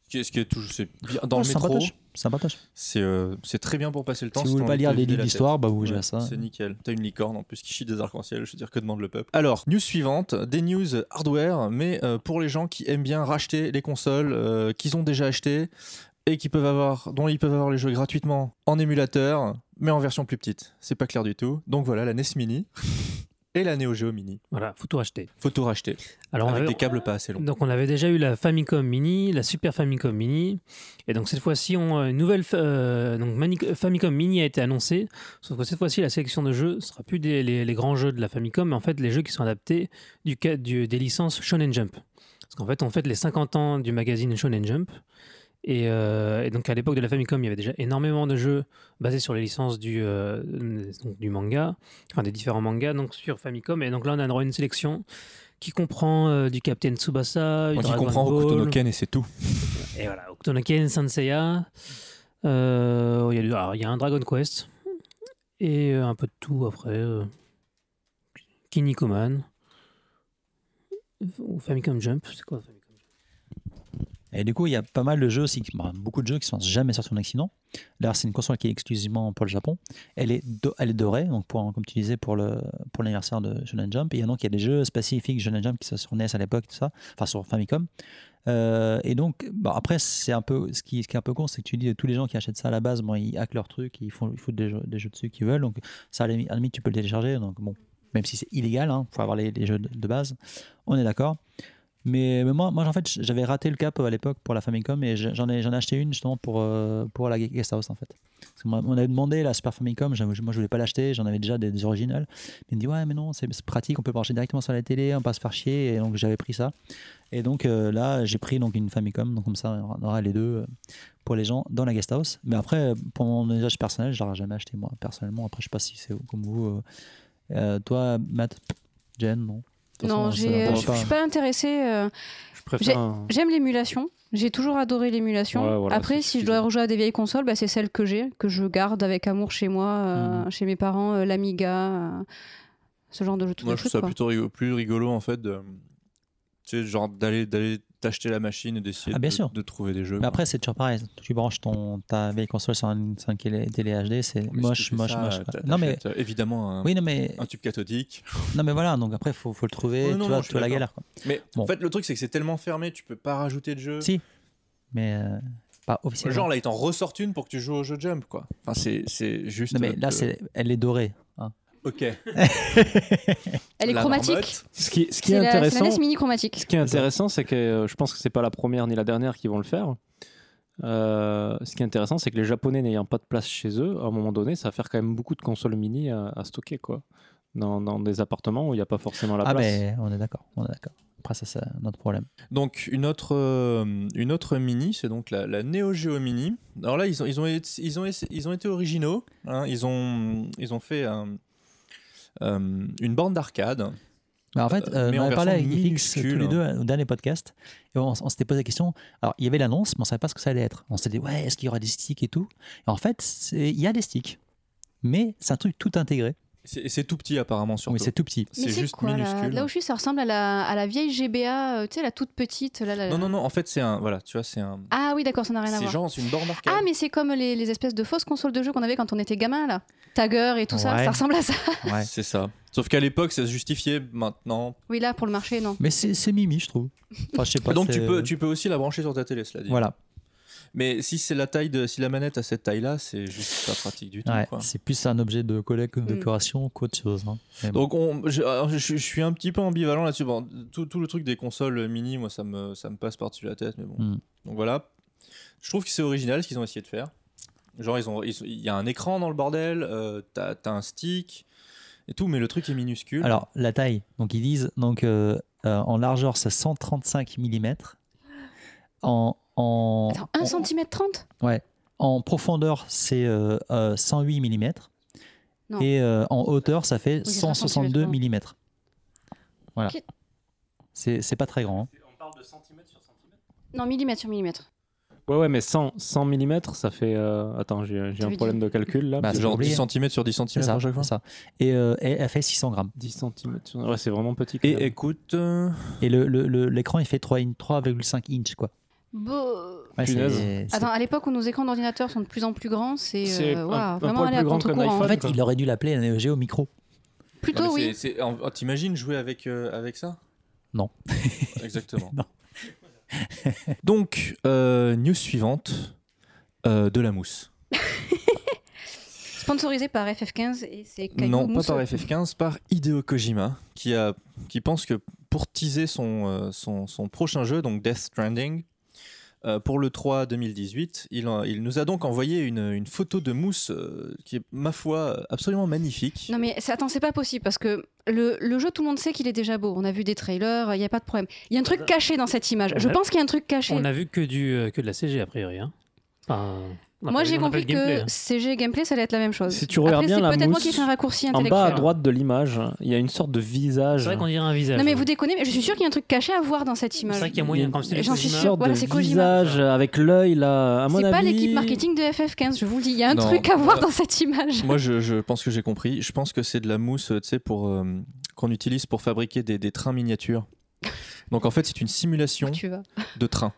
C: Qu'est-ce qui est toujours. C'est bien. Dans
F: Oh,
C: le
F: c'est
C: métro,
F: sympatoche, sympatoche.
C: c'est euh, c'est très bien pour passer le temps.
F: Si vous voulez
C: t'as
F: pas
C: envie
F: lire
C: de
F: des
C: vider
F: livres
C: la tête.
F: d'histoire, bah vous jouez
C: Ouais,
F: à ça.
C: C'est nickel. T'as une licorne en plus qui chie des arcs-en-ciel. Je veux dire, que demande le peuple Alors, news suivante des news hardware, mais euh, pour les gens qui aiment bien racheter les consoles euh, qu'ils ont déjà achetées et qui peuvent avoir, dont ils peuvent avoir les jeux gratuitement en émulateur, mais en version plus petite. C'est pas clair du tout. Donc voilà, la NES E Mini. et la Neo Geo Mini.
D: Voilà, faut tout racheter.
C: Faut tout racheter
D: Alors, on
C: avec
D: avait-
C: des câbles pas assez longs.
D: donc on avait déjà eu la Famicom Mini, la Super Famicom Mini, et donc cette fois-ci, on une nouvelle fa- euh, donc Mani- Famicom Mini a été annoncée, sauf que cette fois-ci, la sélection de jeux sera plus des, les, les grands jeux de la Famicom, mais en fait les jeux qui sont adaptés du, ca- du- des licences Shonen Jump. Parce qu'en fait, on fête les 50 ans du magazine Shonen Jump. Et, euh, et donc à l'époque de la Famicom, il y avait déjà énormément de jeux basés sur les licences du, euh, donc du manga, enfin des différents mangas, donc sur Famicom. Et donc là, on a droit à une sélection qui comprend euh, du Captain Tsubasa, du
C: Quand il
D: Dragon
C: comprend
D: Ball,
C: Hokuto no Ken et c'est tout.
D: et voilà, Octonaken, Sanseiya. Euh, Il y, a du- alors, il y a un Dragon Quest. Et euh, un peu de tout après. euh, Kinnikuman. Ou Famicom Jump. C'est quoi Famicom Jump
F: Et du coup, il y a pas mal de jeux aussi, qui- bah, beaucoup de jeux qui sont jamais sortis en accident. D'ailleurs, c'est une console qui est exclusivement pour le Japon. Elle est, do- elle est dorée, donc pour, comme tu disais, pour le- pour l'anniversaire de Shonen Jump. Et donc, il y a des jeux spécifiques Shonen Jump qui sont sur NES à l'époque, tout ça, enfin sur Famicom. Euh, et donc, bah, après, c'est un peu ce qui, ce qui est un peu con, c'est que tu dis tous les gens qui achètent ça à la base, bon, ils hackent leur truc, ils font, ils foutent des jeux, des jeux dessus qu'ils veulent. Donc, ça, à la limite, à la limite, tu peux le télécharger. Donc, bon, même si c'est illégal, il faut avoir les, les jeux de- de base. On est d'accord. Mais, mais moi, moi, en fait, j'avais raté le cap euh, à l'époque pour la Famicom et j'en ai, j'en ai acheté une justement pour, euh, pour la Ge- Guest House en fait. Parce que moi, on avait demandé la Super Famicom, j'avais- moi je voulais pas l'acheter, j'en avais déjà des, des originales. Mais il me dit ouais, mais non, c'est c'est pratique, on peut brancher directement sur la télé, on peut pas se faire chier. Et donc j'avais pris ça. Et donc euh, là, j'ai pris donc une Famicom, donc comme ça on aura les deux euh, pour les gens dans la Guest House. Mais après, pour mon usage personnel, je l'aurais jamais acheté moi personnellement. Après, je sais pas si c'est comme vous. euh, euh, toi, Matt, Jen, non De toute
B: Non,
F: façon, ça
B: j'ai-
F: leur
B: euh,
F: parle
B: je
F: pas.
B: je suis pas intéressée. euh,
E: Je préfère. un-
B: J'aime l'émulation. J'ai toujours adoré l'émulation.
E: Ouais, voilà,
B: Après,
E: c'est
B: si je
E: suffisant.
B: dois rejouer à des vieilles consoles, bah, c'est celles que j'ai, que je garde avec amour chez moi, euh,
F: Mm.
B: chez mes parents, euh, l'Amiga, euh, ce genre de jeu.
C: Moi, je trouve ça plutôt rigolo- plus rigolo en fait, de, tu sais, genre d'aller d'aller t'acheter la machine et d'essayer
F: Ah, bien
C: de,
F: sûr.
C: de trouver des jeux.
F: Mais après, c'est toujours pareil. Tu branches ton, ta vieille console sur une, sur une télé télé HD, c'est
C: Mais si
F: moche,
C: tu fais
F: moche,
C: ça,
F: moche.
C: t'a-
F: quoi.
C: t'achètes,
F: Non mais,
C: euh, évidemment un,
F: oui, non, mais,
C: un tube cathodique.
F: non mais voilà, donc après, il faut, faut le trouver,
C: Ouais,
F: tu
C: non,
F: vois,
C: non, je suis
F: tu vois la
C: d'accord.
F: galère. Quoi.
C: Mais
F: Bon.
C: en fait, le truc, c'est que c'est tellement fermé, tu peux pas rajouter de jeux.
F: Si, Mais euh, pas officiellement.
C: Genre là, ils t'en ressortent une pour que tu joues au jeu Jump, quoi. Enfin, c'est- c'est juste.
F: non mais
C: euh,
F: là,
C: de-
F: c'est, elle est dorée. hein.
C: Ok.
B: Elle est
C: La
B: chromatique.
C: marmotte.
E: Ce qui,
B: C'est
E: ce qui est,
B: la, c'est la
E: intéressant,
B: NES mini chromatique.
E: ce qui est intéressant, c'est que euh, je pense que c'est pas la première ni la dernière qui vont le faire. Euh, ce qui est intéressant, c'est que les Japonais n'ayant pas de place chez eux, à un moment donné, ça va faire quand même beaucoup de consoles mini à, à stocker, quoi. Dans, dans des appartements où il n'y a pas forcément la
F: Ah
E: place.
F: mais on est d'accord, on est d'accord. Après, ça, c'est notre problème.
C: Donc une autre, euh, une autre mini, c'est donc la, la Neo Geo Mini. Alors là, ils ont, ils ont, été- ils ont, essa- ils ont été originaux. hein. Ils, ont, ils ont fait un- euh, une bande d'arcade.
F: Mais en fait,
C: Euh,
F: euh,
C: mais
F: on
C: en
F: avait parlé avec
C: version
F: Félix tous
C: minuscule,
F: les
C: hein.
F: deux euh, au dernier podcast et on, on s'était posé la question. Alors, il y avait l'annonce, mais on savait pas ce que ça allait être. On s'était dit, ouais, est-ce qu'il y aura des sticks et tout Et en fait, c'est- il y a des sticks, mais c'est un truc tout intégré.
C: C'est c'est tout petit apparemment surtout.
F: Oui, c'est tout petit.
B: Mais
C: c'est juste
B: quoi là,
C: minuscule.
B: là où je suis, ça ressemble à la, à la vieille GBA, euh, tu sais, la toute petite. Là, là, là.
C: Non, non, non. En fait, c'est un. Voilà, tu vois, c'est un.
B: Ah oui, d'accord, ça n'a rien à
C: C'est
B: voir.
C: genre c'est une borne d'arcade.
B: Ah, mais c'est comme les, les espèces de fausses consoles de jeux qu'on avait quand on était gamin, là. Tagger et tout ça,
F: Ouais.
B: ça ressemble à ça.
F: Ouais.
C: C'est ça. Sauf qu'à l'époque, ça se justifiait. Maintenant,
B: Oui, là, pour le marché, non.
F: Mais c'est c'est mimi, je trouve. Enfin, je sais pas,
C: Donc tu
F: c'est-
C: peux, tu peux aussi la brancher sur ta télé, cela dit.
F: Voilà,
C: Mais si c'est la taille de, si la manette a cette taille-là, c'est juste pas pratique du tout.
F: Ouais,
C: quoi.
F: c'est plus un objet de collecte, de
B: Mm.
F: décoration qu'autre chose. hein. Mais bon.
C: Donc on- je, alors, je- je suis un petit peu ambivalent là-dessus. Bon, tout, tout le truc des consoles mini, moi ça me, ça me passe par-dessus la tête, mais bon.
F: Mm.
C: Donc voilà. Je trouve que c'est original ce qu'ils ont essayé de faire. Genre ils ont, ils- il y a un écran dans le bordel, euh, t'as t'as un stick et tout, mais le truc est minuscule.
F: Alors, la taille. Donc, ils disent donc, euh, euh, en largeur, c'est 135 mm. En, en,
B: Attends, 1
F: en-
B: cm 30
F: En profondeur, c'est euh, euh, 108 mm.
B: Non.
F: Et euh, en hauteur, ça fait
B: c'est pas
F: 162
B: centimètres,
F: mm. Voilà.
B: Ok.
F: C'est c'est pas très grand. hein.
E: On parle de centimètres sur centimètres
B: Non, millimètre sur millimètre.
E: Ouais, ouais, mais 100, 100 mm, ça fait. euh, Attends, j'ai j'ai
B: T'avais
E: un
B: dit-
E: problème de calcul là.
F: Bah,
E: parce
F: c'est
E: que-
C: genre
F: oublié.
C: 10 cm sur 10
F: C'est
C: cm
F: ça,
C: à chaque fois.
F: c'est ça. Et, euh, et elle fait 600 grammes.
E: 10 cm. Ouais, c'est vraiment petit. quand même.
C: Et écoute, euh,
F: Et l'écran, le, le- l'écran, il fait 3 in- 3,5 inches. Quoi.
B: Beau.
F: Ouais, c'est-
E: Punaise.
F: c'est-
B: Attends, à l'époque où nos écrans d'ordinateur sont de plus en plus grands, c'est
E: C'est
B: euh,
E: un-
B: waouh,
E: un
B: vraiment
E: poil
B: aller
E: plus
B: à
E: grand qu'un
B: contre-courant.
E: iPhone.
F: En
B: hein.
F: fait, il aurait dû l'appeler la Neo Geo Micro.
B: Plutôt
C: non, mais
B: oui.
C: c'est- c'est- en- ah, T'imagines jouer avec, euh, avec ça
F: Non.
C: Exactement.
F: Non.
C: Donc, euh, news suivante euh, de la mousse.
B: Sponsorisé par FF15 et c'est Kaiju
C: Non, pas
B: Mousse.
C: par FF15, par Hideo Kojima, qui, a, qui pense que pour teaser son, euh, son, son prochain jeu, donc Death Stranding, euh, pour le 3 2018, il, en- il nous a donc envoyé une, une photo de mousse euh, qui est, ma foi, absolument magnifique.
B: Non mais c'est- attends, c'est pas possible parce que le, le jeu, tout le monde sait qu'il est déjà beau. On a vu des trailers, il n'y a pas de problème. Il y a un truc caché dans cette image. Je
D: On a-
B: pense qu'il y a un truc caché.
D: On a vu que, du, euh, que de la CG a priori. hein. Enfin, on a
B: Moi
D: pas vu-
B: j'ai
D: on a pas
B: compris
D: vu le gameplay,
B: que
D: hein.
B: CG gameplay, ça allait être la même chose.
E: Si tu regardes
B: Après,
E: bien
B: c'est
E: la
B: peut-être moi
E: mousse,
B: qui fais un raccourci
E: En bas à
B: intellectuel.
E: droite de l'image, il y a une sorte de visage.
D: C'est vrai qu'on dirait un visage. hein.
B: Non mais
D: ouais.
B: vous déconnez, mais je suis sûr qu'il y a un truc caché à voir dans cette
D: C'est
B: image.
D: vrai qu'il y a moyen comme c'est du
B: J'en suis
E: une
D: Kojima.
B: sûre.
E: sorte
B: Voilà,
E: de
B: c'est Kojima.
E: visage avec l'œil là. À mon
B: C'est pas
E: avis-
B: l'équipe marketing de FF15, je vous le dis. Il y a un
C: Non,
B: truc à voir
C: voilà.
B: dans cette image.
C: Moi, je, je pense que j'ai compris. Je pense que c'est de la mousse, euh, tu sais, pour euh, qu'on utilise pour fabriquer des, des trains miniatures. Donc en fait, c'est une simulation
B: Tu vas.
C: de train.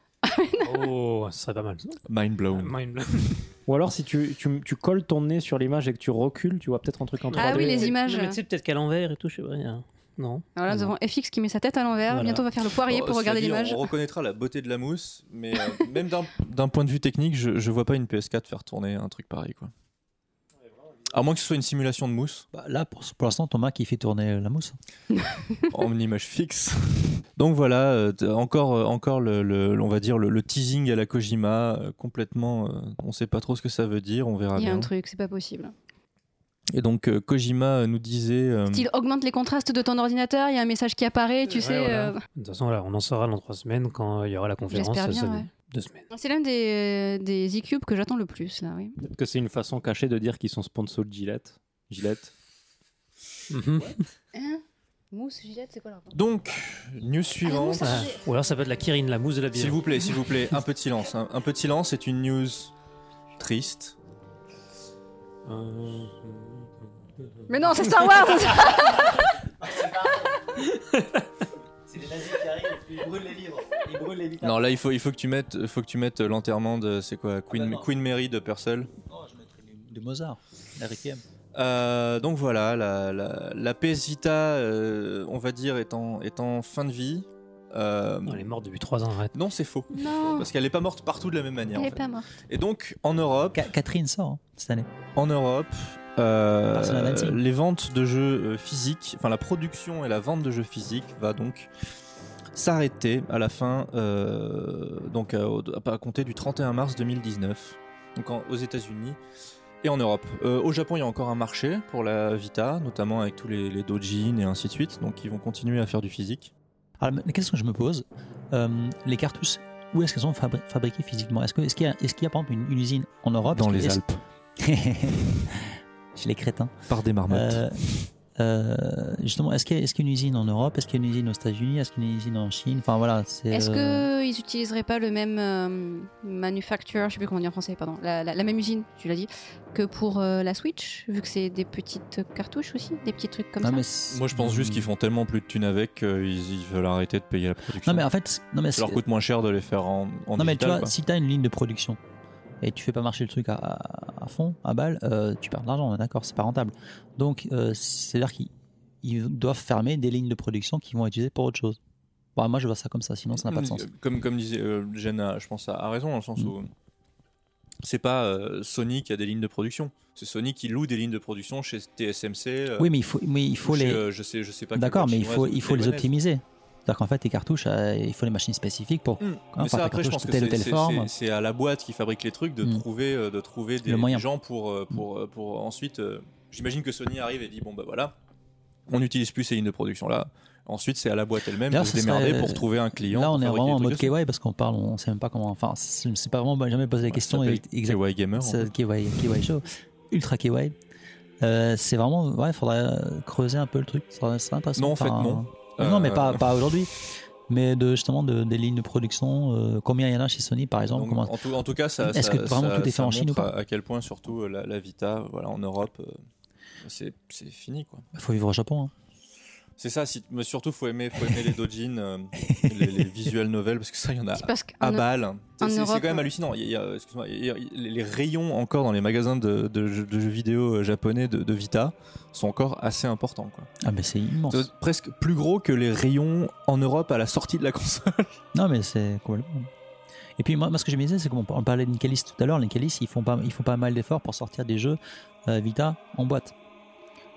D: Oh, ça serait pas mal.
C: Mind blown.
D: Mind blown.
E: Ou alors si tu, tu, tu colles ton nez sur l'image et que tu recules, tu vois peut-être un truc en 3D.
B: Ah oui, les
D: Non,
B: images.
D: mais Tu sais, peut-être qu'à l'envers et tout, je sais pas. il y a- Non.
B: Alors là, nous avons FX qui met sa tête à l'envers.
D: Voilà.
B: Bientôt, on va faire le poirier
C: Bon,
B: pour
C: cela
B: regarder
C: dit,
B: l'image.
C: Euh, On reconnaîtra la beauté de la mousse, mais euh, même d'un- d'un point de vue technique, je, je vois pas une PS4 faire tourner un truc pareil. Quoi. À moins que ce soit une simulation de mousse
F: Bah, là, pour, pour l'instant, Thomas qui fait tourner la mousse.
C: en image fixe. Donc voilà, euh, t- encore, euh, encore le, le- on va dire le, le teasing à la Kojima, euh, complètement, euh, on sait pas trop ce que ça veut dire, on verra
B: Il y a
C: bien.
B: un truc, c'est pas possible.
C: Et donc euh, Kojima nous disait, euh,
B: Style augmente les contrastes de ton ordinateur, il y a un message qui apparaît, tu
D: Ouais,
B: sais.
D: voilà.
B: euh,
D: De toute façon, voilà, on en saura dans trois semaines quand il y aura la conférence.
B: J'espère bien,
D: ça-
B: ouais.
D: Deux semaines.
B: C'est l'un des, euh, des e-cubes que j'attends le plus, là, oui.
E: Peut-être que c'est une façon cachée de dire qu'ils sont sponsors de Gillette. Gillette.
D: Mhm.
B: Hein Mousse, Gillette, c'est quoi le rapport
C: donc, news suivante.
B: Ah,
D: Ah, Ou alors ça peut être la Kirin, la mousse de la bière.
C: S'il vous plaît, s'il vous plaît, un petit lance. hein. Un, un petit lance est une news triste.
D: Euh,
B: Mais non, c'est Star Wars
F: C'est les nazis qui arrivent, ils brûlent les livres, ils brûlent les livres.
C: Non, là, il faut, il faut que tu mettes, faut que tu mettes euh, l'enterrement de, c'est quoi,
F: Ah
C: Queen,
F: bah non.
C: Queen Mary de Purcell.
F: Oh, je mettrais de Mozart, la Requiem.
C: Euh, donc voilà, la, la, la PS Vita, euh, on va dire, est en, est en fin de vie. Euh,
D: Non, elle est morte depuis trois ans, arrête.
C: non, c'est faux.
B: Non,
C: Parce qu'elle n'est pas morte partout de la même manière.
B: elle
C: en
B: est
C: fait.
B: pas morte.
C: Et donc, en Europe,
F: Ca- Catherine sort hein, cette année.
C: en Europe, euh,
F: Persona Nancy.
C: les ventes de jeux euh, physiques, enfin la production et la vente de jeux physiques va donc s'arrêter à la fin, euh, donc à, au- à compter du 31 mars 2019, donc en- aux États-Unis et en Europe. Euh, au Japon, il y a encore un marché pour la Vita, notamment avec tous les, les dojin et ainsi de suite, donc ils vont continuer à faire du physique.
F: Alors, mais la question que je me pose, euh, les cartouches, où est-ce qu'elles sont fabri- fabriquées physiquement Est-ce que- est-ce qu'il y, est qu'il y a par exemple une, une usine en Europe
C: Dans
F: Est-ce Ah, que-
C: les
F: est-ce-
C: Alpes,
F: Chez les crétins.
C: par des marmottes.
F: Euh, euh, justement, est-ce qu'il y, a- est-ce qu'il y a une usine en Europe Est-ce qu'il y a une usine aux États-Unis Est-ce qu'il y a une usine en Chine Enfin voilà, c'est.
B: Est-ce
F: euh,
B: que qu'ils n'utiliseraient pas le même euh, manufacturer, je sais plus comment on dit en français, pardon, la, la- la même usine, tu l'as dit, que pour euh, la Switch, vu que c'est des petites cartouches aussi, des petits trucs comme
F: non,
B: ça
F: mais c'est-
C: Moi, je pense juste qu'ils font tellement plus de thunes avec qu'ils ils veulent arrêter de payer la production.
F: Non mais en fait, non mais
C: ça leur coûte moins cher de les faire en, en
F: Non, mais tu
C: digital,
F: vois,
C: quoi.
F: si tu as une ligne de production et tu fais pas marcher le truc à, à- à fond, à balle, euh, tu perds de l'argent, on est d'accord, c'est pas rentable. Donc, euh, c'est-à-dire qu'ils ils doivent fermer des lignes de production qu'ils vont utiliser pour autre chose. Bon, moi, je vois ça comme ça, sinon ça n'a pas de sens.
C: Comme, comme disait euh, Jen, a- je pense, a, a raison dans le sens
F: Mm.
C: où euh, c'est pas euh, Sony qui a des lignes de production, c'est Sony qui loue des lignes de production chez TSMC. euh,
F: Oui, mais il faut, mais il faut
C: ou chez,
F: les.
C: euh, je sais, je sais pas. quelle
F: D'accord,
C: boîte
F: mais il
C: chinoise
F: faut,
C: ou
F: il faut les
C: taïwanaise.
F: optimiser. C'est-à-dire qu'en fait, tes cartouches, euh, il faut les machines spécifiques pour
C: Mm.
F: Enfin,
C: Mais ça,
F: ta
C: après, je pense
F: cartouche de
C: que
F: telle ou
C: c'est-
F: telle
C: c'est-
F: forme.
C: c'est c'est à la boîte qui fabrique les trucs de
F: Mm.
C: trouver, euh, de trouver des,
F: Le moyen.
C: des gens pour, euh, pour, euh, pour ensuite. euh, J'imagine que Sony arrive et dit bon bah voilà, on n'utilise plus ces lignes de production là. Ensuite, c'est à la boîte elle-même de
F: D'ailleurs,
C: se
F: ce serait-
C: démerder pour trouver un client.
F: Là, on
C: pour
F: est
C: fabriquer
F: vraiment en
C: des
F: mode
C: trucs de
F: KY parce qu'on parle, on sait même pas comment. Enfin, je ne sais pas vraiment, jamais posé la
C: Ouais,
F: question
C: ça s'appelle
F: exactement.
C: KY Gamer. en fait.
F: C'est KY, KY Show, Ultra KY. Euh, c'est vraiment, ouais, il faudrait euh, creuser un peu le truc. Ça serait intéressant.
C: Non, en fait,
F: Enfin,
C: non.
F: euh, Non, mais
C: Euh,
F: pas, pas aujourd'hui. Mais de, justement, de, des lignes de production, euh, combien il y en a chez Sony par exemple
C: Donc,
F: comment-
C: en, tout, en tout cas, ça.
F: Est-ce
C: ça-
F: que vraiment
C: ça-
F: tout est fait
C: ça
F: en Chine
C: montre
F: ou pas
C: à, à quel point, surtout euh, la, la Vita, voilà, en Europe, euh, c'est c'est fini quoi.
F: Il faut vivre au Japon. hein.
C: C'est ça. Si, mais surtout, faut aimer, faut aimer les dojin, euh, les, les visual novels, parce que ça, il y en a
B: C'est parce que-
C: à balle. C'est
B: en
C: c'est- c'est
B: Europe,
C: quand même
B: euh,
C: hallucinant. Il y a- excuse-moi, il y a- les les rayons encore dans les magasins de, de jeux, de jeux vidéo euh, japonais de, de Vita sont encore assez importants. quoi.
F: Ah, mais c'est immense.
C: C'est presque plus gros que les rayons en Europe à la sortie de la console.
F: Non, mais c'est complètement. Et puis moi, moi, ce que j'aimais, c'est qu'on on parlait de Nicalis tout à l'heure. Nicalis, ils font pas, ils font pas mal d'efforts pour sortir des jeux euh, Vita en boîte.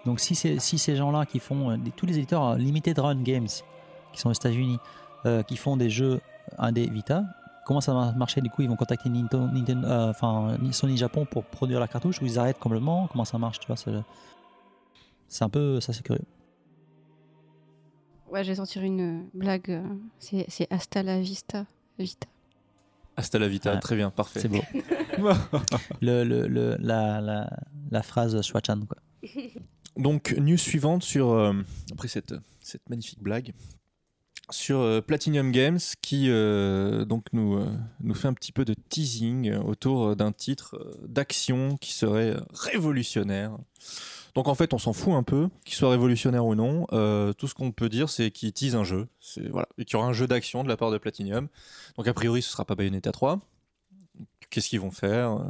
F: Donc si, c'est- si ces gens-là qui font euh, des- tous les éditeurs euh, Limited Run Games qui sont aux États-Unis, euh, qui font des jeux indé Vita, comment ça va marcher Du coup, ils vont contacter Nintendo, Nintendo- euh, enfin Sony Japon pour produire la cartouche ou ils arrêtent complètement Comment ça marche Tu vois, c'est c'est un peu ça, c'est curieux.
B: Ouais, je vais sortir une blague. euh, C'est c'est hasta la vista. Vita.
C: Hasta la vita,
F: Ouais.
C: très bien, parfait.
F: C'est beau. Le, le- le- la, la, la phrase Schwachan quoi.
C: Donc, news suivante sur. euh, après cette, cette magnifique blague. Sur euh, Platinum Games qui euh, donc nous, euh, nous fait un petit peu de teasing euh, autour d'un titre euh, d'action qui serait euh, révolutionnaire. Donc en fait, on s'en fout un peu, qu'il soit révolutionnaire ou non. Euh, tout ce qu'on peut dire, c'est qu'il tease un jeu. C'est- Voilà. Et qu'il y aura un jeu d'action de la part de Platinum. Donc a priori, ce sera pas Bayonetta 3. Qu'est-ce qu'ils vont faire Euh,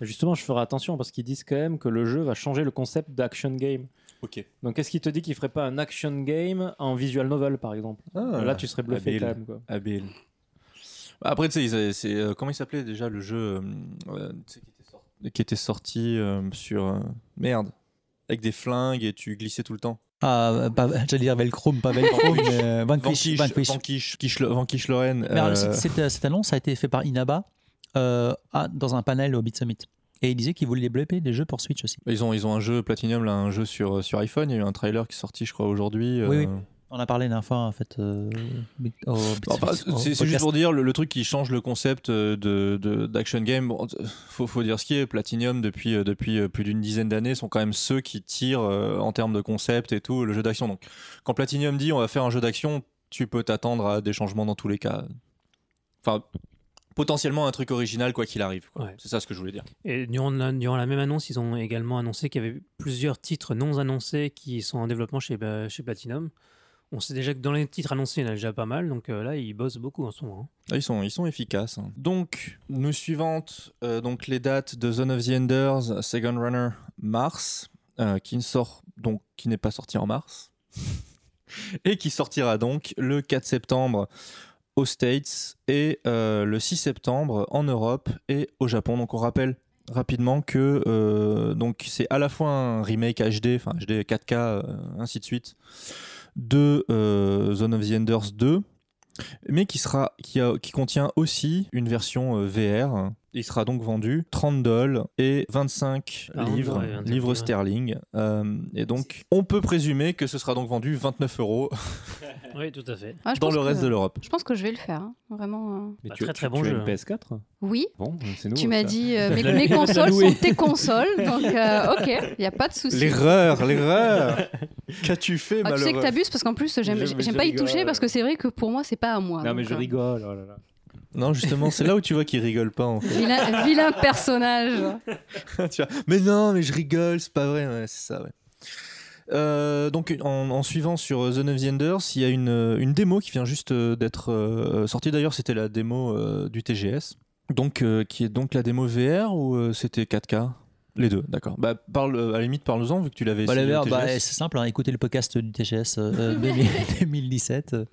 E: Justement, je ferai attention parce qu'ils disent quand même que le jeu va changer le concept d'action game.
C: Ok.
E: Donc, qu'est-ce qui te dit qu'ils ferait pas un action game en visual novel, par exemple
C: Ah.
E: Là, tu serais bluffé
C: habile.
E: quand même. Quoi.
C: Abel. Bah, Après, tu sais, ils avaient- c'est euh, comment il s'appelait déjà le jeu euh, euh, tu sais, qui était sorti, qui était sorti, euh, sur euh, merde avec des flingues et tu glissais tout le temps.
F: Ah, pas, j'allais dire Velcrum, pas Velcrum,
C: Vanquish.
F: mais euh, Vanquish. Vanquish.
C: Vanquish, Vanquish, Vanquish Lorraine.
F: Mais alors,
C: euh,
F: cette, cette- cette annonce a été faite par Inaba euh, à- dans un panel au Beat Summit. Et il disait qu'il voulait développer des jeux pour Switch aussi.
C: bah, ils ont ils ont un jeu Platinum là, un jeu sur euh, sur iPhone. Il y a eu un trailer qui est sorti, je crois, aujourd'hui.
F: Oui,
C: euh,
F: oui. On a parlé la dernière fois, en fait, euh, Beat- au Beat
C: Bon, enfin,
F: Summit, au
C: c'est c'est
F: podcast.
C: juste pour dire le, le truc qui change le concept euh, de de- d'action game. Bon, t- faut, faut dire ce qui est Platinum depuis euh, depuis euh, plus d'une dizaine d'années sont quand même ceux qui tirent euh, en termes de concept et tout le jeu d'action. Donc quand Platinum dit on va faire un jeu d'action, tu peux t'attendre à des changements dans tous les cas. Enfin potentiellement un truc original quoi qu'il arrive. quoi.
D: Ouais.
C: C'est ça ce que je voulais dire.
D: Et durant la, durant la même annonce, ils ont également annoncé qu'il y avait plusieurs titres non annoncés qui sont en développement chez, euh, chez Platinum. On sait déjà que dans les titres annoncés, il y en a déjà pas mal, donc euh, là, ils bossent beaucoup en ce moment. hein.
C: Ah, Ils sont, ils sont efficaces. hein. Donc, nous suivantes, euh, donc les dates de Zone of the Enders, Second Runner, mars, euh, qui ne sort donc, qui n'est pas sorti en mars, et qui sortira donc le 4 septembre aux States et euh, le 6 septembre en Europe et au Japon. Donc, on rappelle rapidement que euh, donc c'est à la fois un remake HD, enfin HD 4K, euh, ainsi de suite, de euh, Zone of the Enders 2 mais qui, sera, qui, a- qui contient aussi une version euh, VR. Il sera donc vendu 30 dollars et 25
D: Ah,
C: livres,
D: ouais, 25,
C: livres
D: ouais.
C: sterling. Euh, et donc, on peut présumer que ce sera donc vendu 29 euros
D: Oui, tout à fait.
B: Ah, je
C: dans
B: pense
C: le reste
B: que-
C: de l'Europe.
B: Je pense que je vais le faire. hein. Vraiment. euh.
E: Mais
D: Bah,
E: tu,
D: très,
E: tu-
D: très bon
E: tu as
D: jeu,
E: une
D: hein.
E: PS4
B: Oui.
E: Bon, c'est nous.
B: Tu m'as dit, euh, mes,
E: la-
B: mes
E: la
B: consoles
E: louer.
B: sont tes consoles, donc euh, ok, il n'y a pas de souci.
C: L'erreur, l'erreur Qu'as-tu fait,
B: Ah, tu sais que t'abuses parce qu'en plus j'aime
E: Je- mais
B: j'aime
E: je
B: pas y
E: rigole.
B: toucher parce que c'est vrai que pour moi c'est pas à moi.
E: Non, mais
B: donc,
E: je
B: euh,
E: rigole. oh là là.
C: Non, justement, c'est là où tu vois qu'il rigole pas. en fait.
B: Vilain, vilain personnage.
C: Tu vois, mais non, mais je rigole, c'est pas vrai. Ouais, c'est ça, ouais. Euh, donc en, en suivant sur euh, The Nine of the Enders, il y a une, euh, une démo qui vient juste euh, d'être euh, sortie. D'ailleurs, c'était la démo euh, du TGS, donc euh, qui est donc la démo VR ou euh, c'était 4K Les deux, d'accord. Bah parle, euh, à la limite parle-en vu que tu l'avais.
F: Bah, la
C: essayé au
F: VR, bah, c'est
C: TGS.
F: simple, hein, écoutez le podcast du TGS euh, euh, 2000 2017 euh,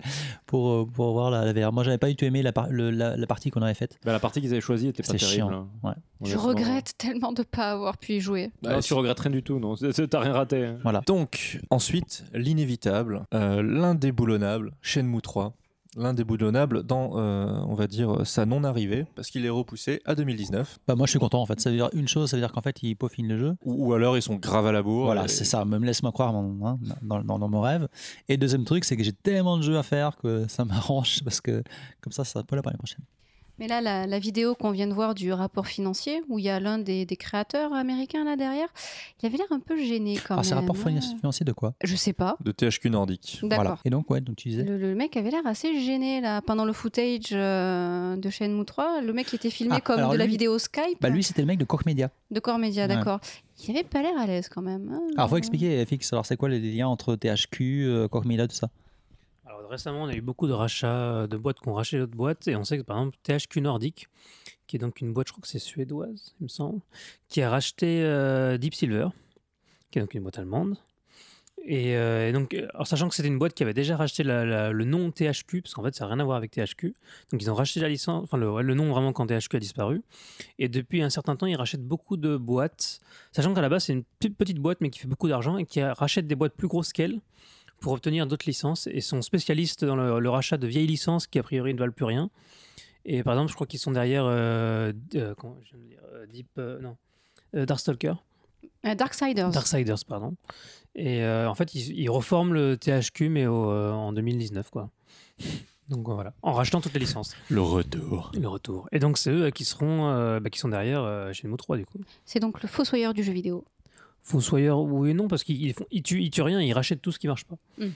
F: pour, euh, pour voir la, la VR. Moi, j'avais pas du tout aimé la, par- le- la- la partie qu'on avait faite.
E: Bah, la partie qu'ils avaient choisie était pas
F: C'est
E: terrible.
F: chiant,
E: hein.
F: ouais.
E: On est
B: Je
E: vraiment-
B: regrette tellement de pas avoir pu y jouer.
E: Bah, non, tu regrettes rien du tout, non C'est- c'est- T'as rien raté. hein.
C: Donc, ensuite, l'inévitable, euh, l'indéboulonnable, Shenmue 3. L'indéboulonnable dans, euh, on va dire, sa non-arrivée, parce qu'il est repoussé à 2019.
F: Bah, moi, je suis content en fait. Ça veut dire une chose, ça veut dire qu'en fait, ils peaufinent le jeu.
C: Ou, ou alors, ils sont grave à la bourre.
F: Voilà,
C: Et-
F: c'est ça, me laisse-moi croire mon- hein, dans, dans- dans mon rêve. Et deuxième truc, c'est que j'ai tellement de jeux à faire que ça m'arrange parce que comme ça, ça peut la l'année prochaine.
B: Mais là, la, la vidéo qu'on vient de voir du rapport financier, où il y a l'un des, des créateurs américains là derrière, il avait l'air un peu gêné quand
F: Ah,
B: même.
F: c'est rapport
B: hein.
F: financier financier de quoi
B: Je sais pas.
C: De THQ Nordique.
B: D'accord.
F: Voilà. Et donc, ouais, donc tu disais.
B: Le, le mec avait l'air assez gêné là pendant le footage euh, de Shenmue 3. Le mec était filmé
F: Ah,
B: comme
F: alors
B: de la
F: lui-
B: vidéo Skype
F: Bah, lui, c'était le mec de Koch Media.
B: de Core Media,
F: Ouais.
B: d'accord. Il avait pas l'air à l'aise quand même. hein.
F: Alors, faut expliquer, FX, alors c'est quoi les liens entre THQ, euh, Koch Media, tout ça
D: Alors récemment, on a eu beaucoup de rachats euh, de boîtes qui ont racheté d'autres boîtes, et on sait que par exemple THQ Nordic, qui est donc une boîte, je crois que c'est suédoise, il me semble, qui a racheté euh, Deep Silver, qui est donc une boîte allemande. Et, euh, et donc, euh, alors, sachant que c'était une boîte qui avait déjà racheté la- la- le nom THQ, parce qu'en fait, ça n'a rien à voir avec THQ. Donc, ils ont racheté la licence, enfin, le, ouais, le nom vraiment quand THQ a disparu. Et depuis un certain temps, ils rachètent beaucoup de boîtes. Sachant qu'à la base, c'est une petite, petite boîte, mais qui fait beaucoup d'argent et qui euh, rachète des boîtes plus grosses qu'elle pour obtenir d'autres licences. Et sont spécialistes dans le, le rachat de vieilles licences qui, a priori, ne valent plus rien. Et par exemple, je crois qu'ils sont derrière euh, d- euh, comment je viens de dire, euh, Deep, euh, non, euh, Darkstalker.
B: Euh, Darksiders.
D: Darksiders, pardon. Et euh, en fait, ils, ils reforment le THQ, mais au, euh, en 2019, quoi. Donc euh, voilà, en rachetant toutes les licences.
C: Le retour.
D: Le retour. Et donc, c'est eux euh, qui, seront, euh, bah, qui sont derrière euh, chez Nemo 3, du coup.
B: C'est donc le fossoyeur du jeu vidéo.
D: Fossoyeur, oui et non, parce qu'ils ils font- ils tuent, ils tuent rien, ils rachètent tout ce qui marche pas.
B: Ils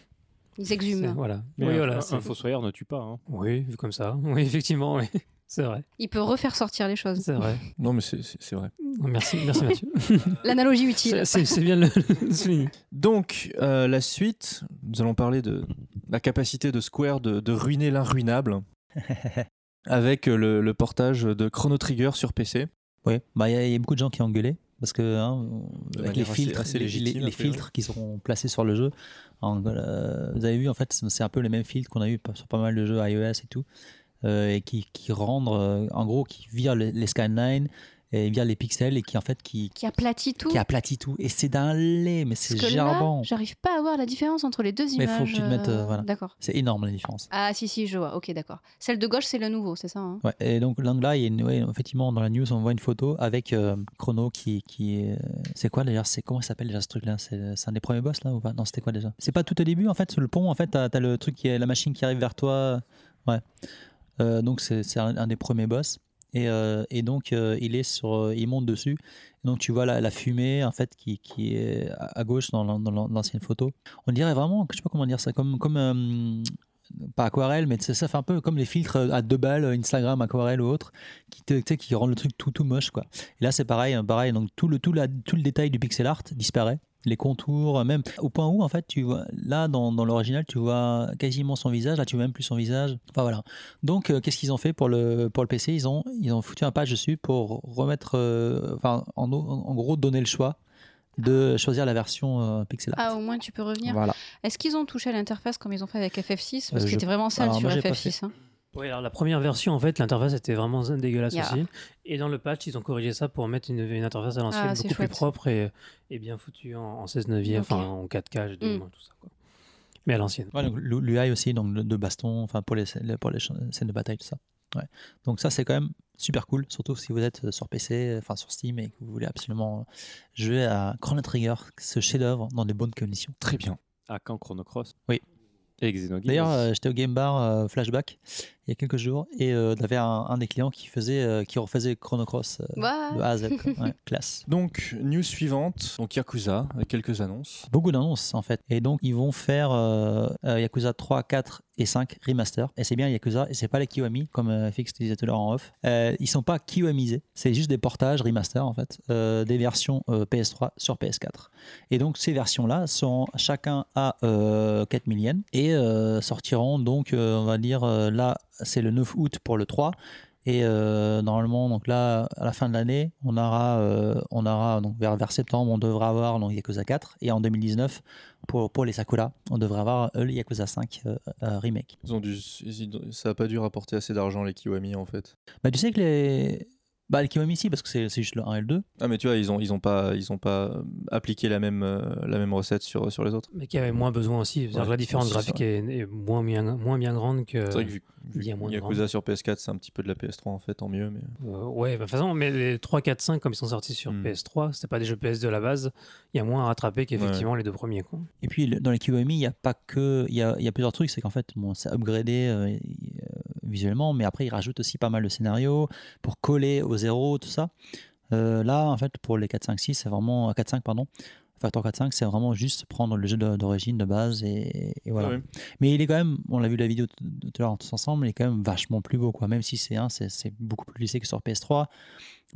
D: C'est-
B: exhument.
D: Voilà. euh,
E: Mais euh,
D: oui,
E: un-
D: voilà.
E: un,
D: c'est-
E: un fossoyeur ne tue pas. hein.
D: Oui, vu comme ça. Oui, effectivement, oui. C'est vrai.
B: hein. Il peut refaire sortir les choses.
D: C'est vrai.
C: Non, mais c'est- c'est c'est vrai.
D: Merci, merci Mathieu.
B: L'analogie utile.
D: C'est- C'est c'est bien de le de souligner.
C: Donc, euh, la suite, nous allons parler de la capacité de Square de, de ruiner l'inruinable avec euh, le, le portage de Chrono Trigger sur PC.
F: Oui, bah, il y, a- il y a beaucoup de gens qui ont gueulé parce que hein, on-
C: De
F: avec les
C: manière assez-
F: filtres,
C: assez
F: les-
C: légitime,
F: les, les
C: a priori.
F: filtres qui seront placés sur le jeu, en- euh, vous avez vu en fait, c'est c'est un peu les mêmes filtres qu'on a eu pa- sur pas mal de jeux iOS et tout, euh, et qui, qui rendent, euh, en gros, qui virent les, les scanlines et virent les pixels et qui en fait qui,
B: Qui aplatit tout.
F: qui aplatit tout. Et c'est d'un lait, mais c'est
B: Parce que là,
F: gerbant.
B: j'arrive pas à voir la différence entre les deux
F: Mais
B: images.
F: faut que tu te mettes, euh, voilà.
B: D'accord.
F: C'est énorme la différence.
B: Ah si si, je vois. Ok, d'accord. Celle de gauche, c'est le nouveau, c'est ça. hein
F: Ouais, et donc là, là, il y a une- ouais, effectivement, dans la news, on voit une photo avec euh, Chrono qui, qui est- euh, c'est quoi d'ailleurs C'est comment il s'appelle déjà ce truc-là C'est c'est un des premiers boss là ou pas Non, c'était quoi déjà C'est pas tout au début en fait, sur le pont en fait, t'as as le truc qui est la machine qui arrive vers toi. Ouais. Euh, donc c'est c'est un, un des premiers boss. Et, euh, et donc euh, il est sur, euh, il monte dessus. donc tu vois la, la fumée en fait qui, qui est à à gauche dans l'an- dans l'an- l'ancienne photo. On dirait vraiment, je sais pas comment dire ça, comme comme euh, pas aquarelle, mais tu sais, ça fait un peu comme les filtres à deux balles euh, Instagram, aquarelle ou autre, qui, te- tu sais, qui rendent le truc tout, tout moche. Quoi. Et là, c'est pareil, hein, pareil. Donc, tout le, tout, la, tout le détail du pixel art disparaît. Les contours, euh, même au point où, en fait, tu vois, là, dans, dans l'original, tu vois quasiment son visage. Là, tu vois même plus son visage. Enfin, voilà. Donc, euh, qu'est-ce qu'ils ont fait pour le, pour le PC ils ont, ils ont foutu un patch dessus pour remettre, euh, enfin, en, en gros, donner le choix de choisir la version euh, pixel art.
B: Ah, au moins tu peux revenir.
F: voilà.
B: Est-ce qu'ils ont touché à l'interface comme ils ont fait avec FF6 Parce
F: Euh,
B: qu'il
F: je-
B: était vraiment sale
F: alors,
B: sur
F: moi, j'ai pas
B: FF6. hein.
D: Oui, alors la première version, en fait, l'interface était vraiment dégueulasse
B: Yeah.
D: aussi. Et dans le patch, ils ont corrigé ça pour mettre une, une interface à l'ancienne
B: Ah, c'est
D: beaucoup
B: chouette.
D: plus propre et, et bien foutue en, en 16 9
B: Ok.
D: enfin en 4K, HD,
B: Mm.
D: tout ça. Quoi. Mais à l'ancienne.
F: Ouais, donc l'U- l'UI aussi, donc le- de baston, enfin pour les, les- pour les ch- scènes de bataille, tout ça. Ouais. Donc ça, c'est quand même super cool, surtout si vous êtes euh, sur PC, enfin sur Steam et que vous voulez absolument euh, jouer à Chrono Trigger, ce chef-d'œuvre, dans des bonnes conditions.
C: Très bien.
E: À quand Chrono Cross
F: Oui.
E: Et Xenogears.
F: D'ailleurs, euh, j'étais au Game Bar euh, Flashback il y a quelques jours et euh, j'avais un, un des clients qui faisait, euh, qui refaisait Chrono Cross euh,
B: Bah,
F: de A à Z. quoi. Ouais, classe.
C: Donc, news suivante, donc Yakuza, avec quelques annonces.
F: Beaucoup d'annonces en fait. Et donc ils vont faire euh, euh, Yakuza 3, 4 et 5 remaster. Et c'est bien Yakuza, et c'est pas les Kiwami, comme euh, Fix disait tout à l'heure en off. Euh, ils sont pas Kiwamisés, c'est juste des portages remaster en fait, euh, des versions euh, PS3 sur PS4. Et donc ces versions-là sont chacun à euh, 4000 yens et euh, sortiront donc, euh, on va dire, euh, là c'est le 9 août pour le 3. Et euh, normalement, donc là, à la fin de l'année, on aura, euh, on aura donc vers, vers septembre, on devra avoir donc Yakuza 4. Et en 2019, pour, pour les Sakura, on devrait avoir euh, le Yakuza 5 euh, euh, remake.
C: Ils ont dû, ils- ça n'a pas dû rapporter assez d'argent, les Kiwami, en fait.
F: Bah, tu sais que les. Bah, les Kiwami, si, parce que c'est c'est juste le 1 et le 2.
C: Ah, mais tu vois, ils n'ont ils ont pas, ils ont pas euh, appliqué la même, euh, la même recette sur, sur les autres.
D: Mais qui avait moins besoin aussi. C'est-à-dire
C: Ouais,
D: que la différence
C: c'est
D: graphique est, est moins, bien, moins bien grande que.
C: C'est vrai que vu,
F: Euh,
C: vu
D: il y a moins de
C: Yakuza sur PS4, c'est un petit peu de la PS3, en fait, tant mieux. Mais...
D: Euh, ouais, bah, de toute façon, mais les 3, 4, 5, comme ils sont sortis sur
C: Mm.
D: PS3, c'était pas des jeux PS2 à la base, il y a moins à rattraper qu'effectivement les deux premiers. Quoi.
F: Et puis, le- dans les Kiwami, il y a pas que. Il y a, il y a plusieurs trucs, c'est qu'en fait, bon, c'est upgradé euh, y- euh, visuellement, mais après, ils rajoutent aussi pas mal de scénarios pour coller au zéro, tout ça. Euh, là, en fait, pour les 4, 5, 6, c'est vraiment. euh, 4, 5, pardon. Factor 4, 5, c'est vraiment juste prendre le jeu de- d'origine, de base, et, et voilà.
C: Ah oui.
F: Mais il est quand même, on l'a vu la vidéo t- tout à l'heure tous ensemble, il est quand même vachement plus beau, quoi. Même si c'est un, c'est c'est beaucoup plus lissé que sur PS3,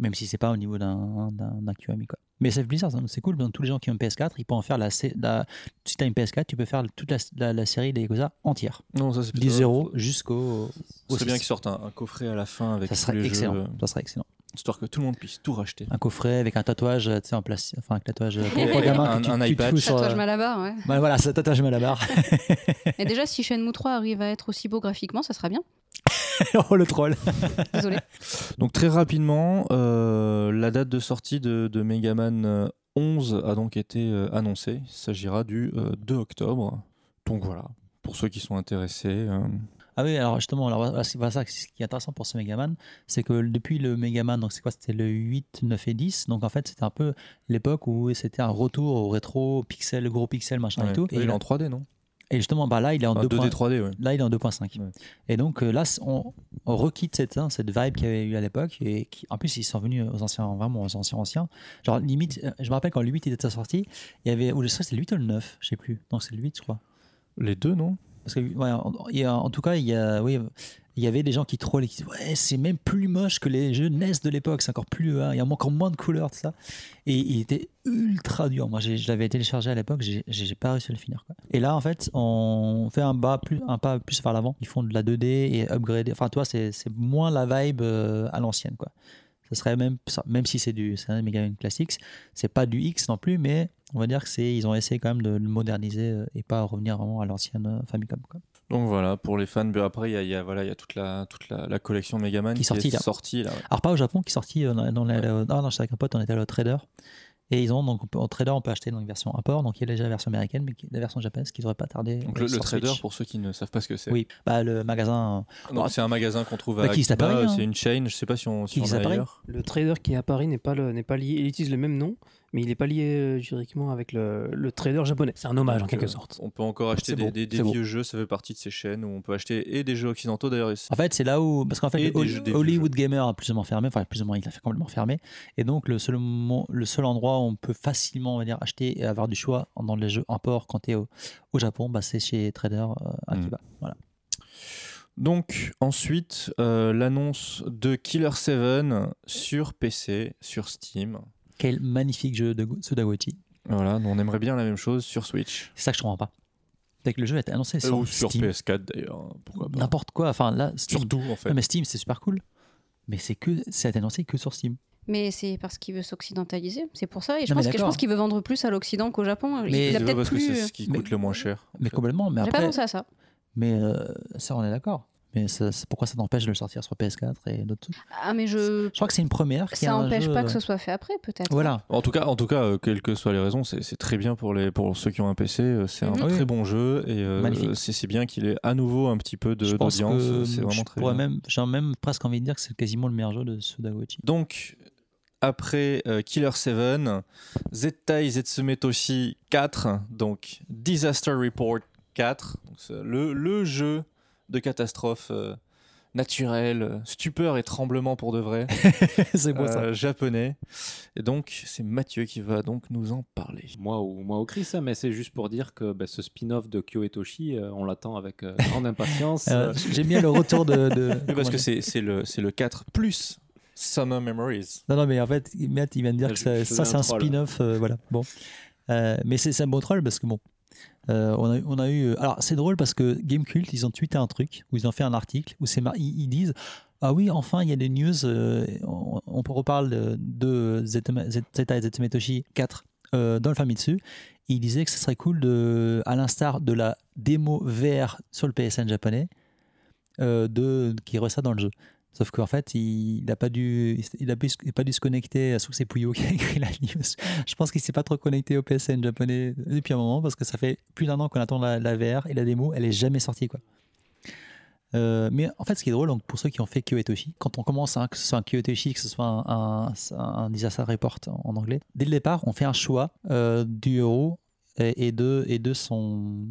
F: même si c'est pas au niveau d'un d'un- d'un QMI, quoi. Mais ça fait plaisir, ça, c'est cool. Donc, tous les gens qui ont une PS4, ils peuvent en faire la. sé- la si t'as une PS4, tu peux faire toute la, la- la série des Yakuza entière,
C: Non, ça, c'est plutôt-
F: du zéro jusqu'au.
C: Ce
F: au
C: serait bien
F: six.
C: qu'ils sortent un, un coffret à la fin avec
F: Ça
C: tous
F: serait
C: les
F: excellent. Ah.
C: jeux. euh,
F: Ça serait excellent.
C: histoire que tout le monde puisse tout racheter.
F: Un coffret avec un tatouage, euh, tu sais, en plastique. Enfin, un tatouage euh, pour,
C: Et
F: pour gamin
C: un-
F: que tu,
C: un
F: tu te
C: iPad.
F: fous sur,
B: Tatouage
F: euh,
B: Malabar, ouais.
F: bah, voilà, c'est un tatouage Malabar.
B: Et déjà, si Shenmue 3 arrive à être aussi beau graphiquement, ça sera bien.
F: oh, le troll.
B: Désolé.
C: Donc très rapidement, euh, la date de sortie de, de Mega Man euh, 11 a donc été euh, annoncée. Il s'agira du euh, 2 octobre. Donc voilà, pour ceux qui sont intéressés. euh,
F: Ah oui, alors justement, alors, voilà, c'est- voilà ça, ce qui est intéressant pour ce Megaman, c'est que depuis le Megaman, donc c'est quoi C'était le 8, 9 et 10. Donc en fait, c'était un peu l'époque où c'était un retour au rétro, pixel, gros pixel, machin
C: ouais.
F: Ah, et tout.
C: Et
F: Et,
C: il est
F: là-
C: en 3D, non
F: et justement, bah là, il est en
C: Enfin,
F: 2
C: 2D, 3D, ouais.
F: Là, il est en 2.5.
C: Ouais.
F: Et donc euh, là, c- on, on requitte cette, hein, cette vibe qu'il y avait eu à l'époque. Et qui, en plus, ils sont venus aux anciens, vraiment aux anciens anciens. Genre, limite, euh, je me rappelle quand le 8 était sorti, il y avait, ou je sais pas, c'est le 8 ou le 9, je sais plus. Non, c'est le 8, je crois.
C: Les deux, non
F: Parce que, ouais, en, il y a- en tout cas, il y, a, oui, il y avait des gens qui trollent et qui disaient Ouais, c'est même plus moche que les jeux NES de l'époque, c'est encore plus. hein, il y a encore moins de couleurs, tout ça. Et il était ultra dur. Moi, j'ai- je l'avais téléchargé à l'époque, j'ai- j'ai j'ai pas réussi à le finir. quoi. Et là, en fait, on fait un, bas plus, un pas plus vers l'avant. Ils font de la 2D et upgrade. Enfin, toi, c'est c'est moins la vibe euh, à l'ancienne, quoi. Ça serait même, ça- même si c'est du c'est un Mega Man Classics, c'est pas du X non plus, mais on va dire que c'est ils ont essayé quand même de le moderniser euh, et pas revenir vraiment à l'ancienne euh, Famicom. Quoi.
C: Donc voilà, pour les fans. Mais Après, il y a, il y a- voilà, il y a toute la, toute la, la collection Mega Man
F: Qui est
C: qui,
F: sortie,
C: est
F: là.
C: sortie là. ouais.
F: Alors pas au Japon qui est sorti euh, dans, dans la- la- ah non, j'étais avec un pote, on était allé au trader. Et ils ont donc on peut- en trader on peut acheter donc version import, donc il y a déjà la version américaine, mais qui- la version japonaise qui devrait pas tarder.
C: Donc
F: euh,
C: le, le
F: sur
C: trader,
F: Switch.
C: pour ceux qui ne savent pas ce que c'est.
F: Oui, bah le magasin
C: Donc
F: Ah,
C: c'est un magasin qu'on trouve à
F: bah, qui existe à
C: Akiba,
F: Paris, hein.
C: c'est une chaîne, je sais pas si on,
F: Qui
C: si on
F: existe à
C: est
F: Paris.
C: ailleurs.
D: Le trader qui est à Paris n'est pas, le- n'est pas lié, il utilise le même nom, mais il n'est pas lié euh, juridiquement avec le, le trader japonais. C'est un hommage en
C: Donc,
D: quelque
C: euh,
D: sorte.
C: On peut encore acheter
F: C'est
C: des,
F: bon,
C: des- des
F: c'est bon.
C: vieux jeux, ça fait partie de ces chaînes où on peut acheter et des jeux occidentaux d'ailleurs. et c'est-
F: En fait, c'est là où. Parce qu'en fait,
C: Et
F: le
C: des
F: Hol-
C: jeux- des vieux
F: Hollywood Gamer a plus ou moins fermé, enfin, plus ou moins, il a fait complètement fermé. Et donc, le seul, mo- le seul endroit où on peut facilement on va dire, acheter et avoir du choix dans les jeux import quand tu es au, au Japon, bah, c'est chez Trader euh,
C: Mm.
F: Akiba. Voilà.
C: Donc ensuite, euh, l'annonce de Killer 7 sur PC, sur Steam.
F: Quel magnifique jeu de Go- Sudawati.
C: Voilà, nous, on aimerait bien la même chose sur Switch.
F: C'est ça que je comprends pas. C'est que le jeu a été annoncé
C: Euh,
F: sur,
C: ou sur
F: Steam.
C: PS4 d'ailleurs, hein, pourquoi pas.
F: N'importe quoi. Enfin, là, Steam.
C: Surtout en fait.
F: Non, mais Steam, c'est super cool. Mais c'est que c'est annoncé que sur Steam.
B: Mais c'est parce qu'il veut s'occidentaliser. C'est pour ça. Et je
F: Non, mais
B: pense, que- je
F: d'accord.
B: pense qu'il veut vendre plus à l'Occident qu'au Japon. Il-
F: Mais-
B: il a
C: C'est vrai,
B: peut-être
C: parce que
B: plus. euh,
C: c'est ce qui
F: mais-
C: coûte le moins cher. en
F: Mais
C: fait.
F: complètement. Mais
B: J'ai pas
F: après,
B: pensé à ça.
F: mais euh, ça, on est d'accord. Mais ça- c'est pourquoi ça t'empêche de le sortir sur PS4 et d'autres trucs
B: Ah, mais je.
F: Je crois que c'est une première. qu'il y a
B: Ça
F: un
B: n'empêche
F: jeu,
B: pas
F: euh,
B: que ce soit fait après, peut-être.
F: Voilà.
C: En tout cas, en tout cas, euh, quelles que soient les raisons, c'est c'est très bien pour les pour ceux qui ont un PC. euh, C'est un
B: Mhm.
F: Oui.
C: très bon jeu et euh,
F: Magnifique.
C: c'est c'est bien qu'il ait à nouveau un petit peu de-
F: je pense
C: d'audience.
F: que
C: C'est
F: je
C: vraiment très
F: pourrais
C: bien.
F: même, j'ai même presque envie de dire que c'est quasiment le meilleur jeu de Sudawuchi.
C: Donc, après euh, Killer 7, Zettai Zetsumetoshi 4, donc Disaster Report 4, donc c'est le, le jeu de catastrophe euh, naturelle, euh, stupeur et tremblement pour de vrai,
F: c'est beau ça.
C: euh, japonais. Et donc, c'est Mathieu qui va donc nous en parler.
F: euh,
E: Moi ou, moi ou Chris, hein, mais c'est juste pour dire que bah, ce spin-off de Kyo et Toshi, euh, on l'attend avec euh, grande impatience.
F: Euh, J'aime bien le retour de. de-
C: Oui,
F: comment
C: parce que
F: dire
C: c'est c'est le, c'est le 4 plus Summer Memories.
F: Non, non, mais en fait, Matt, il vient de dire
E: Je-
F: que ça,
E: je
F: ça,
E: faisais
F: c'est
E: un
F: un
E: troll.
F: spin-off. euh, voilà. Bon. Euh, mais c'est c'est un bon troll parce que bon. euh, on, a, on a eu. Alors, c'est drôle parce que Gamecult, ils ont tweeté un truc, ou ils ont fait un article, où c'est mar- ils, ils disent Ah oui, enfin, il y a des news, euh, on, on reparle de, de Zetama- Zet- Zeta et Zetametoshi 4 euh, dans le Famitsu. Ils disaient que ce serait cool, de, à l'instar de la démo VR sur le PSN japonais, euh, de, qui ressort dans le jeu. Sauf qu'en fait, il n'a pas, dû- il a pu- il a pas dû se connecter. Je trouve que c'est Puyo qui a écrit la news. Je pense qu'il s'est pas trop connecté au PSN japonais depuis un moment parce que ça fait plus d'un an qu'on attend la, la VR et la démo, elle est jamais sortie. Quoi. Euh, mais en fait, ce qui est drôle, donc, pour ceux qui ont fait Kyo Etoshi, quand on commence, hein, que ce soit un Kyo Etoshi, que ce soit un, un, un Disaster Report en, en anglais, dès le départ, on fait un choix euh, du héros et, et de, et de son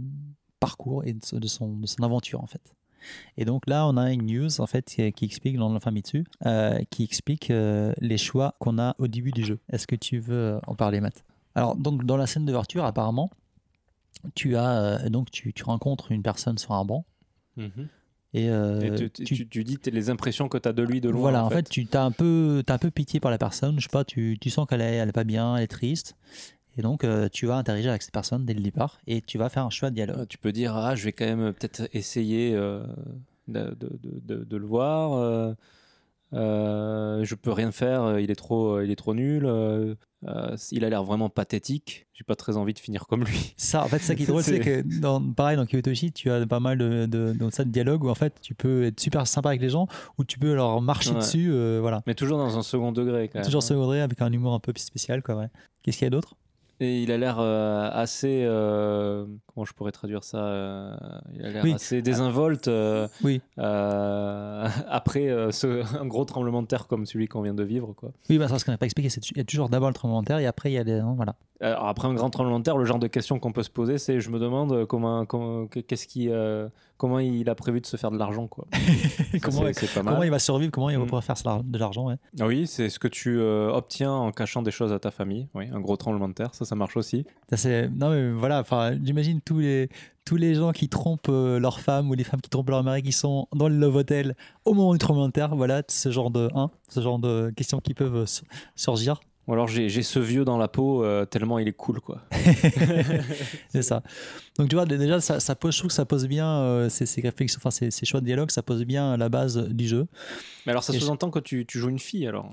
F: parcours et de son- de son, de son aventure en fait. Et donc là, on a une news en fait qui, qui explique dans l'Infamitsu, euh, qui explique euh, les choix qu'on a au début du jeu. Est-ce que tu veux euh, en parler, Matt Alors donc dans la scène d'ouverture, apparemment, tu as euh, donc tu, tu rencontres une personne sur un banc
E: Mhm.
F: et, euh,
E: Et tu, tu- tu- tu dis t'es- les impressions que tu as de lui de loin.
F: voilà, en fait, tu t'as un peu, t'as un peu pitié par la personne. Je sais pas, tu, tu sens qu'elle est, elle est pas bien, elle est triste. Et donc, euh, tu vas interagir avec cette personne dès le départ et tu vas faire un choix de dialogue.
E: Euh, Tu peux dire, ah, je vais quand même euh, peut-être essayer euh, de, de- de- de- de le voir. euh, euh, je peux rien faire, il est trop, il est trop nul, euh, euh, il a l'air vraiment pathétique, j'ai pas très envie de finir comme lui.
F: Ça, en fait, ça qui est drôle, c'est que dans, pareil, dans Kyotoshi, tu as pas mal de, de, de, ça, de dialogues où en fait, tu peux être super sympa avec les gens, ou tu peux leur marcher
E: Ouais.
F: dessus, euh, voilà.
E: Mais toujours dans un second degré quand même. hein.
F: Toujours secondé avec un humour un peu spécial, quoi, ouais. Qu'est-ce qu'il y a d'autre
E: Et il a l'air euh, assez. euh, comment je pourrais traduire ça euh, Il a l'air
F: Oui.
E: assez désinvolte euh,
F: Oui.
E: euh, après euh, ce- un gros tremblement de terre comme celui qu'on vient de vivre. Quoi.
F: Oui, bah, ça, ce qu'on n'a pas expliqué, c'est qu'il y a toujours d'abord le tremblement de terre et après, il y a les. hein, voilà.
E: Alors, Euh, après un grand tremblement de terre, le genre de question qu'on peut se poser, c'est je me demande euh, comment, comment, qu'est-ce qui, euh, comment il a prévu de se faire de l'argent. Quoi. Ça,
F: comment,
E: c'est- c'est pas mal.
F: comment il va survivre Comment il va
E: Mm.
F: pouvoir faire ça- de l'argent ouais.
E: Ah Oui, c'est ce que tu euh, obtiens en cachant des choses à ta famille. Oui, un gros tremblement de terre, ça, ça marche aussi.
F: Ça, c'est- Non, mais voilà, enfin, j'imagine tous les, tous les gens qui trompent euh, leur femme ou les femmes qui trompent leur mari qui sont dans le Love Hotel au moment du tremblement de terre. Voilà, ce genre de, hein, ce genre de questions qui peuvent euh, sur- surgir.
E: Ou alors j'ai j'ai ce vieux dans la peau euh, tellement il est cool quoi.
F: C'est ça. Donc tu vois, dé- déjà, ça, ça pose, je trouve que ça pose bien euh, ces, ces réflexions, enfin ces, ces choix de dialogue, ça pose bien la base du jeu.
E: Mais alors ça
F: Et je-
E: sous-entend que tu, tu joues une fille alors.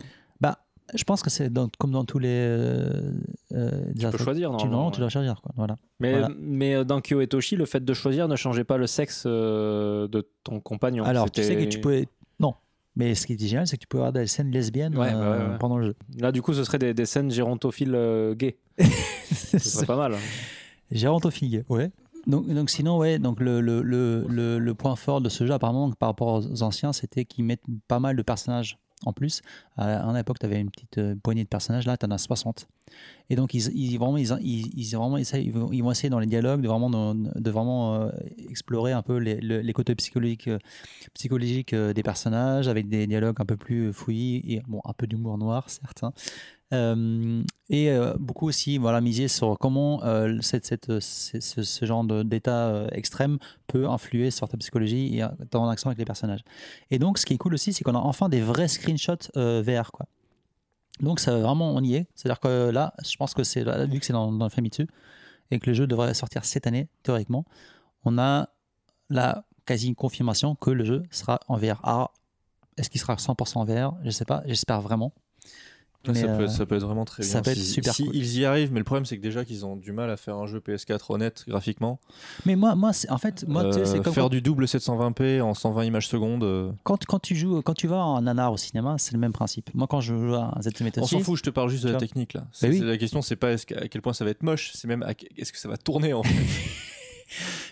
F: Je pense que c'est dans- comme dans tous les. euh, euh, des
E: Tu peux
F: autres-
E: choisir
F: tu,
E: normalement.
F: non, tu
E: ouais.
F: dois choisir. Quoi. Voilà.
E: Mais,
F: voilà.
E: mais euh, dans Kyo et Toshi, le fait de choisir ne changeait pas le sexe euh, de ton compagnon.
F: Alors tu sais
E: C'était-
F: que tu peux. Non. Mais ce qui est génial, c'est que tu peux avoir des scènes lesbiennes
E: Ouais, bah
F: euh,
E: ouais, ouais.
F: pendant le jeu.
E: Là du coup ce serait des, des scènes gérontophiles euh, gays. Ce serait pas mal.
F: Gérantophile, ouais. Donc, donc sinon, ouais, donc le, le, le, le, le point fort de ce jeu, apparemment, par rapport aux anciens, c'était qu'ils mettent pas mal de personnages en plus. À à l'époque, tu avais une petite euh, poignée de personnages, là, tu en as 60. Et donc, ils, ils, vraiment, ils, ils, ils- vraiment, essayent- ils, vont, ils vont essayer dans les dialogues de vraiment, de, de vraiment euh, explorer un peu les, le- les côtés psychologiques, euh, psychologiques euh, des personnages, avec des dialogues un peu plus fouillis et bon, un peu d'humour noir, certes. hein. Euh, et euh, beaucoup aussi voilà, miser sur comment euh, cette, cette, euh, ce, ce- ce genre de- d'état euh, extrême peut influer sur ta psychologie et euh, ton action avec les personnages. Et donc, ce qui est cool aussi, c'est qu'on a enfin des vrais screenshots euh, VR. Quoi. Donc, ça, vraiment, on y est. C'est-à-dire que euh, là, je pense que c'est là, vu que c'est dans, dans le Famitsu et que le jeu devrait sortir cette année, théoriquement, on a la quasi confirmation que le jeu sera en VR. Alors, est-ce qu'il sera 100% en VR Je sais pas, j'espère vraiment.
C: Ça,
F: Mais,
C: peut,
F: euh,
C: ça peut être vraiment très bien.
F: ça peut être
C: si-
F: super
C: si
F: cool.
C: Ils y arrivent, mais le problème c'est que déjà qu'ils ont du mal à faire un jeu PS4 honnête graphiquement.
F: Mais moi, moi c'est- en fait, moi, tu sais, c'est
C: Euh,
F: comme
C: faire du double 720p en 120 images secondes. euh,
F: Quand, quand tu joues, quand tu vas en nanar au cinéma, c'est le même principe. Moi, quand je joue à un Zetsu
C: On
F: Metoshi,
C: s'en fout, je te parle juste de
F: Tu
C: la
F: vois.
C: technique là. C'est-
F: Bah oui.
C: c'est- La question c'est pas est-ce que- à quel point ça va être moche, c'est même à que- est-ce que ça va tourner en fait.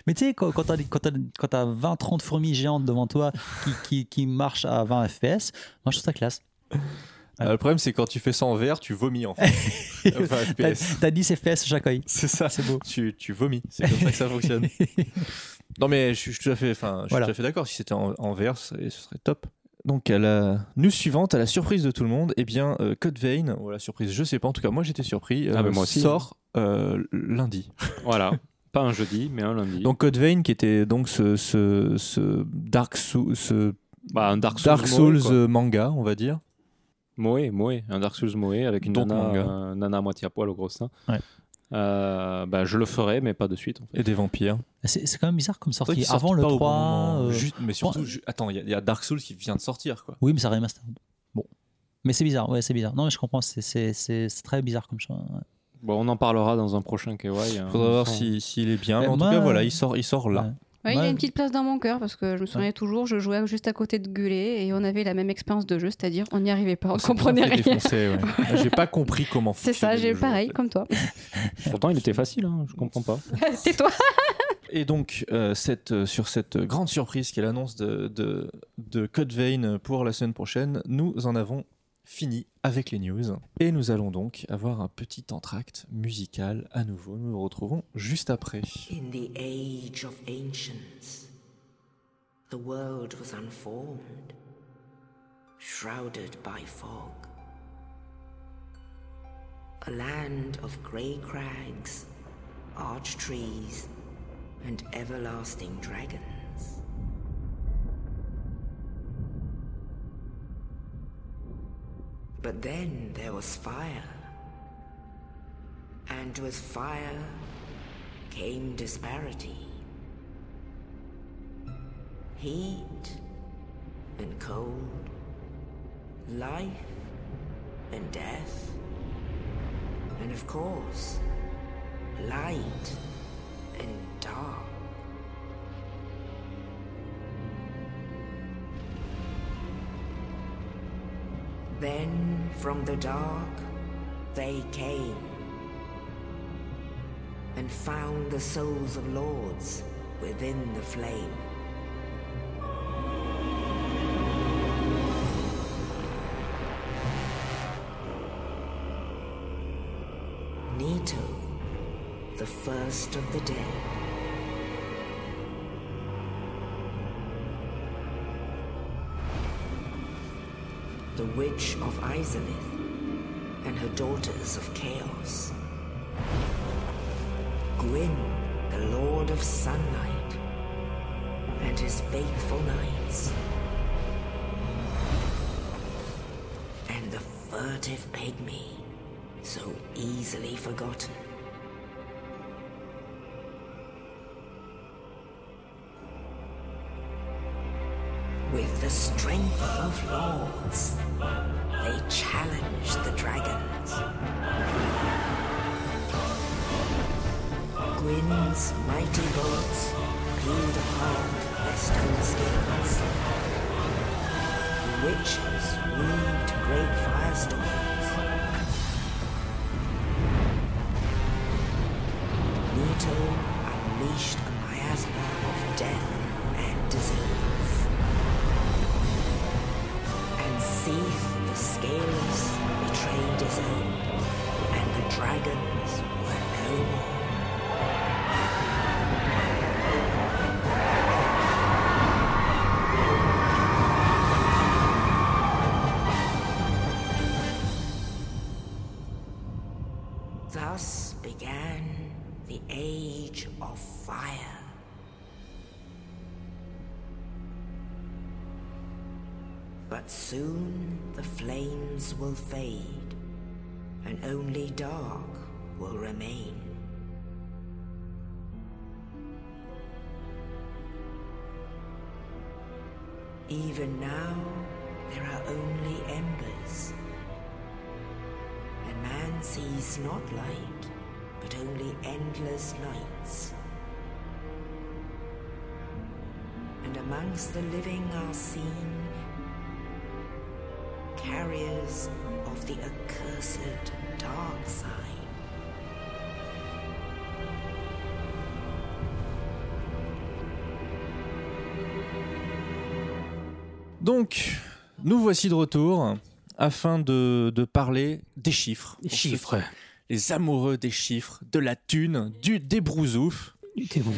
F: mais tu sais, quand, quand t'as des- quand t'as quand t'as 20, 30 fourmis géantes devant toi qui, qui, qui marchent à 20 FPS, moi, je trouve ça classe. Ouais.
C: Euh, le problème c'est quand tu fais ça en VR, tu vomis en fait. Enfin,
F: T'as
C: FPS.
F: t'as 10 FPS chaque œil.
C: C'est ça,
F: C'est beau.
C: tu, tu vomis, c'est comme ça que ça fonctionne. Non mais je suis je suis tout à fait, enfin, je suis
F: Voilà.
C: tout à fait d'accord. Si c'était en, en VR, ce serait, ce serait top. Donc à la news suivante, à la surprise de tout le monde, eh bien euh, Code Vein, ou à la surprise, je sais pas. En tout cas, moi j'étais surpris.
E: Ah, mais moi aussi.
C: Sort euh, lundi.
E: Voilà. Pas un jeudi, mais un lundi.
C: Donc Code Vein, qui était donc ce, ce, ce Dark Souls, ce
E: Bah, un Dark Souls, Moe,
C: Dark Souls,
E: quoi.
C: euh, manga, on va dire.
E: Moe, Moe, un Dark Souls Moe avec une
C: Donc
E: nana,
C: manga.
E: euh, nana à moitié à poil au gros sein.
F: Ouais.
E: Euh, bah, je le ferai, mais pas de suite. En fait.
C: Et des vampires.
F: C'est c'est quand même bizarre comme sortie.
C: Ils sortent
F: Avant le
C: pas au bon
F: 3.
C: moment.
F: euh,
C: Juste- mais surtout,
F: bon,
C: ju- attends, il y, a- il y a Dark Souls qui vient de sortir, quoi.
F: Oui, mais ça remaster. Bon. Mais c'est bizarre, ouais, c'est bizarre. Non, mais je comprends, c'est- c'est c'est- c'est très bizarre comme choix. ouais.
E: Bon, on en parlera dans un prochain KY. hein.
C: Faudra voir
E: Sans-
C: s'il si, s'il est bien.
F: Euh,
C: mais en
F: moi-
C: tout cas, voilà, il sort, il sort là.
F: Ouais.
B: Ouais, Il
F: Ouais.
B: a une petite place dans mon cœur parce que je me souviens toujours, je jouais juste à côté de Gulet et on avait la même expérience de jeu, c'est-à-dire on n'y arrivait pas, on ne
C: s'est bien
B: comprenait
C: fait
B: rien.
C: défoncer, ouais. J'ai pas compris comment.
B: C'est ça,
C: fonctionnait
B: j'ai
C: le jeu, en
B: pareil
C: fait.
B: comme toi.
E: Pourtant, il était facile, hein, je comprends pas.
B: Tais-toi.
C: Et donc, euh, cette, euh, sur cette grande surprise qui est l'annonce de, de, de Code Vein pour la semaine prochaine, nous en avons fini avec les news. Et nous allons donc avoir un petit entracte musical à nouveau. Nous nous retrouvons juste après.
A: In the age of ancients, the world was unformed, shrouded by fog. A land of grey crags, arch trees, and everlasting dragons. But then there was fire, and with fire came disparity. Heat and cold, life and death. And of course, light and dark. Then from the dark they came and found the souls of lords within the flame. Nito, the first of the dead. The Witch of Isolith and her daughters of Chaos. Gwyn, the Lord of Sunlight, and his faithful knights. And the furtive pygmy, so easily forgotten. With the strength of lords, they challenged the dragons. Gwyn's mighty bolts peeled apart their stone skins. The witches weaved great firestorms. Nito unleashed a miasma of death and disease. And Seath the Scaleless betrayed his own, and the dragons were no more. Thus began the Age of Fire. But soon the flames will fade, and only dark will remain. Even now, there are only embers. And man sees not light, but only endless nights. And amongst the living are seen carriers of the accursed dark side.
C: Donc, nous voici de retour afin de, de parler des chiffres. Pour ceux
D: chiffres.
C: qui- Les amoureux des chiffres, de la thune, du débrousouf.
D: T'es bon.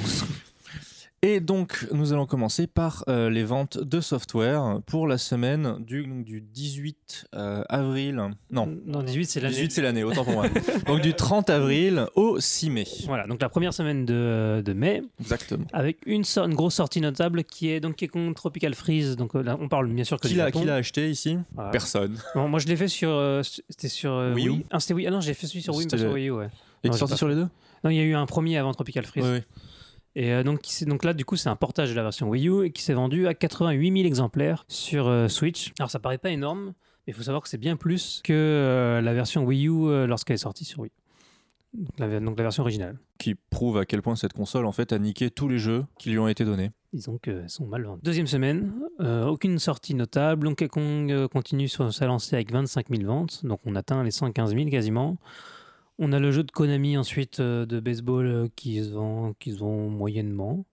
C: Et donc, nous allons commencer par euh, les ventes de software pour la semaine du, donc du 18 euh, avril. Non,
D: Non, 18, c'est l'année.
C: 18 c'est l'année, autant pour moi. donc du 30 avril au 6 mai.
D: Voilà, donc la première semaine de, euh, de mai,
C: Exactement.
D: avec une, so- une grosse sortie notable qui est donc qui est contre Tropical Freeze. Donc euh, là, on parle bien sûr que
C: Qui
D: du
C: l'a
D: Japon.
C: qui l'a acheté ici
D: Voilà.
C: Ah. Personne.
D: Bon, moi je l'ai fait sur euh, c'était sur euh,
C: Wii U.
D: Ah, c'était Wii. Ah non, j'ai fait celui sur Wii, mais pas
C: C'était
D: sur
C: le-
D: Wii U, ouais.
C: Et
D: Non,
C: tu
D: j'ai
C: sorti
D: pas
C: sur les deux
D: Non, il y a eu un premier avant Tropical Freeze.
C: Oui, oui.
D: Et euh, donc, qui s'est- donc là, du coup, c'est un portage de la version Wii U et qui s'est vendu à 88 000 exemplaires sur euh, Switch. Alors, ça paraît pas énorme, mais il faut savoir que c'est bien plus que euh, la version Wii U euh, lorsqu'elle est sortie sur Wii. Donc la, donc la version originale.
C: Qui prouve à quel point cette console en fait a niqué tous les jeux qui lui ont été donnés.
D: Disons qu'elles sont mal vendues. Deuxième semaine, euh, aucune sortie notable. Donkey Kong euh, continue sur sa lancée avec 25 000 ventes, donc on atteint les 115 000 quasiment. On a le jeu de Konami ensuite euh, de baseball euh, qui se vend, qui se vend moyennement.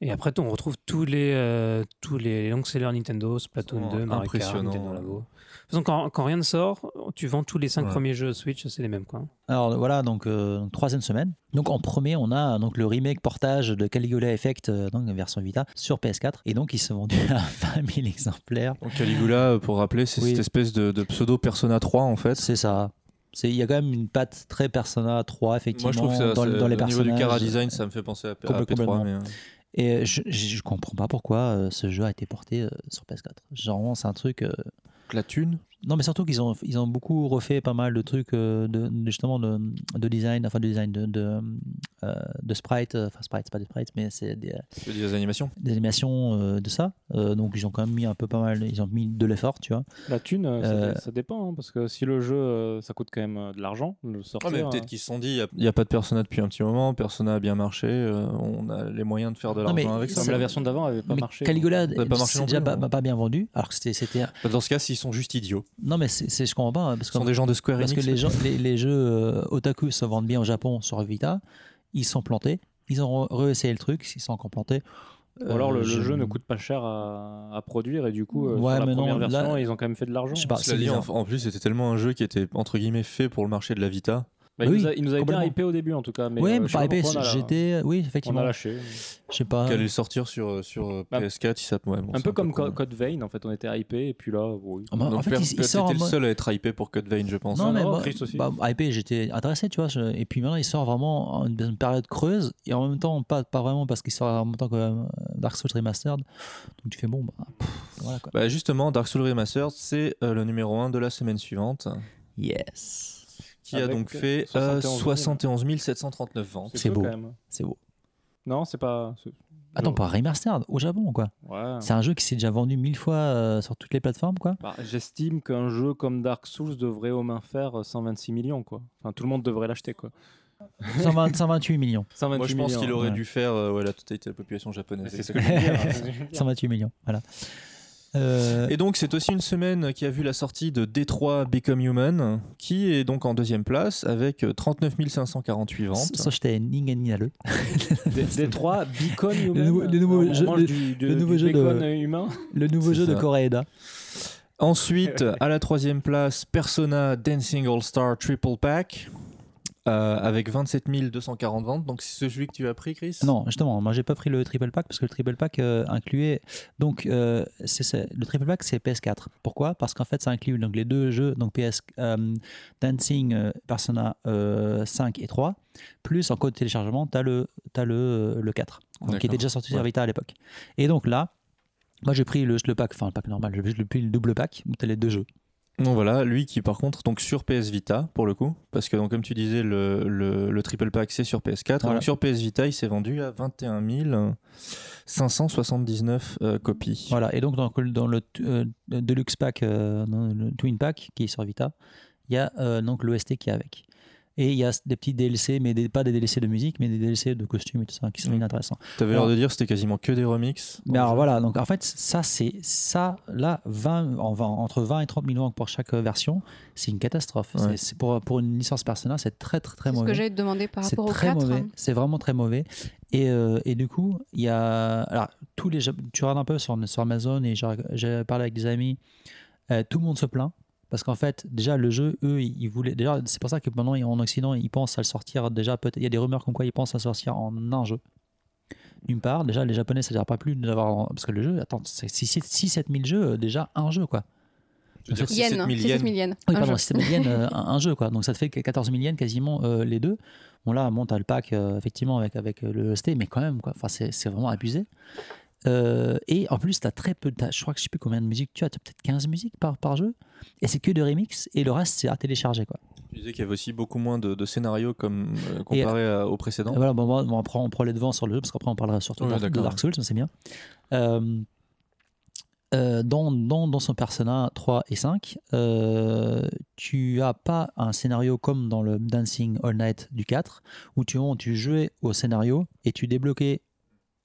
D: Et après, on retrouve tous les, euh, tous les long-sellers Nintendo, Splatoon
C: Sont
D: 2, Mario Kart,
C: impressionnants.
D: Nintendo Labo. De toute façon, quand, quand rien ne sort, tu vends tous les 5
C: Ouais.
D: premiers jeux Switch, c'est les mêmes quoi.
F: Alors voilà, donc euh, donc, troisième semaine. Donc en premier, on a euh, donc le remake portage de Caligula Effect, euh, donc version Vita, sur PS4. Et donc il s'est vendu à 20 000 exemplaires.
C: Donc Caligula, euh, pour rappeler, c'est
F: Oui.
C: cette espèce de, de pseudo Persona 3 en fait.
F: C'est ça. C'est- Il y a quand même une patte très Persona 3, effectivement,
C: Moi je trouve que ça,
F: dans,
C: ça-
F: dans les
C: au niveau
F: personnages.
C: du cara design, ça me fait penser à, à
F: Complè-
C: P3.
F: complètement.
C: mais, euh,
F: Et je, je, je comprends pas pourquoi euh, ce jeu a été porté euh, sur PS4. Genre, vraiment, c'est un truc. euh,
C: la thune
F: Non, mais surtout qu'ils ont, ils ont beaucoup refait pas mal de trucs, euh, de, de- justement, de, de design, enfin, de design, de, de, euh, de sprites, euh, enfin sprites, c'est pas des sprites, mais c'est des, euh,
C: Je veux dire, des animations.
F: des animations euh, de ça. Euh, donc ils ont quand même mis un peu pas mal, ils ont mis de l'effort, tu vois.
E: La thune, euh, ça,
F: Euh,
E: ça dépend, hein, parce que si le jeu, euh, ça coûte quand même euh, de l'argent, de le sortir.
C: Ah, mais
E: hein.
C: peut-être qu'ils se sont dit, il n'y a, pas de Persona depuis un petit moment, Persona a bien marché, euh, on a les moyens de faire de
F: Non, mais
C: l'argent avec
E: Comme
C: ça.
F: ça-
E: la version d'avant avait hein. pas
F: mais
E: marché.
F: Caligula,
C: Ça a pas marché
F: c'est
C: non
F: déjà
C: plus,
F: pas,
E: hein.
C: non.
F: pas bien vendu, alors que c'était, c'était-
C: Dans ce cas, s'ils sont juste idiots.
F: non mais c'est, c'est- je comprends pas, hein, parce
C: Ce
F: que,
C: sont des gens de Square
F: parce que
C: Enix.
F: les, gens, les, les jeux euh, otaku se vendent bien au Japon sur Vita, ils se sont plantés, ils ont re- réessayé le truc, ils se sont encore plantés.
E: Ou alors le,
F: Euh,
E: le
F: je-
E: jeu ne coûte pas cher à, à produire et du coup, euh,
F: Ouais,
E: sur la
F: mais non,
E: première
F: là-
E: version, ils ont quand même fait de l'argent.
F: Je sais pas,
C: Cela
F: c'est
C: dit, en,
F: bizarre.
C: en plus, c'était tellement un jeu qui était entre guillemets fait pour le marché de la Vita.
E: Bah, il,
F: Oui,
E: nous a, il nous avait bien
F: complètement.
E: hypé au début en tout cas. Mais,
F: Oui,
E: euh, je
F: mais
E: sais
F: par
E: pas
F: épée,
E: pourquoi on a-
F: j'étais. Oui,
E: On a
F: effectivement.
E: lâché.
F: Je sais pas.
C: Qui allait sortir sur, euh, sur euh,
E: Bah,
C: PS4, il s'appelle- ouais, bon,
E: un
C: c'est
E: peu comme
C: con. hein.
E: Co- Code Vein, en fait, on était hypé et puis là, oui.
F: Ah, bah,
C: Donc,
F: en fait,
C: Père-
F: il- il,
C: Père,
F: sort en
C: t'étais le
F: mode-
C: seul à être hypé pour Cut Vein, je pense. hein.
F: Non, mais
E: non,
F: bah,
E: Chris aussi.
F: bah, IP, j'étais intéressé, tu vois. je- Et puis maintenant, il sort vraiment en une, une période creuse. Et en même temps, pas, pas vraiment parce qu'il sort en même temps que euh, Dark Souls Remastered. Donc tu fais bon, bah, pff, voilà quoi.
C: Bah, justement, Dark Souls Remastered, c'est euh, le numéro 1 de la semaine suivante,
F: Yes.
C: qui a
E: Avec
C: donc fait euh,
E: 71
C: 71 739 ventes.
F: c'est
E: peu
F: beau.
E: quand même.
F: C'est beau.
E: Non, c'est pas. c'est-
F: Attends,
E: je-
F: pas Remastered au Japon, quoi.
E: Ouais.
F: C'est un jeu qui s'est déjà vendu mille fois euh, sur toutes les plateformes, quoi.
E: Bah, J'estime qu'un jeu comme Dark Souls devrait au moins faire euh, 126 millions, quoi. Enfin, tout le monde devrait l'acheter, quoi.
F: 120 128 millions.
E: 128
C: Moi, je pense
E: millions,
C: qu'il aurait
F: ouais.
C: dû faire euh, ouais, la totalité de la population japonaise.
E: C'est ce que je veux
C: exactement.
E: dire, hein. c'est ce que je veux dire.
F: 128 millions, voilà. Euh,
C: Et donc, c'est aussi une semaine qui a vu la sortie de Détroit Become Human, qui est donc en deuxième place avec euh, 39 548 ventes.
F: ça, j'étais Ningen Ninale.
E: Des, des trois Beacon Human.
F: nouveau- le nouveau
E: Alors, on
F: jeu-
E: mange
F: le-
E: du, de-
F: le nouveau
E: du
F: jeu de-
E: bacon humain.
F: Le nouveau
C: C'est
F: jeu de
C: ça.
F: Koreeda.
C: Ensuite, à la troisième place, Persona Dancing All Star Triple Pack. euh, avec 27 240 ventes, donc c'est celui que tu as pris, Chris
F: Non, justement, moi j'ai pas pris le triple pack parce que le triple pack euh, incluait donc euh, c'est- c'est- le triple pack c'est PS4. Pourquoi Parce qu'en fait ça inclut donc les deux jeux donc PS euh, Dancing euh, Persona euh, 5 et 3 plus en code téléchargement tu as le t'as le le 4 donc, qui
C: D'accord.
F: était déjà sorti sur
C: Ouais.
F: Vita à l'époque. Et donc là moi j'ai pris le, le pack enfin le pack normal, j'ai juste pris le double pack où tu as les deux jeux.
C: Non, voilà, lui qui par contre, donc sur PS Vita pour le coup, parce que donc comme tu disais, le, le- le triple pack c'est sur PS4,
F: Voilà.
C: donc sur PS Vita il s'est vendu à 21 579 euh, copies.
F: Voilà, et donc dans, le- dans le t- euh, Deluxe Pack, euh, non, le Twin Pack qui est sur Vita, il y a euh, donc l'OST qui est avec. Et il y a des petits DLC, mais des- pas des DLC de musique, mais des DLC de costumes et tout ça qui sont
C: Mm.
F: inintéressants.
C: T'avais l'air de dire c'était quasiment que des remixes.
F: Mais alors voilà, donc en fait, ça, c'est ça, là, 20, en 20 entre 20 et 30 000 langues pour chaque euh, version, c'est une catastrophe.
C: Ouais.
F: C'est- c'est pour, pour une licence Persona, c'est très, très, très
B: C'est ce
F: mauvais.
B: que j'allais te demander par
F: C'est
B: rapport aux
F: très
B: quatre.
F: mauvais.
B: hein.
F: C'est vraiment très mauvais. Et, euh, et du coup, il y a. Alors, tous les. Jap- Tu regardes un peu sur, sur Amazon et j'ai- j'ai parlé avec des amis. euh, tout le monde se plaint. Parce qu'en fait, déjà, le jeu, eux, ils, ils voulaient. Déjà, c'est pour ça que maintenant, en Occident, ils pensent à le sortir. Déjà, peut-être. Il y a des rumeurs comme quoi ils pensent à le sortir en un jeu. D'une part, déjà, les Japonais, ça ne leur a pas plu de l'avoir. en- Parce que le jeu, attends, c'est 6-7 000 jeux, euh, déjà, un jeu, quoi.
C: Je veux dire,
B: Yen, hein,
C: 6-7
B: c'est 7 000 yens.
F: Oui,
B: Un
F: pardon,
B: jeu.
F: 7 000 yens, euh, un, un jeu, quoi. Donc ça te fait que 14 000 yens quasiment euh, les deux. Bon, là, bon, t'as le pack, euh, effectivement, avec, avec euh, le ST, mais quand même, quoi. Enfin, c'est c'est vraiment abusé. Euh, et en plus, t'as très peu. t'as- Je crois que je sais plus combien de musiques tu as. T'as peut-être 15 musiques par, par jeu. Et c'est que de remix. Et le reste, c'est à télécharger, quoi.
C: Tu disais qu'il y avait aussi beaucoup moins de, de scénarios comme euh, comparé à- au précédent.
F: Et voilà, bon, bon, bon, on, prend, on prend les devants sur le jeu, parce qu'après, on parlera surtout
C: Oui,
F: de Dark- de
C: d'accord.
F: Dark Souls, mais c'est bien. Euh, euh, dans, dans, dans son Persona 3 et 5, euh, tu as pas un scénario comme dans le Dancing All Night du 4, où tu, tu jouais au scénario et tu débloquais,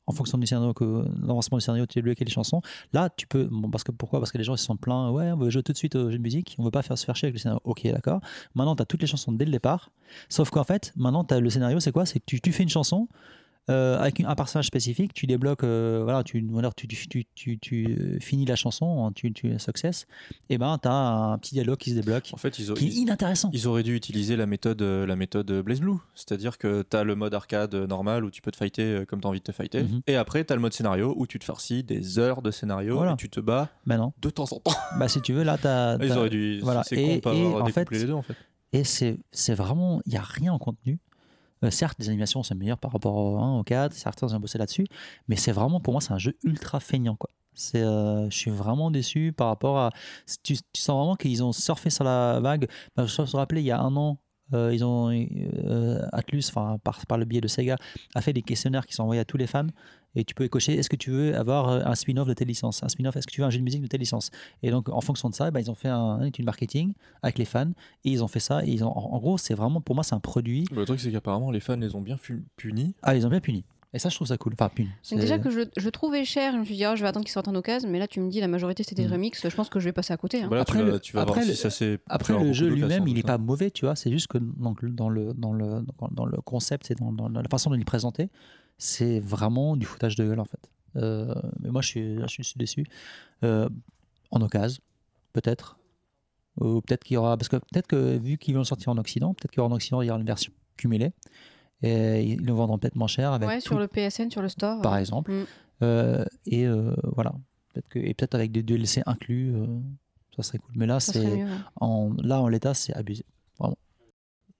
F: en fonction du scénario, que, l'avancement du scénario, tu débloquais les chansons. Là, tu peux. bon, parce que, pourquoi Parce que les gens ils se sont plaints, ouais, on veut jouer tout de suite au jeu de musique, on veut pas faire se faire chier avec le scénario. Ok, d'accord. Maintenant, tu as toutes les chansons dès le départ. Sauf qu'en fait, maintenant, t'as le scénario, c'est quoi C'est que tu, tu fais une chanson euh, avec une- un personnage spécifique, tu débloques, euh, voilà, tu, voilà, tu, tu, tu, tu- tu, euh, finis la chanson, hein, tu, tu success, et ben t'as un petit dialogue qui se débloque,
C: En fait, ils, ont-
F: qui est
C: ils-
F: inintéressant.
C: ils auraient dû utiliser la méthode, euh, la méthode Blaze Blue. C'est-à-dire que tu as le mode arcade euh, normal où tu peux te fighter euh, comme tu as envie de te fighter.
F: Mhm.
C: Et après, tu as le mode scénario où tu te farcis des heures de scénario
F: Voilà.
C: et tu te bats
F: Ben non,
C: de temps en temps.
F: bah si tu veux, là t'as.
C: Ils
F: t'as-
C: auraient dû.
F: voilà.
C: C'est
F: Et-
C: con pas
F: et
C: avoir
F: en
C: découplé
F: fait-
C: les deux en fait.
F: Et c'est c'est vraiment, il n'y a rien en contenu. Euh, certes, les animations sont meilleures par rapport au 1, au 4, certains ont bossé là-dessus, mais c'est vraiment, pour moi, c'est un jeu ultra feignant. Quoi. C'est, euh, je suis vraiment déçu par rapport à. Tu, tu sens vraiment qu'ils ont surfé sur la vague. Bah, je me rappelle, il y a un an, Euh, ils ont, euh, Atlus, enfin, par, par le biais de Sega, a fait des questionnaires qui sont envoyés à tous les fans. Et tu peux cocher est-ce que tu veux avoir euh, un spin-off de telle licence Un spin-off, est-ce que tu veux un jeu de musique de telle licence Et donc, en fonction de ça, bah, ils ont fait un, une étude marketing avec les fans. Et ils ont fait ça. Et ils ont, en, en gros, c'est vraiment, pour moi, c'est un produit.
C: Le truc, c'est qu'apparemment, les fans les ont bien fu- punis.
F: Ah, ils ont bien puni. Et ça, je trouve ça cool. Enfin, puni.
B: Donc Déjà que je, je le trouvais cher, je me suis dit, oh, je vais attendre qu'il sorte en occasion, mais là tu me dis la majorité c'était des
F: Mm.
B: remix, je pense que je vais passer à côté. hein.
C: Bah là,
F: Après
C: tu vas,
F: le-
C: tu vas voir
F: après
C: si
F: le-
C: ça s'est.
F: Après,
C: Alors,
F: le
C: beaucoup
F: jeu
C: de hein, cas
F: lui-même,
C: sont
F: il n'est
C: comme ça.
F: pas mauvais, tu vois. C'est juste que dans le, dans le, dans le, dans le concept et dans, dans la façon de le présenter, c'est vraiment du foutage de gueule, en fait. Euh, mais moi, je suis, je suis- je suis déçu. Euh, en occasion, peut-être. Ou peut-être qu'il y aura. Parce que peut-être que, vu qu'ils vont le sortir en Occident, peut-être qu'il y aura en Occident, il y aura une version cumulée. Et ils le vendront peut-être moins cher avec
B: ouais,
F: Bah, tout-
B: sur le PSN, sur le store.
F: par exemple.
B: Mm.
F: Euh, et euh, voilà. Peut-être que, et peut-être avec des DLC inclus, euh, ça serait cool. Mais là,
B: ça
F: c'est
B: serait mieux. ouais.
F: en, là, en l'état, c'est abusé.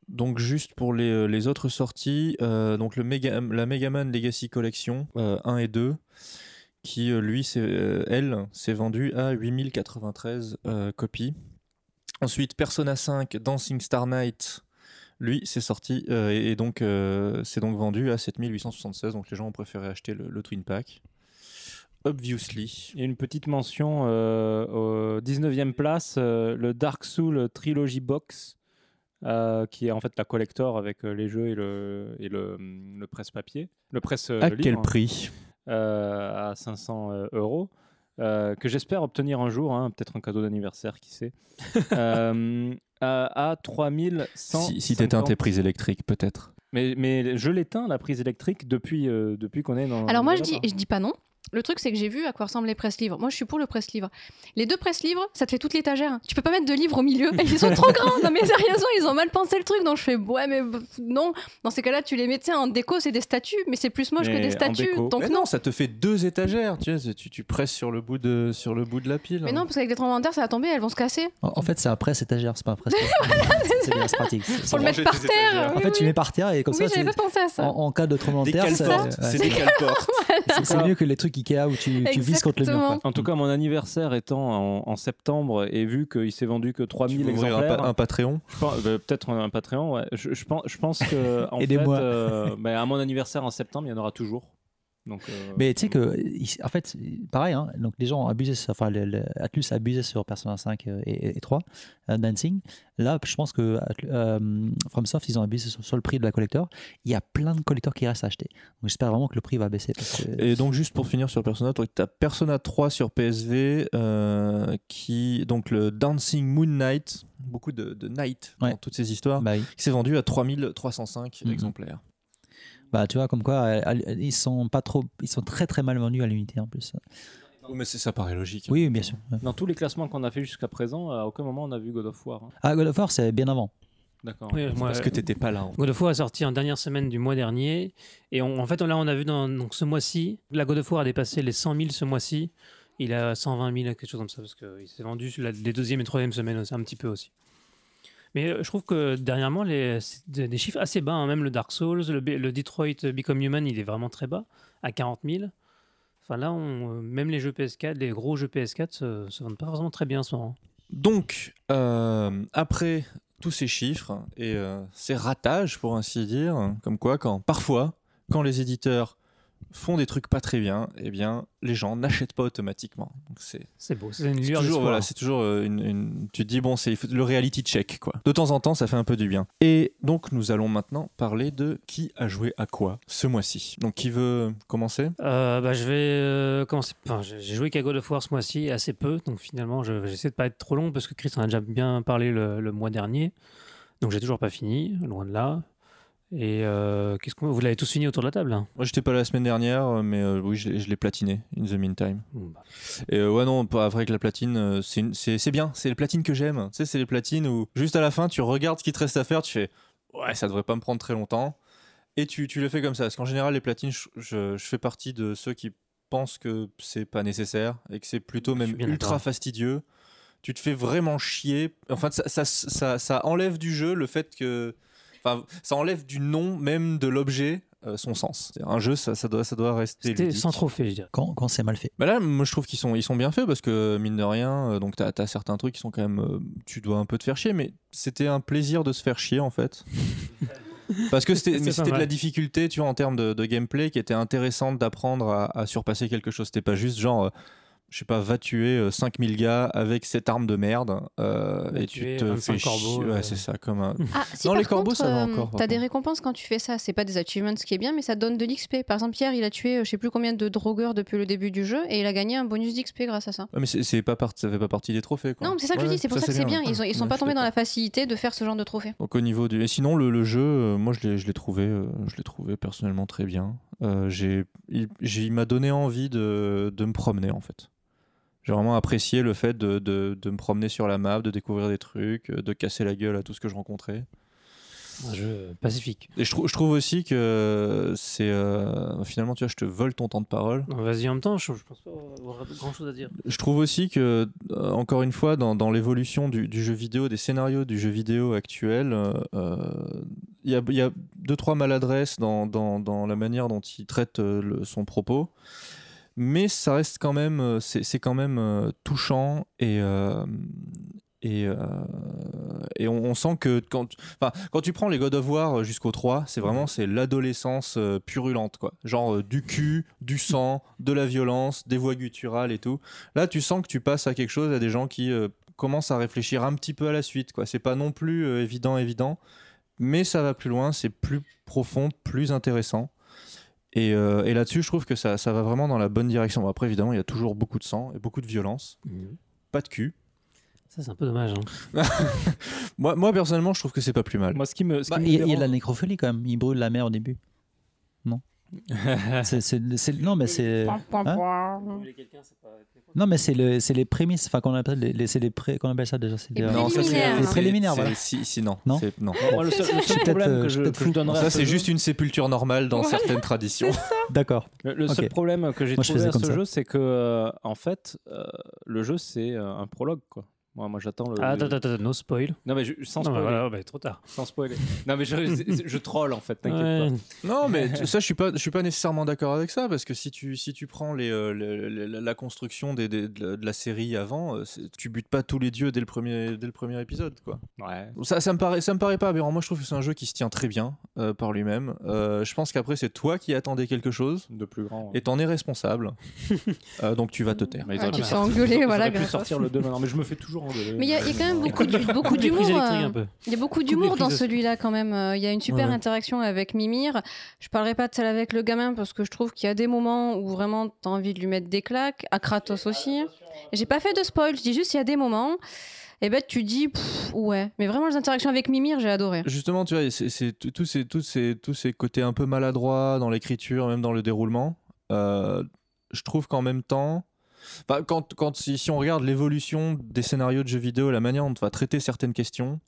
C: Donc juste pour les, euh, les autres sorties, euh, donc le Mega, la Megaman Legacy Collection euh, 1 et 2, qui euh, lui, c'est, euh, elle, s'est vendue à 8093 euh, copies. Ensuite Persona 5 Dancing Star Night, lui, c'est sorti euh, et, et donc euh, c'est donc vendu à 7876, donc les gens ont préféré acheter le, le Twin Pack. Obviously.
E: Et une petite mention euh, au 19e place, euh, le Dark Soul Trilogy Box, euh, qui est en fait la collector avec euh, les jeux et le, et le, le presse-papier. Le presse euh, livre, hein,
C: Ah, prix
E: euh, À 500 euh, euros. euh, que j'espère obtenir un jour, hein, peut-être un cadeau d'anniversaire, qui sait, euh, à, à 3100.
C: Si, si t'éteins tes prises électriques, peut-être.
E: Mais, mais je l'éteins, la prise électrique, depuis, euh, depuis qu'on est dans.
B: Alors moi
E: dans
B: je dis,
E: l'appart.
B: je dis pas non. Le truc c'est que j'ai vu à quoi ressemblent les presse-livres. Moi je suis pour le presse-livre. Les deux presse-livres, ça te fait toute l'étagère. Tu peux pas mettre de livres au milieu. Ils sont trop grands. Non mais sérieusement, ils ont mal pensé le truc. Donc je fais ouais mais b- non. Dans ces cas-là, tu les mets tu sais, en déco, c'est des statues, mais c'est plus moche
E: Mais
B: que des
E: en
B: statues.
E: déco.
B: Donc
C: Mais
B: non.
C: non, ça te fait deux étagères, tu, sais, tu, tu presses sur le bout de, sur le bout de la pile. hein.
B: Mais non, parce qu'avec des tremblements de terre, ça va tomber, elles vont se casser.
F: En, en fait, c'est un presse étagère, c'est pas un presse. c'est bien, c'est pratique. C'est-
B: Faut le mettre par terre.
F: En
B: Oui,
F: fait, tu
B: oui.
F: mets par terre et comme
B: Oui,
F: ça,
B: j'avais
F: c'est-
B: pas pensé à
F: en,
B: ça.
F: en cas de tremblement de terre, c'est
C: caleportes,
F: ouais,
C: des caleportes.
F: c'est- c'est mieux que les trucs Ikea où tu, tu vises contre le mur. quoi.
B: Exactement.
E: En tout cas, mon anniversaire étant en, en septembre et vu qu'il s'est vendu que
C: Tu
E: 3000
C: veux ouvrir un,
E: exemplaires,
C: pa- un Patreon
E: je pense- bah, peut-être un Patreon, ouais. je, je pense, je pense que en fait,
F: Aidez-moi.
E: euh, bah, à mon anniversaire en septembre, il y en aura toujours. Donc, euh,
F: Mais tu sais que, ils- en fait, pareil, hein, donc les gens ont abusé, sur- enfin, le, le- Atlus a abusé sur Persona 5 euh, et, et- et 3, euh, Dancing. Là, je pense que Atl- euh, FromSoft, ils ont abusé sur, sur le prix de la collector. Il y a plein de collecteurs qui restent à acheter. Donc j'espère vraiment que le prix va baisser. parce que-
C: Et donc juste pour finir sur Persona, toi as Persona 3 sur PSV, euh, qui donc le Dancing Moon Knight, beaucoup de, de Knight dans
F: Ouais.
C: toutes ces histoires,
F: Bah oui.
C: qui s'est vendu à 3305
F: Mhm.
C: exemplaires.
F: Bah, tu vois, comme quoi, euh, euh, ils sont pas trop, ils sont très très mal vendus à l'unité en plus.
C: mais ça paraît logique.
F: Oui, oui, bien sûr. ouais.
E: dans tous les classements qu'on a fait jusqu'à présent, à aucun moment on a vu God of War. hein.
F: Ah, God of War, c'est bien avant.
E: D'accord.
D: Oui, moi,
C: Parce que t'étais pas là. en
D: God of War est sorti en dernière semaine du mois dernier. Et on- en fait, là, on a vu dans, donc, ce mois-ci, la God of War a dépassé les 100 000 ce mois-ci. Il a 120 000, quelque chose comme ça, parce qu'il s'est vendu sur la- les deuxième et troisième semaines aussi, un petit peu aussi. Mais euh, je trouve que dernièrement, les, c'est des des chiffres assez bas, hein. même le Dark Souls, le, B- le Detroit Become Human, il est vraiment très bas, à 40 000. Enfin là, on- euh, même les jeux PS4, les gros jeux PS4 se, se vendent pas vraiment très bien en ce moment.
C: Donc, euh, après tous ces chiffres et euh, ces ratages, pour ainsi dire, comme quoi, quand parfois, quand les éditeurs font des trucs pas très bien, eh bien, les gens n'achètent pas automatiquement. Donc c'est
D: C'est beau, c'est une
C: c'est
D: lueur
C: toujours,
D: d'espoir.
C: voilà, c'est toujours euh, une, une- Tu te dis, bon, c'est le reality check, quoi. De temps en temps, ça fait un peu du bien. Et donc, nous allons maintenant parler de qui a joué à quoi ce mois-ci. Donc, qui veut commencer
D: Euh, bah, je vais euh, commencer. Enfin, j'ai j'ai joué qu'à God of War ce mois-ci, assez peu. Donc finalement, je- j'essaie de pas être trop long parce que Chris en a déjà bien parlé le, le mois dernier. Donc j'ai toujours pas fini, loin de là. Et euh, qu'est-ce qu'on vous l'avez tous fini autour de la table hein
C: Moi, j'étais pas là la semaine dernière, mais euh, oui, je l'ai- je l'ai platiné, in the meantime.
D: Bon, bah,
C: Et euh, ouais, non, pas vrai que la platine, euh, c'est une- c'est c'est bien, c'est les platines que j'aime. Tu sais, c'est les platines où juste à la fin, tu regardes ce qui te reste à faire, tu fais ouais, ça devrait pas me prendre très longtemps. Et tu, tu le fais comme ça. Parce qu'en général, les platines, je, je- je fais partie de ceux qui pensent que c'est pas nécessaire et que c'est plutôt
D: Je suis
C: même
D: bien
C: ultra
D: d'accord.
C: fastidieux. Tu te fais vraiment chier. Enfin, ça, ça, ça, ça enlève du jeu le fait que. Enfin, ça enlève du nom même de l'objet euh, son sens. C'est-à-dire, Un jeu, ça, ça doit, ça doit rester.
D: C'était
C: ludique.
D: sans trophée, je dirais.
F: Quand, quand c'est mal fait.
C: Bah là, moi je trouve qu'ils sont, ils sont bien faits parce que mine de rien, euh, donc t'as as certains trucs qui sont quand même, euh, tu dois un peu te faire chier, mais c'était un plaisir de se faire chier en fait. Parce que c'était
D: C'est
C: mais
D: pas
C: c'était de
D: mal.
C: la difficulté, tu vois, en termes de, de gameplay, qui était intéressante d'apprendre à, à surpasser quelque chose. C'était pas juste genre, euh, je sais pas, va tuer euh, 5000 gars avec cette arme de merde euh,
D: Va
C: et
D: tuer
C: tu te
D: 25
C: fais
D: corbeaux,
C: chier.
D: euh.
C: Ouais, c'est ça, comme un-
B: Ah, si,
C: Non,
B: par
C: les corbeaux,
B: contre,
C: ça va
B: euh,
C: encore, par
B: T'as des
C: contre.
B: récompenses quand tu fais ça. C'est pas des achievements, ce qui est bien, mais ça donne de l'XP. Par exemple, Pierre, il a tué euh, je sais plus combien de drogueurs depuis le début du jeu et il a gagné un bonus d'XP grâce à ça.
C: Ouais, Ah, mais c'est- c'est pas part- ça fait pas partie des trophées. Quoi.
B: Non, mais c'est ça que je
C: Ouais,
B: dis, c'est pour ça, que c'est bien. Ils, ont- ils sont
C: Ouais,
B: pas
C: je suis
B: tombés dans
C: d'accord.
B: la facilité de faire ce genre de trophée.
C: Donc au niveau du, et sinon le, le jeu, euh, moi je l'ai, je l'ai trouvé, euh, je l'ai trouvé personnellement très bien. Euh, j'ai, il, j'ai- il m'a donné envie de, de me promener en fait. J'ai vraiment apprécié le fait de, de- de me promener sur la map, de découvrir des trucs, euh, de casser la gueule à tout ce que je rencontrais.
D: Un jeu pacifique.
C: Et je, trou- je trouve aussi que c'est euh, finalement tu vois, je te vole ton temps de parole.
D: Non, Vas-y, en même temps, je, je pense pas avoir grand chose à dire.
C: Je trouve aussi que, euh, encore une fois, dans, dans l'évolution du, du jeu vidéo, des scénarios du jeu vidéo actuel, euh, euh, il y, a, il y a deux, trois maladresses dans, dans- dans la manière dont il traite euh, le- son propos. Mais ça reste quand même, euh, c'est c'est quand même euh, touchant et, euh, et, euh, et on, on sent que quand, tu- enfin, quand tu prends les God of War jusqu'au 3, c'est vraiment c'est l'adolescence euh, purulente, quoi. Genre euh, du cul, du sang, de la violence, des voix gutturales et tout là tu sens que tu passes à quelque chose à des gens qui euh, commencent à réfléchir un petit peu à la suite quoi c'est pas non plus euh, évident évident mais ça va plus loin c'est plus profond plus intéressant et, euh, et là-dessus je trouve que ça, ça va vraiment dans la bonne direction Bon, après évidemment il y a toujours beaucoup de sang et beaucoup de violence pas de cul
D: Ça, c'est un peu dommage. hein.
C: moi, moi personnellement je trouve que c'est pas plus
D: euh,
C: mal
E: Moi, ce qui me, ce qui
F: Bah,
E: me
F: il, il y a
E: dérange-
F: de la nécrophilie quand même. Il brûle la mer au début. Non. C'est- c'est- c'est- non, mais c'est. hein Non, mais c'est le- c'est les prémices, enfin qu'on appelle, les, les- c'est les pré- qu'on appelle ça déjà. c'est
B: Les
F: des-
B: Non,
C: ça, c'est-
B: préliminaires. Ah,
F: Les
C: c'est-
F: préliminaires,
C: c'est-
F: voilà.
C: si, si, non
F: Non.
C: C'est- non.
E: Moi, le seul, le seul
F: peut-être,
E: problème
F: euh,
E: que
F: je
E: je,
F: peut-être
E: que je
F: fou.
E: donnerais à
C: ça
E: ce
C: c'est
E: jeu-
C: juste une sépulture normale dans
B: Voilà.
C: certaines traditions
F: D'accord.
E: Le, le seul
F: Ok.
E: problème que j'ai
F: Moi, je
E: trouvé
F: faisais
E: à
F: comme
E: ce
F: ça.
E: jeu, c'est que euh, en fait, euh, le jeu c'est euh, un prologue quoi. Moi, moi j'attends le.
D: Ah,
E: le-
D: attends, attends, attends, no spoil.
E: Non mais je- sans
D: Non,
E: spoiler,
D: mais voilà, bah, trop tard.
E: sans spoiler. Non mais je, je- je troll en fait, t'inquiète
D: Ouais.
C: Non, mais tu- ça, je suis pas, je suis pas nécessairement d'accord avec ça parce que si tu, si tu prends les, euh, le- le- la- la construction des, des- de la- de la série avant, euh, c'est- tu butes pas tous les dieux dès le premier, dès le premier épisode, quoi.
E: pas. Ouais.
C: Ça, ça me paraît, ça me paraît pas aberrant. Moi, je trouve que c'est un jeu qui se tient très bien euh, par lui-même. Euh, je pense qu'après, c'est toi qui attendais quelque chose
E: De plus grand.
C: et t'en es responsable. Euh, donc tu vas te taire.
E: Mais ils
B: Ah,
E: auraient
B: tu
E: pu
B: te fais
E: sortir-
B: engueuler,
E: ils
B: voilà,
E: auraient pu
B: grâce à-
E: sortir le 2 maintenant, mais je me fais toujours engueuler. Euh,
B: Mais il y, a il y a quand même beaucoup d'hu- beaucoup
D: Des prises
B: d'humour.
D: électriques,
B: euh,
D: un peu.
B: Il y a beaucoup
D: Coupe les
B: d'humour
D: prises
B: dans
D: aussi.
B: celui-là quand même. Euh, Il y a une super
C: Ouais.
B: interaction avec Mimir. Je parlerai pas de celle avec le gamin parce que je trouve qu'il y a des moments où vraiment t'as envie de lui mettre des claques. À Kratos aussi. J'ai pas fait de spoil. Je dis juste il y a des moments. Et ben tu dis pff, ouais. Mais vraiment les interactions avec Mimir j'ai adoré.
C: Justement, tu vois, c'est- c'est tout- tous ces, tous ces, tous ces côtés un peu maladroits dans l'écriture, même dans le déroulement. euh, je trouve qu'en même temps, enfin, quand, quand si, si on regarde l'évolution des scénarios de jeux vidéo, la manière dont on va traiter certaines questions,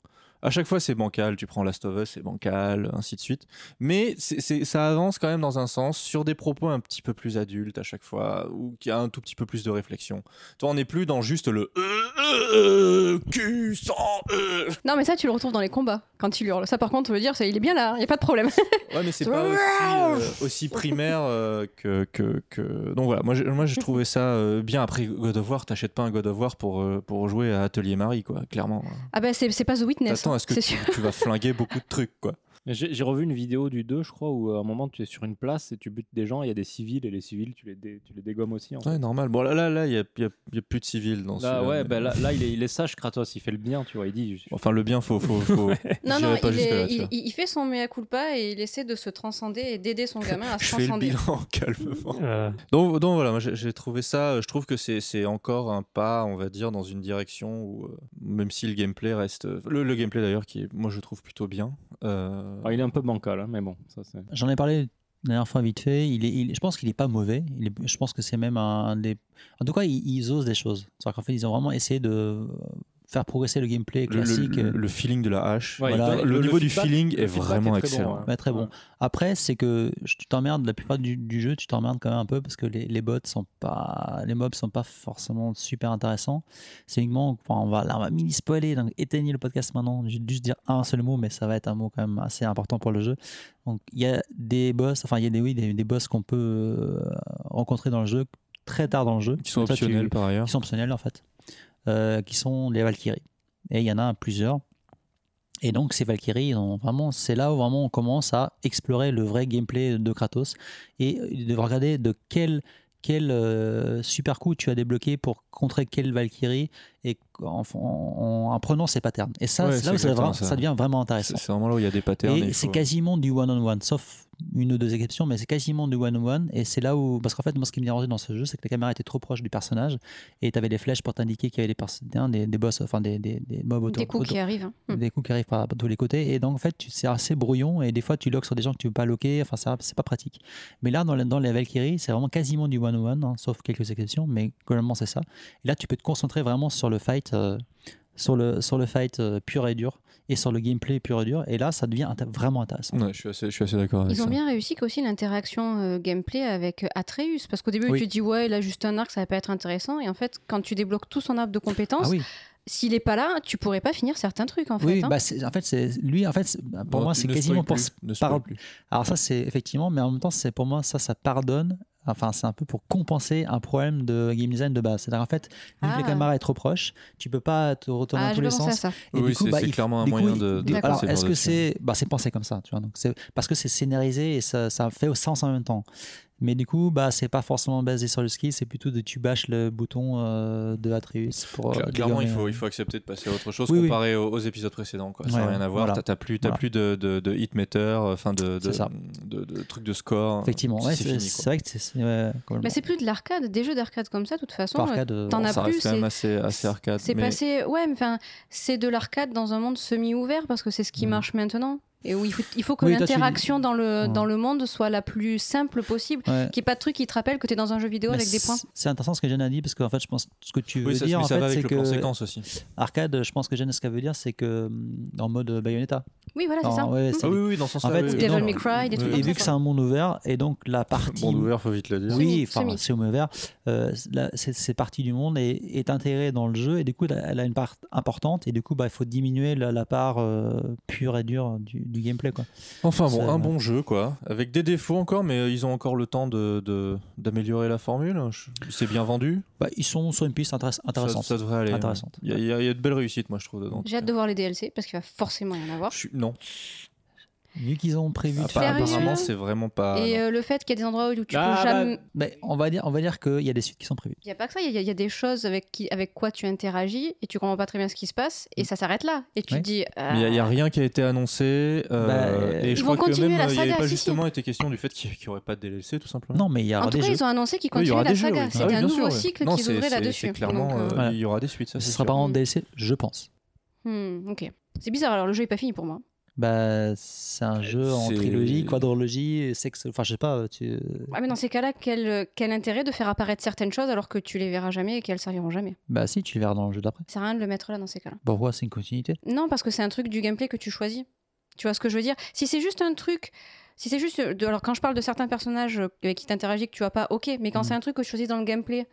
C: à chaque fois c'est bancal. Tu prends Last of Us, c'est bancal, ainsi de suite. Mais c'est- c'est- ça avance quand même dans un sens sur des propos un petit peu plus adultes à chaque fois, ou qui a un tout petit peu plus de réflexion. Toi, on n'est plus dans juste le euh, euh, euh, cul sans euh.
B: Non mais ça tu le retrouves dans les combats quand il hurle. Ça par contre on veut dire c'est- il est bien là. Il y a pas de problème.
C: Ouais, mais c'est pas aussi, euh, aussi primaire euh, que, que, que- Donc voilà, moi j'ai moi, j'ai trouvé ça euh, bien. Après, God of War, t'achètes pas un God of War pour, euh, pour jouer à Atelier Marie, quoi, clairement.
B: Ah ben c'est c'est pas The Witness.
C: T'attends
B: hein,
C: à ce que
B: c'est
C: tu,
B: sûr.
C: tu vas flinguer beaucoup de trucs, quoi.
E: J'ai j'ai revu une vidéo du 2, je crois, où euh, à un moment tu es sur une place et tu butes des gens, et il y a des civils et les civils tu les, dé- tu les dégommes aussi. En fait.
C: Ouais, normal. Bon, là, là, là, il y a, il y a- il y a plus de civils
E: Là,
C: dans celui-là,
E: ouais,
C: mais-
E: bah, là, là, il, est, il est sage, Kratos, il fait le bien, tu vois. Il dit, je-
C: Enfin, le bien, faut. faut, faut...
B: Non
C: J'irai
B: non
C: pas
B: il, est-
C: jusque-là, tu
B: il-
C: vois.
B: il- il fait son mea culpa et il essaie de se transcender et d'aider son gamin à se
C: Je fais le
B: transcender.
C: bilan calmement.
D: Voilà.
C: Donc, donc voilà, moi, j'ai j'ai trouvé ça. euh, Je trouve que c'est c'est encore un pas, on va dire, dans une direction où, euh, même si le gameplay reste. euh, Le, le gameplay d'ailleurs, qui est, moi je trouve plutôt bien. euh,
E: Ah, il est un peu bancal, hein, mais bon, ça c'est.
F: J'en ai parlé la dernière fois vite fait. Il est, il- je pense qu'il n'est pas mauvais. Il est- je pense que c'est même un, un des. En tout cas, ils, ils osent des choses. C'est-à-dire qu'en fait, ils ont vraiment essayé de faire progresser le gameplay
C: Le, le-
F: classique.
C: le- le feeling de la hache,
E: Ouais,
F: Voilà.
C: le,
E: le- le
C: niveau du
E: feedback-
C: feeling
E: le
C: est
E: feedback
C: vraiment
E: est très bon,
C: excellent.
E: hein.
F: Ouais, très bon. Après, c'est que je- tu t'emmerdes, la plupart du, du jeu, tu t'emmerdes quand même un peu parce que les, les bots sont pas, les mobs sont pas forcément super intéressants. C'est uniquement, enfin, on va, là, on va mini spoiler, donc éteignez le podcast maintenant. J'ai dû se dire un seul mot, mais ça va être un mot quand même assez important pour le jeu. Donc, il y a des boss, enfin, il y a des, oui, des, des boss qu'on peut euh, rencontrer dans le jeu très tard dans le jeu.
C: Qui sont
F: Comme ça, tu-
C: optionnels par ailleurs.
F: qui sont optionnels en fait, euh, qui sont les Valkyries. Et il y en a plusieurs. Et donc ces Valkyries, ils ont vraiment, c'est là où vraiment on commence à explorer le vrai gameplay de Kratos et de regarder de quel quel euh, super coup tu as débloqué pour contrer quelle Valkyrie et en, en- en prenant ses patterns. Et ça,
C: Ouais,
F: c'est
C: c'est
F: là où ça, devra-
C: exactement ça.
F: ça devient vraiment intéressant.
C: C'est c'est vraiment là où il y a des patterns. et
F: Et
C: il
F: c'est
C: faut-
F: quasiment du one-on-one, sauf une ou deux exceptions, mais c'est quasiment du one-on-one. Et c'est là où. Parce qu'en fait, moi, ce qui me dérangeait dans ce jeu, c'est que la caméra était trop proche du personnage et tu avais des flèches pour t'indiquer qu'il y avait des, pers- des, des boss, enfin des, des, des mobs autour
B: Des coups
F: autour-
B: qui arrivent. hein.
C: Mmh.
B: Mm.
F: des coups qui arrivent par, par tous les côtés. Et donc, en fait, tu- c'est assez brouillon. Et des fois, tu loques sur des gens que tu veux pas loquer. Enfin, ça, c'est pas pratique. Mais là, dans, la- dans les Valkyries, c'est vraiment quasiment du one-on-one, hein, sauf quelques exceptions. Mais globalement, c'est ça. Et là, tu peux te concentrer vraiment sur le fight. euh, sur le, sur le fight euh, pur et dur et sur le gameplay pur et dur et là ça devient inté- vraiment intéressant
C: Ouais, je suis assez, je suis assez d'accord avec
B: Ils ont
C: ça.
B: bien réussi aussi l'interaction euh, gameplay avec euh, Atreus. Parce qu'au début,
F: Oui.
B: tu te dis, ouais, il a juste un arc, ça va pas être intéressant. Et en fait, quand tu débloques tout son arbre de compétences,
F: ah oui
B: s'il est pas là, tu pourrais pas finir certains trucs, en
F: Oui,
B: fait. hein.
F: bah c'est- en fait, c'est lui, en fait, c'est- bah, pour
C: Bon,
F: moi, c'est
C: ne
F: quasiment pour.
C: spoil plus, ne
F: par-
C: spoil plus.
F: Alors ça, c'est effectivement, mais en même temps, c'est pour moi, ça, ça pardonne. Enfin, c'est un peu pour compenser un problème de game design de base. C'est-à-dire, en fait, vu que
B: Ah.
F: la caméra est trop proche, tu peux pas te retourner
B: ah,
F: dans
B: j'ai
F: tous
B: pas pensé
F: les
B: à
F: sens.
B: ça.
F: Et
C: Oui,
F: du coup,
C: c'est-
F: bah,
C: c'est
F: il-
C: clairement un
F: du coup,
C: moyen
F: il-
C: de- de
F: du- Alors,
C: passer par
F: est-ce que
C: là-dessus.
F: c'est. Bah, c'est pensé comme ça, tu vois. Donc, c'est- parce que c'est scénarisé et ça, ça fait au sens en même temps. Mais du coup, bah, c'est pas forcément basé sur le skill, c'est plutôt de tu bâches le bouton euh, de Atreus pour. euh,
C: Cla- clairement, il
F: dégommer,
C: faut,
F: euh,
C: il faut accepter de passer à autre chose
F: Oui, oui.
C: comparé Aux, aux épisodes précédents. Quoi. Ça n'a
F: Ouais,
C: rien à voir.
F: voilà.
C: T'as- T'as plus, t'as
F: Voilà.
C: plus de, de, de hitmeter, enfin de, de,
F: C'est ça.
C: de- de trucs de score.
F: Effectivement, ouais, c'est
C: fini,
F: c'est
C: quoi.
F: vrai que c'est- c'est. ouais, complètement.
B: Mais Bah, c'est plus de l'arcade, des jeux d'arcade comme ça, de toute façon.
F: Par cas de-
B: t'en on as
C: ça
B: plus,
C: reste quand
B: c'est-
C: même assez, assez arcade.
B: C'est
C: mais-
B: passé, ouais, mais enfin, c'est de l'arcade dans un monde semi-ouvert parce que c'est ce qui
F: Mm.
B: marche maintenant. Et où il faut, il faut que
F: Oui, toi, tu-
B: l'interaction dans, le,
F: Mm.
B: dans le monde soit la plus simple possible.
F: Ouais.
B: Qu'il n'y ait pas de truc qui te rappelle que tu es dans un jeu vidéo
F: Mais
B: avec des points.
F: Bah, c'est- C'est intéressant ce que Jeanne a dit parce qu'en fait, je pense que ce que tu veux
C: Oui, ça,
F: dire,
C: mais
F: en
C: ça va
F: fait, c'est
C: avec le plan
F: que
C: séquence aussi.
F: arcade. Je pense que Jeanne, ce qu'elle veut dire, c'est que hum, en mode Bayonetta.
B: Oui, voilà, c'est
F: Ah,
B: ça.
F: ouais,
B: Mm.
F: c'est-
C: Ah oui, oui, dans ce sens-là.
F: En fait,
C: oui, oui,
B: Devil
C: non,
B: May
C: non.
B: Cry, des
C: Oui,
B: trucs
C: oui.
B: comme
F: Et vu
B: ça,
F: que c'est un monde ouvert, et donc la partie
C: Bon ouvert, faut vite le dire.
B: Semi,
F: Oui, enfin,
B: semi.
F: c'est au ouvert. Euh, la- cette, cette partie du monde est, est intégrée dans le jeu et du coup, elle a- elle a une part importante et du coup, bah, il faut diminuer la, la part euh, pure et dure du, du gameplay. Quoi.
C: Enfin
F: C'est-
C: bon, un bon jeu quoi, avec des défauts encore, mais euh, ils ont encore le temps de de- d'améliorer la formule. Je- C'est bien vendu,
F: Bah, ils sont sur une piste intéress-
C: Ça-
F: intéressante.
C: Ça, devrait aller.
F: Intéressante.
C: Il y, a- il y a il y a de belles réussites, moi je trouve dedans.
B: J'ai hâte de voir les DLC parce qu'il va forcément y en avoir.
C: Je suis- Non,
F: Vu qu'ils ont prévu de
C: Appa-
F: faire.
B: Sérieux
C: Ah, apparemment c'est vraiment pas.
B: Et
C: Ah, non.
B: euh, le fait qu'il y a des endroits où tu peux
E: Ah, bah,
B: jamais.
F: Mais on va dire, on va dire qu'il y a des suites qui sont prévues.
B: Il n'y a pas que ça, il y, a- il y a des choses avec, qui, avec quoi tu interagis et tu comprends pas très bien ce qui se passe et ça s'arrête là. Et tu
F: Ouais.
B: te dis. ah,
C: Mm. Mais il n'y a, rien qui a été annoncé. euh,
F: Bah,
C: et
F: ils
C: je
B: vont
C: crois que
B: continuer
C: même
B: la
C: euh, il n'y avait
B: saga,
C: pas
B: si, si.
C: justement été question du fait qu'il n'y aurait pas de DLC tout simplement.
F: Non, mais il y aura
B: En tout
F: des
B: cas,
F: jeux.
B: ils ont annoncé qu'ils
C: Oui, il y
B: continuaient
C: aura
B: la
C: des jeux,
B: saga.
C: oui.
B: C'était
C: Ah oui,
B: un
C: bien
B: nouveau
C: sûr, oui.
B: cycle
C: Non,
B: qu'ils
C: c'est-
B: ouvraient
C: c'est-
B: là-dessus.
C: C'est clairement,
B: Donc, euh,
C: euh,
F: Voilà.
C: il y aura des suites, ça
F: Ce
C: c'est
F: sera
C: sûr.
F: pas en DLC, je pense.
B: hmm, ok. C'est bizarre, alors le jeu est pas fini pour moi.
F: Bah, c'est un jeu en
C: c'est-
F: trilogie, quadrologie, sexe. Enfin, je sais pas. Tu...
B: Ah, mais dans ces cas-là, quel, euh, quel intérêt de faire apparaître certaines choses alors que tu les verras jamais et qu'elles serviront jamais
F: Bah, si, tu le verras dans le jeu d'après.
B: Ça sert à rien de le mettre là dans ces cas-là.
F: Pourquoi c'est une continuité
B: Non, parce que c'est un truc du gameplay que tu choisis. Tu vois ce que je veux dire Si c'est juste un truc. Si c'est juste. euh, de- alors, quand je parle de certains personnages euh, avec qui t'interagis que tu vois pas, ok. Mais quand
F: Mhm.
B: c'est un truc que tu choisis dans le gameplay,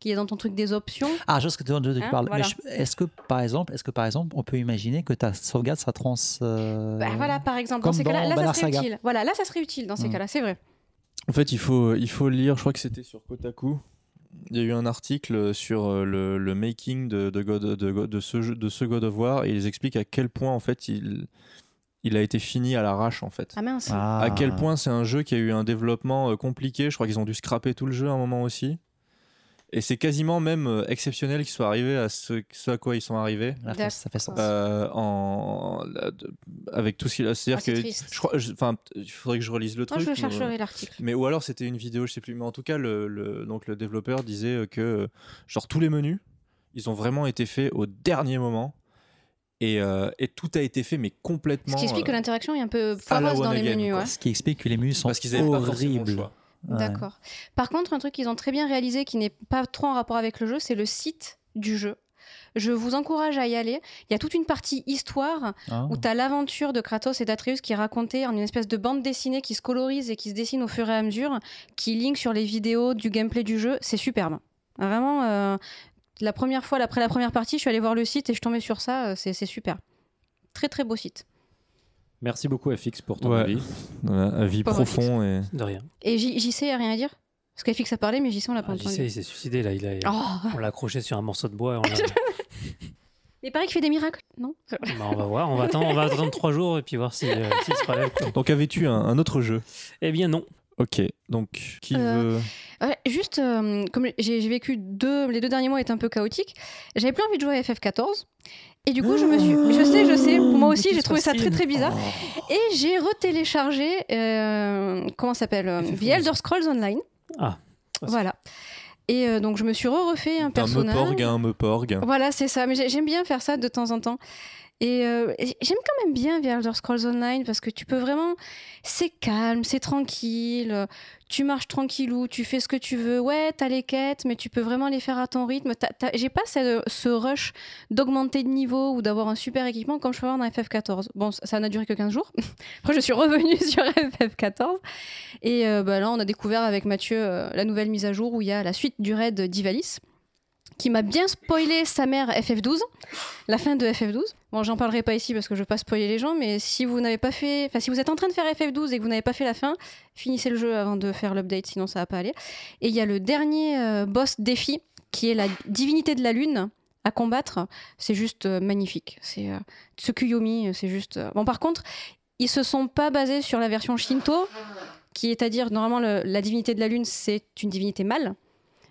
B: qui est dans ton truc des options,
F: Ah, je sais ce que tu de
B: Hein,
F: parles.
B: voilà.
F: Mais je- est-ce que, par exemple, est-ce que par exemple, on peut imaginer que ta sauvegarde ça trans. euh,
B: bah voilà, par exemple, dans Mm.
F: comme
B: ces cas-là,
F: dans
B: là, ça
F: Banner
B: serait
F: Saga.
B: utile. Voilà, là, ça serait utile dans ces
F: Mhm.
B: cas-là, c'est vrai.
C: En fait, il faut, il faut lire, je crois que c'était sur Kotaku. Il y a eu un article sur euh, le, le making de, de, God, de, God- de ce jeu, de ce God of War et ils expliquent à quel point en fait il, il a été fini à l'arrache en fait.
B: Ah mince.
F: Ah.
C: À quel point c'est un jeu qui a eu un développement euh, compliqué. Je crois qu'ils ont dû scraper tout le jeu à un moment aussi. Et c'est quasiment même euh, exceptionnel qu'ils soient arrivés à ce, ce à quoi ils sont arrivés.
F: Là, ça, ça fait sens.
C: euh, en, là, de- avec tout ce qu'il a.
B: Ah, c'est
C: C'est-à-dire que.
B: triste.
C: je crois- je- Enfin, il faudrait que je relise le
B: Moi,
C: truc.
B: je le
C: mais- euh,
B: chercherai l'article.
C: mais ou alors c'était une vidéo, je sais plus. Mais en tout cas, le, le- donc le développeur disait euh, que euh, genre tous les menus, ils ont vraiment été faits au dernier moment et, euh, et tout a été fait mais
B: Ce
C: complètement.
B: qui explique que
C: euh,
B: l'interaction est un peu
C: à la
B: foireuse dans
C: One
B: les
C: Again,
B: menus.
C: quoi.
B: ouais.
F: Ce qui explique que les menus sont
C: parce qu'ils avaient pas forcément le
F: horribles.
C: choix.
F: Ouais.
B: D'accord. Par contre, un truc qu'ils ont très bien réalisé qui n'est pas trop en rapport avec le jeu, c'est le site du jeu. Je vous encourage à y aller. Il y a toute une partie histoire
F: Ah.
B: où tu as l'aventure de Kratos et d'Atreus qui est racontée en une espèce de bande dessinée qui se colorise et qui se dessine au fur et à mesure, qui link sur les vidéos du gameplay du jeu. C'est superbe. hein. Vraiment, euh, la première fois, après la première partie, je suis allée voir le site et je suis tombée sur ça. euh, C'est c'est super. Très très beau site.
E: Merci beaucoup FX pour ton
C: Ouais.
E: avis.
C: Voilà, avis
B: Pas
C: profond et.
D: De rien.
B: Et J- JC a rien à dire Parce qu'FX a parlé, mais JC, on l'a pas
D: Ah, j'y sais,
B: entendu.
D: il s'est suicidé là. Il a,
B: Oh
D: On l'a accroché sur un morceau de bois. et on l'a-
B: mais pareil qu'il fait des miracles, non
D: Bah, on va voir, on va attendre, on va attendre trois jours et puis voir si, euh, s'il se relève.
C: Donc avais-tu un, un autre jeu
D: Eh bien non.
C: Ok, donc qui
B: Euh,
C: veut
B: Ouais, juste, euh, comme j'ai j'ai vécu deux, les deux derniers mois étaient un peu chaotiques, j'avais plus envie de jouer à FF14. Et du coup, je me suis. Je sais, je sais, pour moi aussi, j'ai trouvé ça très très bizarre. Et j'ai retéléchargé. Euh, comment ça s'appelle euh, The Elder Scrolls Online.
D: Ah.
B: Voilà. Et euh, donc, je me suis re-refait un
C: un
B: personnage.
C: Meporg, un Meporg
B: Voilà, c'est ça. Mais j'ai- j'aime bien faire ça de temps en temps. Et euh, et j'aime quand même bien The Elder Scrolls Online parce que tu peux vraiment. C'est calme, c'est tranquille. euh, Tu marches tranquillou, tu fais ce que tu veux. Ouais, t'as les quêtes, mais tu peux vraiment les faire à ton rythme. T'as- t'as- J'ai pas ce, ce rush d'augmenter de niveau ou d'avoir un super équipement comme je peux avoir dans FF14. Bon, ça ça n'a duré que 15 jours. Après, je suis revenue sur FF14. Et euh, bah, là, on a découvert avec Mathieu euh, la nouvelle mise à jour où il y a la suite du raid d'Ivalis qui m'a bien spoilé sa mère FF12, la fin de FF12. Bon, j'en parlerai pas ici parce que je veux pas spoiler les gens, mais si vous n'avez pas fait, enfin si vous êtes en train de faire FF12 et que vous n'avez pas fait la fin, finissez le jeu avant de faire l'update, sinon ça va pas aller. Et il y a le dernier euh, boss défi qui est la divinité de la lune à combattre. C'est juste euh, magnifique. C'est euh, Tsukuyomi, c'est juste. euh, Bon, par contre, ils se sont pas basés sur la version Shinto, qui est à dire normalement le- la divinité de la lune c'est une divinité mâle.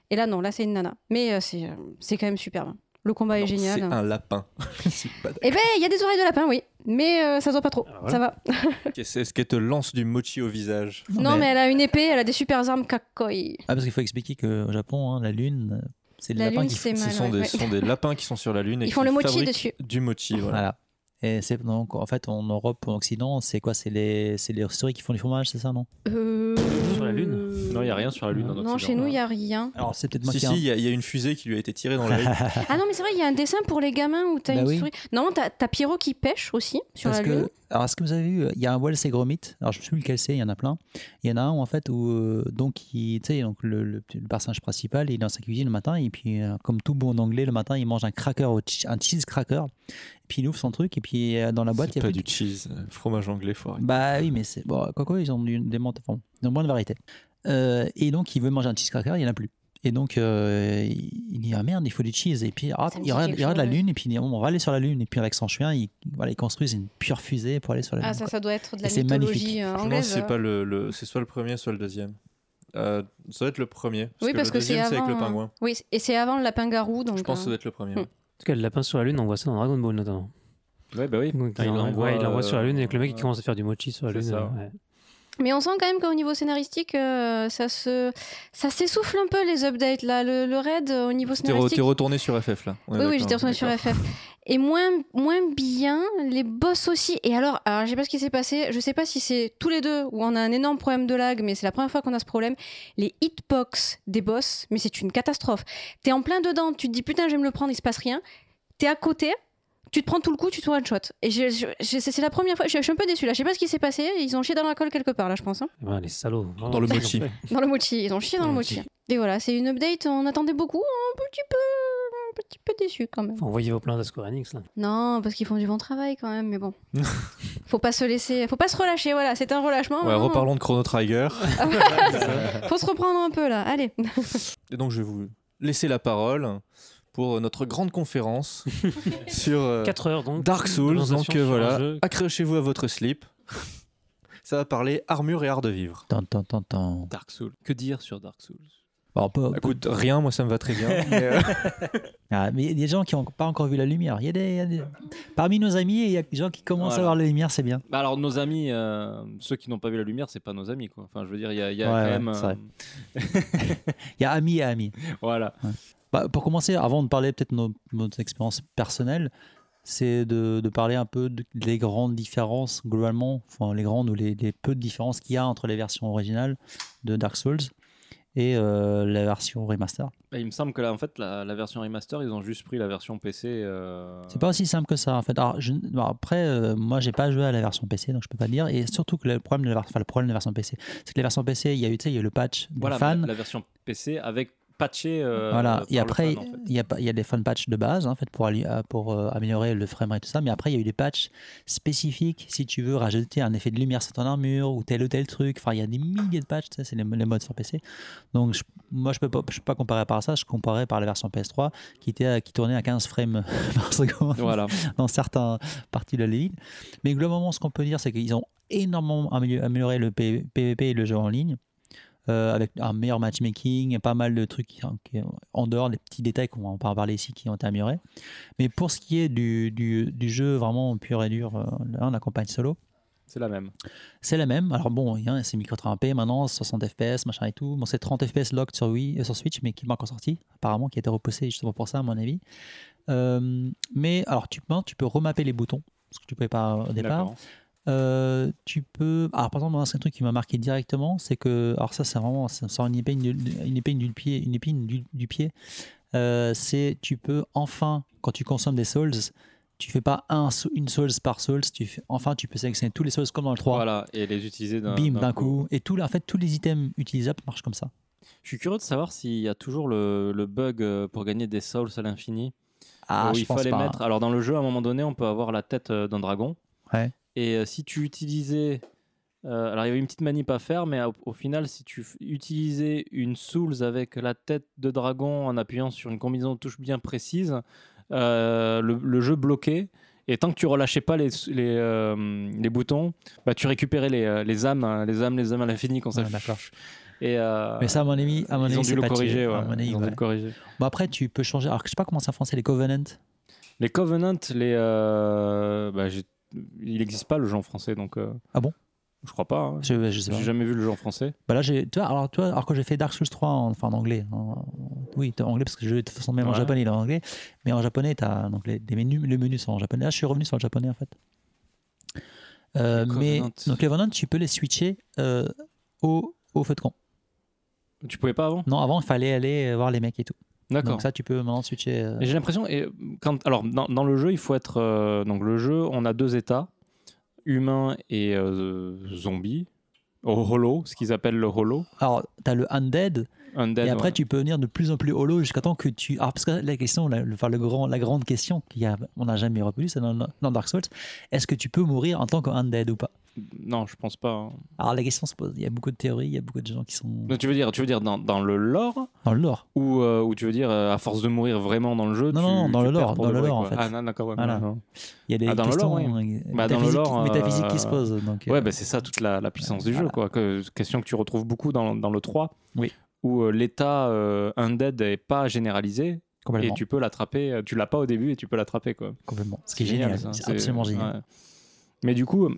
B: Et là non, là c'est une nana. Mais euh, c'est euh, c'est quand même superbe. Le combat est
C: Non,
B: génial.
C: C'est un lapin. C'est pas
B: Eh ben, il y a des oreilles de lapin, oui. Mais euh, ça se voit pas trop.
D: Ah, voilà.
B: Ça va.
C: d'accord. Est-ce qu'elle te lance du mochi au visage
F: ben.
B: Non, mais... elle a une épée, elle a des super armes kakoi.
F: Ah, parce qu'il faut expliquer qu'au Japon, hein, la Lune, euh, c'est le
B: La
F: lapin
B: lune,
F: qui
B: c'est
C: Ce
B: mal.
C: sont,
B: ouais,
C: des,
B: ouais.
C: ce sont des lapins qui sont sur la lune et
B: Ils
C: qui
B: font le mochi
C: fabriquent
B: dessus. Ah,
C: Du mochi, voilà.
F: Voilà. Et c'est donc en fait en Europe, en Occident, c'est quoi C'est les c'est les restaurateurs qui font du fromage, c'est ça non
B: Euh,
D: Sur la lune
E: Non, il n'y a rien sur la Lune. en
B: Non,
E: Occident.
B: chez nous, il n'y a rien.
F: Alors c'est peut-être moi
C: Si,
F: qui
C: si,
F: ai
C: il y, a- il y a une fusée qui lui a été tirée dans l'œil.
B: Ah non, mais c'est vrai, il y a un dessin pour les gamins où t'as
F: Bah
B: une
F: oui.
B: souris. Non, t'as as Pierrot qui pêche aussi sur
F: Parce
B: la lune.
F: que, alors, est-ce que vous avez vu, euh, il y a un Wells et Gromit, alors je ne sais plus lequel c'est, il y en a plein. Il y en a un en fait où euh, donc, il, tu sais, donc le, le, le personnage principal il est dans sa cuisine le matin et puis euh, comme tout bon anglais le matin il mange un cracker, au che- un cheese cracker, puis il ouvre son truc et puis euh, dans la boîte il y
C: C'est
F: a
C: pas
F: plus
C: du
F: de-
C: cheese, euh, fromage anglais fort.
F: Bah oui mais c'est... Bon, quoi quoi ils ont du- des montes, enfin, ils ont moins de variété. Euh, et donc il veut manger un cheese cracker, il n'y en a plus. Et donc euh, il il dit ah merde il faut du cheese et puis ah,
B: Ça me dit
F: il regarde,
B: quelque
F: il regarde la
B: chose, oui.
F: lune et puis il dit on va aller sur la lune et puis avec son chien il, voilà, ils construisent une pure fusée pour aller sur la
B: Ah,
F: lune.
B: ça,
F: quoi.
B: ça doit être de la
F: Et c'est magnifique.
B: mythologie euh,
C: Je me demande
B: anglaise.
C: si c'est pas le, le- c'est soit le premier, soit le deuxième. Euh, ça doit être le premier.
B: oui, parce
C: le
B: que c'est
C: deuxième, c'est
B: avant.
C: avec le
B: euh,
C: pingouin.
B: Oui, et c'est avant le lapin-garou. Donc,
C: Je pense que ça
B: euh,
C: doit être le premier.
B: Hmm.
C: ouais.
D: En tout cas, le lapin sur la lune, on voit ça dans Dragon Ball notamment.
E: Ouais, bah oui.
D: Donc,
E: Ah,
D: il
E: il
D: l'envoie
E: envoie,
D: il l'envoie
E: euh,
D: sur la lune avec le mec qui
E: ouais.
D: commence à faire du mochi sur la
E: C'est
D: lune. euh,
E: ça.
D: ouais.
B: Mais on sent quand même qu'au niveau scénaristique, euh, ça se, ça s'essouffle un peu les updates là. Le, le raid euh, au niveau
C: T'es, re-
B: scénaristique.
C: t'es retourné sur FF là. On est
B: Oui, oui,
C: d'accord,
B: j'étais retournée sur
C: d'accord.
B: FF. Et moins, moins bien, les boss aussi. Et alors, alors je sais pas ce qui s'est passé. Je sais pas si c'est tous les deux où on a un énorme problème de lag, mais c'est la première fois qu'on a ce problème. Les hitbox des boss, mais c'est une catastrophe. T'es en plein dedans, tu te dis putain, je vais me le prendre, il se passe rien. T'es à côté. Tu te prends tout le coup, tu te one shot. Et je- je- je- c'est c'est la première fois. Je, je suis un peu déçue là. Je sais pas ce qui s'est passé. Ils ont chié dans la colle quelque part là, je pense. hein.
D: Eh ben, les salauds. vraiment,
C: Dans le
D: qu'est-ce
C: mochi.
D: qu'ils ont
B: Dans le mochi. Ils ont chié dans
D: Dans
B: le
D: le
B: mochi. Et voilà, c'est une update. On attendait beaucoup. Un petit peu, un petit peu déçu quand même.
D: fait Envoyez vos plaintes à Square Enix. Là.
B: Non, parce qu'ils font du bon travail quand même, mais bon. faut pas se laisser, faut pas se relâcher, voilà, c'est un relâchement.
C: Ouais,
B: hein.
C: reparlons de Chrono Trigger.
B: Faut se reprendre un peu là, allez.
C: Et donc je vais vous laisser la parole pour euh, notre grande conférence sur euh,
D: 4 heures donc.
C: Dark Souls.
D: présentation
C: Donc euh,
D: sur un
C: voilà,
D: jeu.
C: accrochez-vous à votre slip. Ça va parler armure et art de vivre.
F: Tan, tan, tan, tan.
G: Dark Souls. Que dire sur Dark Souls
F: Bon, on peut-
C: Écoute, rien, moi ça me va très bien. mais, euh,
F: Ah, mais il y a des gens qui n'ont pas encore vu la lumière. Il y a des, il y a des- Parmi nos amis, il y a des gens qui commencent
E: Voilà.
F: à voir la lumière, c'est bien.
E: Bah alors nos amis, euh, ceux qui n'ont pas vu la lumière, c'est pas nos amis quoi. Enfin je veux dire, il y a, il y a
F: Ouais,
E: quand
F: ouais,
E: même. euh,
F: c'est Il y a amis et amis.
E: voilà.
F: Bah, pour commencer, avant de parler peut-être de nos, nos expériences personnelles, c'est de, de parler un peu de- des grandes différences globalement, enfin les grandes ou les, les peu de différences qu'il y a entre les versions originales de Dark Souls et euh, la version remaster.
E: Bah, il me semble que là, en fait, la, la version remaster, ils ont juste pris la version PC. euh,
F: C'est pas aussi simple que ça en fait. Alors, je- bon, après, euh, moi j'ai pas joué à la version PC donc je peux pas le dire. Et surtout que le problème de la, ver- enfin, le problème de la version PC, c'est que la version PC, il y a eu, tu sais, il y a eu le patch des
E: Voilà,
F: fans.
E: la, la version PC avec patché. euh,
F: voilà.
E: par
F: Et
E: le
F: après,
E: fan, en fait.
F: il y, a, pas- il y a des fan patchs de base en fait pour, alli- euh, pour euh, améliorer le frame et tout ça. Mais après, il y a eu des patchs spécifiques si tu veux rajouter un effet de lumière sur ton armure ou tel ou tel truc. Enfin, il y a des milliers de patchs. Ça, c'est les, les modes sur PC. Donc, je- moi, je peux pas, je peux pas comparer par ça. Je comparais par la version PS3 qui était à- qui tournait à 15 frames par seconde
E: Voilà.
F: dans certains parties de la ligue. Mais globalement, ce qu'on peut dire, c'est qu'ils ont énormément amélio- amélioré le P- PvP et le jeu en ligne. euh, avec un meilleur matchmaking, pas mal de trucs qui, qui- en dehors des petits détails qu'on va pas parler ici qui ont été améliorés. Mais pour ce qui est du, du- du jeu vraiment pur et dur, euh, là, la campagne solo,
E: C'est la même.
F: c'est la même. Alors bon, il y a- c'est 1080p maintenant, 60 FPS, machin et tout. Bon, c'est 30 FPS locked sur, Wii, euh, sur Switch, mais qui n'est pas encore sorti, apparemment, qui a été repoussé justement pour ça, à mon avis. Euh, mais alors, tu, maintenant, tu peux remapper les boutons, ce que tu ne pouvais pas au départ.
E: D'accord.
F: Euh, tu peux. Alors, par exemple, moi, c'est un truc qui m'a marqué directement, c'est que. Alors, ça, c'est vraiment. Ça me sort une épine, du- une épine du pied. Une épine du, du pied. Euh, c'est. Tu peux enfin, quand tu consommes des souls, tu fais pas un, sou- une souls par souls. Tu fais- enfin, tu peux sélectionner tous les souls comme dans le 3.
E: Voilà, et les utiliser d'un
F: Bim, d'un coup. Et tout, en fait, tous les items utilisables marchent comme ça.
E: Je suis curieux de savoir s'il y a toujours le, le bug euh, pour gagner des souls à l'infini.
F: Ah,
E: où
F: je
E: il
F: pense
E: fallait
F: pas.
E: mettre. Alors, dans le jeu, à un moment donné, on peut avoir la tête euh, d'un dragon.
F: Ouais.
E: Et euh, si tu utilisais. euh, alors, il y avait une petite manip à faire, mais au, au final, si tu f- utilisais une souls avec la tête de dragon en appuyant sur une combinaison de touches bien précise, euh, le, le jeu bloquait. Et tant que tu relâchais pas les, les, euh, les boutons, bah, tu récupérais les, euh, les âmes, hein, les âmes, les âmes à l'infini quand ça.
F: Ouais, d'accord.
E: Et, euh,
F: Mais ça, à mon avis, à mon
E: ils
F: avis,
E: ont
F: c'est
E: dû le
F: patché.
E: corriger. ouais.
F: À mon avis,
E: Ils ont dû
F: ouais.
E: le corriger.
F: Bon, après, tu peux changer. Alors, je sais pas comment ça en français, les Covenant.
E: Les Covenant, les, euh, bah, j'ai- il n'existe pas le jeu en français, donc. euh,
F: Ah bon
E: Je crois pas. hein.
F: Je, je sais pas.
E: J'ai jamais vu le jeu en français.
F: Bah là, j'ai, tu vois, alors, toi, alors que j'ai fait Dark Souls 3 en, enfin, en anglais, en- en- oui, en anglais, parce que je, de toute façon, même en
E: Ouais.
F: japonais, il est en anglais, mais en japonais, t'as, donc, les, les menus, les menus sont en japonais. Là, je suis revenu sur le japonais, en fait. Euh,
E: Les
F: mais
E: Covenant.
F: donc, les Covenant, tu peux les switcher euh, au, au feu de camp.
E: Tu pouvais pas avant
F: Non, avant, il fallait aller voir les mecs et tout.
E: D'accord.
F: Donc, ça, tu peux maintenant switcher. euh,
E: Et J'ai l'impression. Et quand, alors, dans, dans le jeu, il faut être. euh, donc, le jeu, on a deux états humain et euh, zombie. Au holo, ce qu'ils appellent le holo.
F: Alors, t'as le undead,
E: Undead.
F: et après,
E: ouais.
F: tu peux venir de plus en plus holo jusqu'à temps que tu. Alors, parce que la question, la, le- enfin, le grand, la grande question qu'on n'a jamais reposée, c'est dans, dans Dark Souls est-ce que tu peux mourir en tant qu'undead ou pas
E: Non, je pense pas. hein.
F: Alors la question se pose, il y a beaucoup de théories, il y a beaucoup de gens qui sont
E: Non, tu veux dire, tu veux dire dans, dans le lore
F: dans le lore.
E: ou, euh, ou tu veux dire euh, à force de mourir vraiment dans le jeu
F: Non,
E: tu-
F: non, dans
E: tu
F: le
E: perds
F: lore,
E: pour
F: dans
E: de
F: le
E: vrai,
F: lore,
E: quoi.
F: en fait.
E: Ah, non, d'accord. ouais,
F: Voilà.
E: non, non.
F: Il y a des
E: Ah, dans le
F: questions
E: lore,
F: euh,
E: Bah, dans le
F: métaphysiques-
E: lore, euh,
F: métaphysiques qui se posent. Donc,
E: Ouais,
F: euh,
E: bah, c'est ça toute la, la puissance du
F: voilà.
E: jeu, quoi. Que, question que tu retrouves beaucoup dans, dans le 3,
F: Oui.
E: où euh, l'état euh, undead n'est pas généralisé et
F: complètement,
E: tu peux l'attraper. euh, Tu l'as pas au début et tu peux l'attraper, quoi.
F: complètement. Ce qui est génial,
E: ça,
F: c'est absolument génial.
E: ouais. Mais du coup,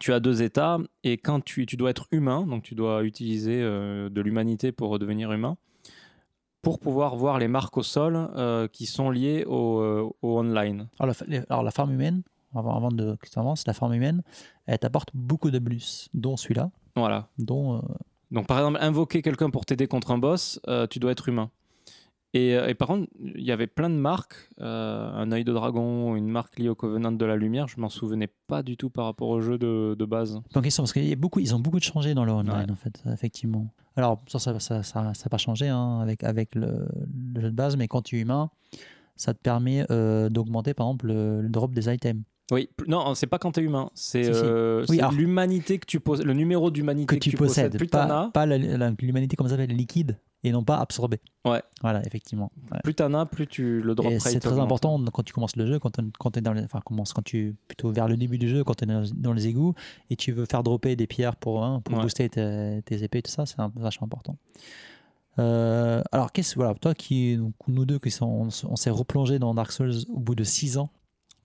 E: tu as deux états et quand tu, tu dois être humain, donc tu dois utiliser euh, de l'humanité pour devenir humain, pour pouvoir voir les marques au sol euh, qui sont liées au, euh, au online.
F: Alors, la, fa- les- alors, la forme humaine, avant, avant de, que tu avances, la forme humaine, elle t'apporte beaucoup de bonus, dont celui-là,
E: Voilà.
F: dont euh,
E: Donc, par exemple, invoquer quelqu'un pour t'aider contre un boss, euh, tu dois être humain. Et, euh, et par contre, il y avait plein de marques, euh, un œil de dragon, une marque liée au Covenant de la Lumière, je m'en souvenais pas du tout par rapport au jeu de, de base.
F: Donc ils, sont, parce qu'il y a beaucoup, ils ont beaucoup de changé dans le online,
E: Ouais.
F: en fait, effectivement. Alors, ça n'a ça, ça, ça a pas changé hein, avec, avec le, le jeu de base, mais quand tu es humain, ça te permet euh, d'augmenter, par exemple, le, le drop des items.
E: Oui, pl- non, c'est pas quand t'es humain, c'est
F: Si, si.
E: euh,
F: Oui,
E: c'est
F: alors-
E: l'humanité que tu poses, le numéro d'humanité
F: Que
E: que,
F: tu, possèdes,
E: Plus t'en
F: pas,
E: as,
F: pas la- la- l'humanité, comme ça s'appelle, liquide, et non pas absorbée.
E: Ouais.
F: Voilà, effectivement. Ouais.
E: plus t'en as, plus tu le drop
F: Et
E: rate
F: c'est très
E: augmente.
F: important quand tu commences le jeu, quand, on- quand tu es dans les, enfin, commence, quand tu plutôt vers le début du jeu, quand tu es dans, dans les égouts et tu veux faire dropper des pierres pour, hein, pour
E: Ouais.
F: booster tes, tes épées, tout ça, c'est un- vachement important. Euh, alors, qu'est-ce voilà, toi qui, donc, nous deux, qui sont, on, s- on s'est replongé dans Dark Souls au bout de 6 ans,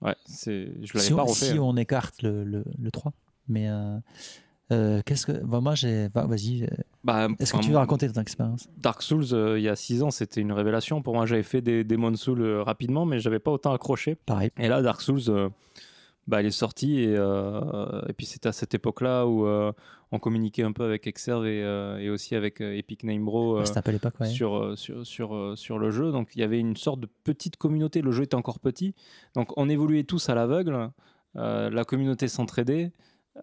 E: Ouais, c'est, je l'avais
F: si,
E: pas
F: on,
E: refait.
F: si
E: hein.
F: on écarte le, le, le 3, mais euh, euh, qu'est-ce que, bah, moi j'ai, bah, vas-y, euh,
E: Bah,
F: est-ce que
E: enfin,
F: tu veux raconter ton expérience
E: Dark Souls, euh, il y a 6 ans, c'était une révélation. Pour moi, j'avais fait des Demon Souls euh, rapidement, mais j'avais pas autant accroché.
F: Pareil.
E: Et là, Dark Souls, euh, bah, elle est sortie et, euh, et puis c'était à cette époque-là où euh, on communiquait un peu avec Exerve et, euh, et aussi avec euh, Epic Name Bro euh,
F: Ça s'appelle l'époque, ouais.
E: sur, euh, sur, sur, euh, sur le jeu. Donc il y avait une sorte de petite communauté. Le jeu était encore petit. Donc on évoluait tous à l'aveugle. Euh, la communauté s'entraidait.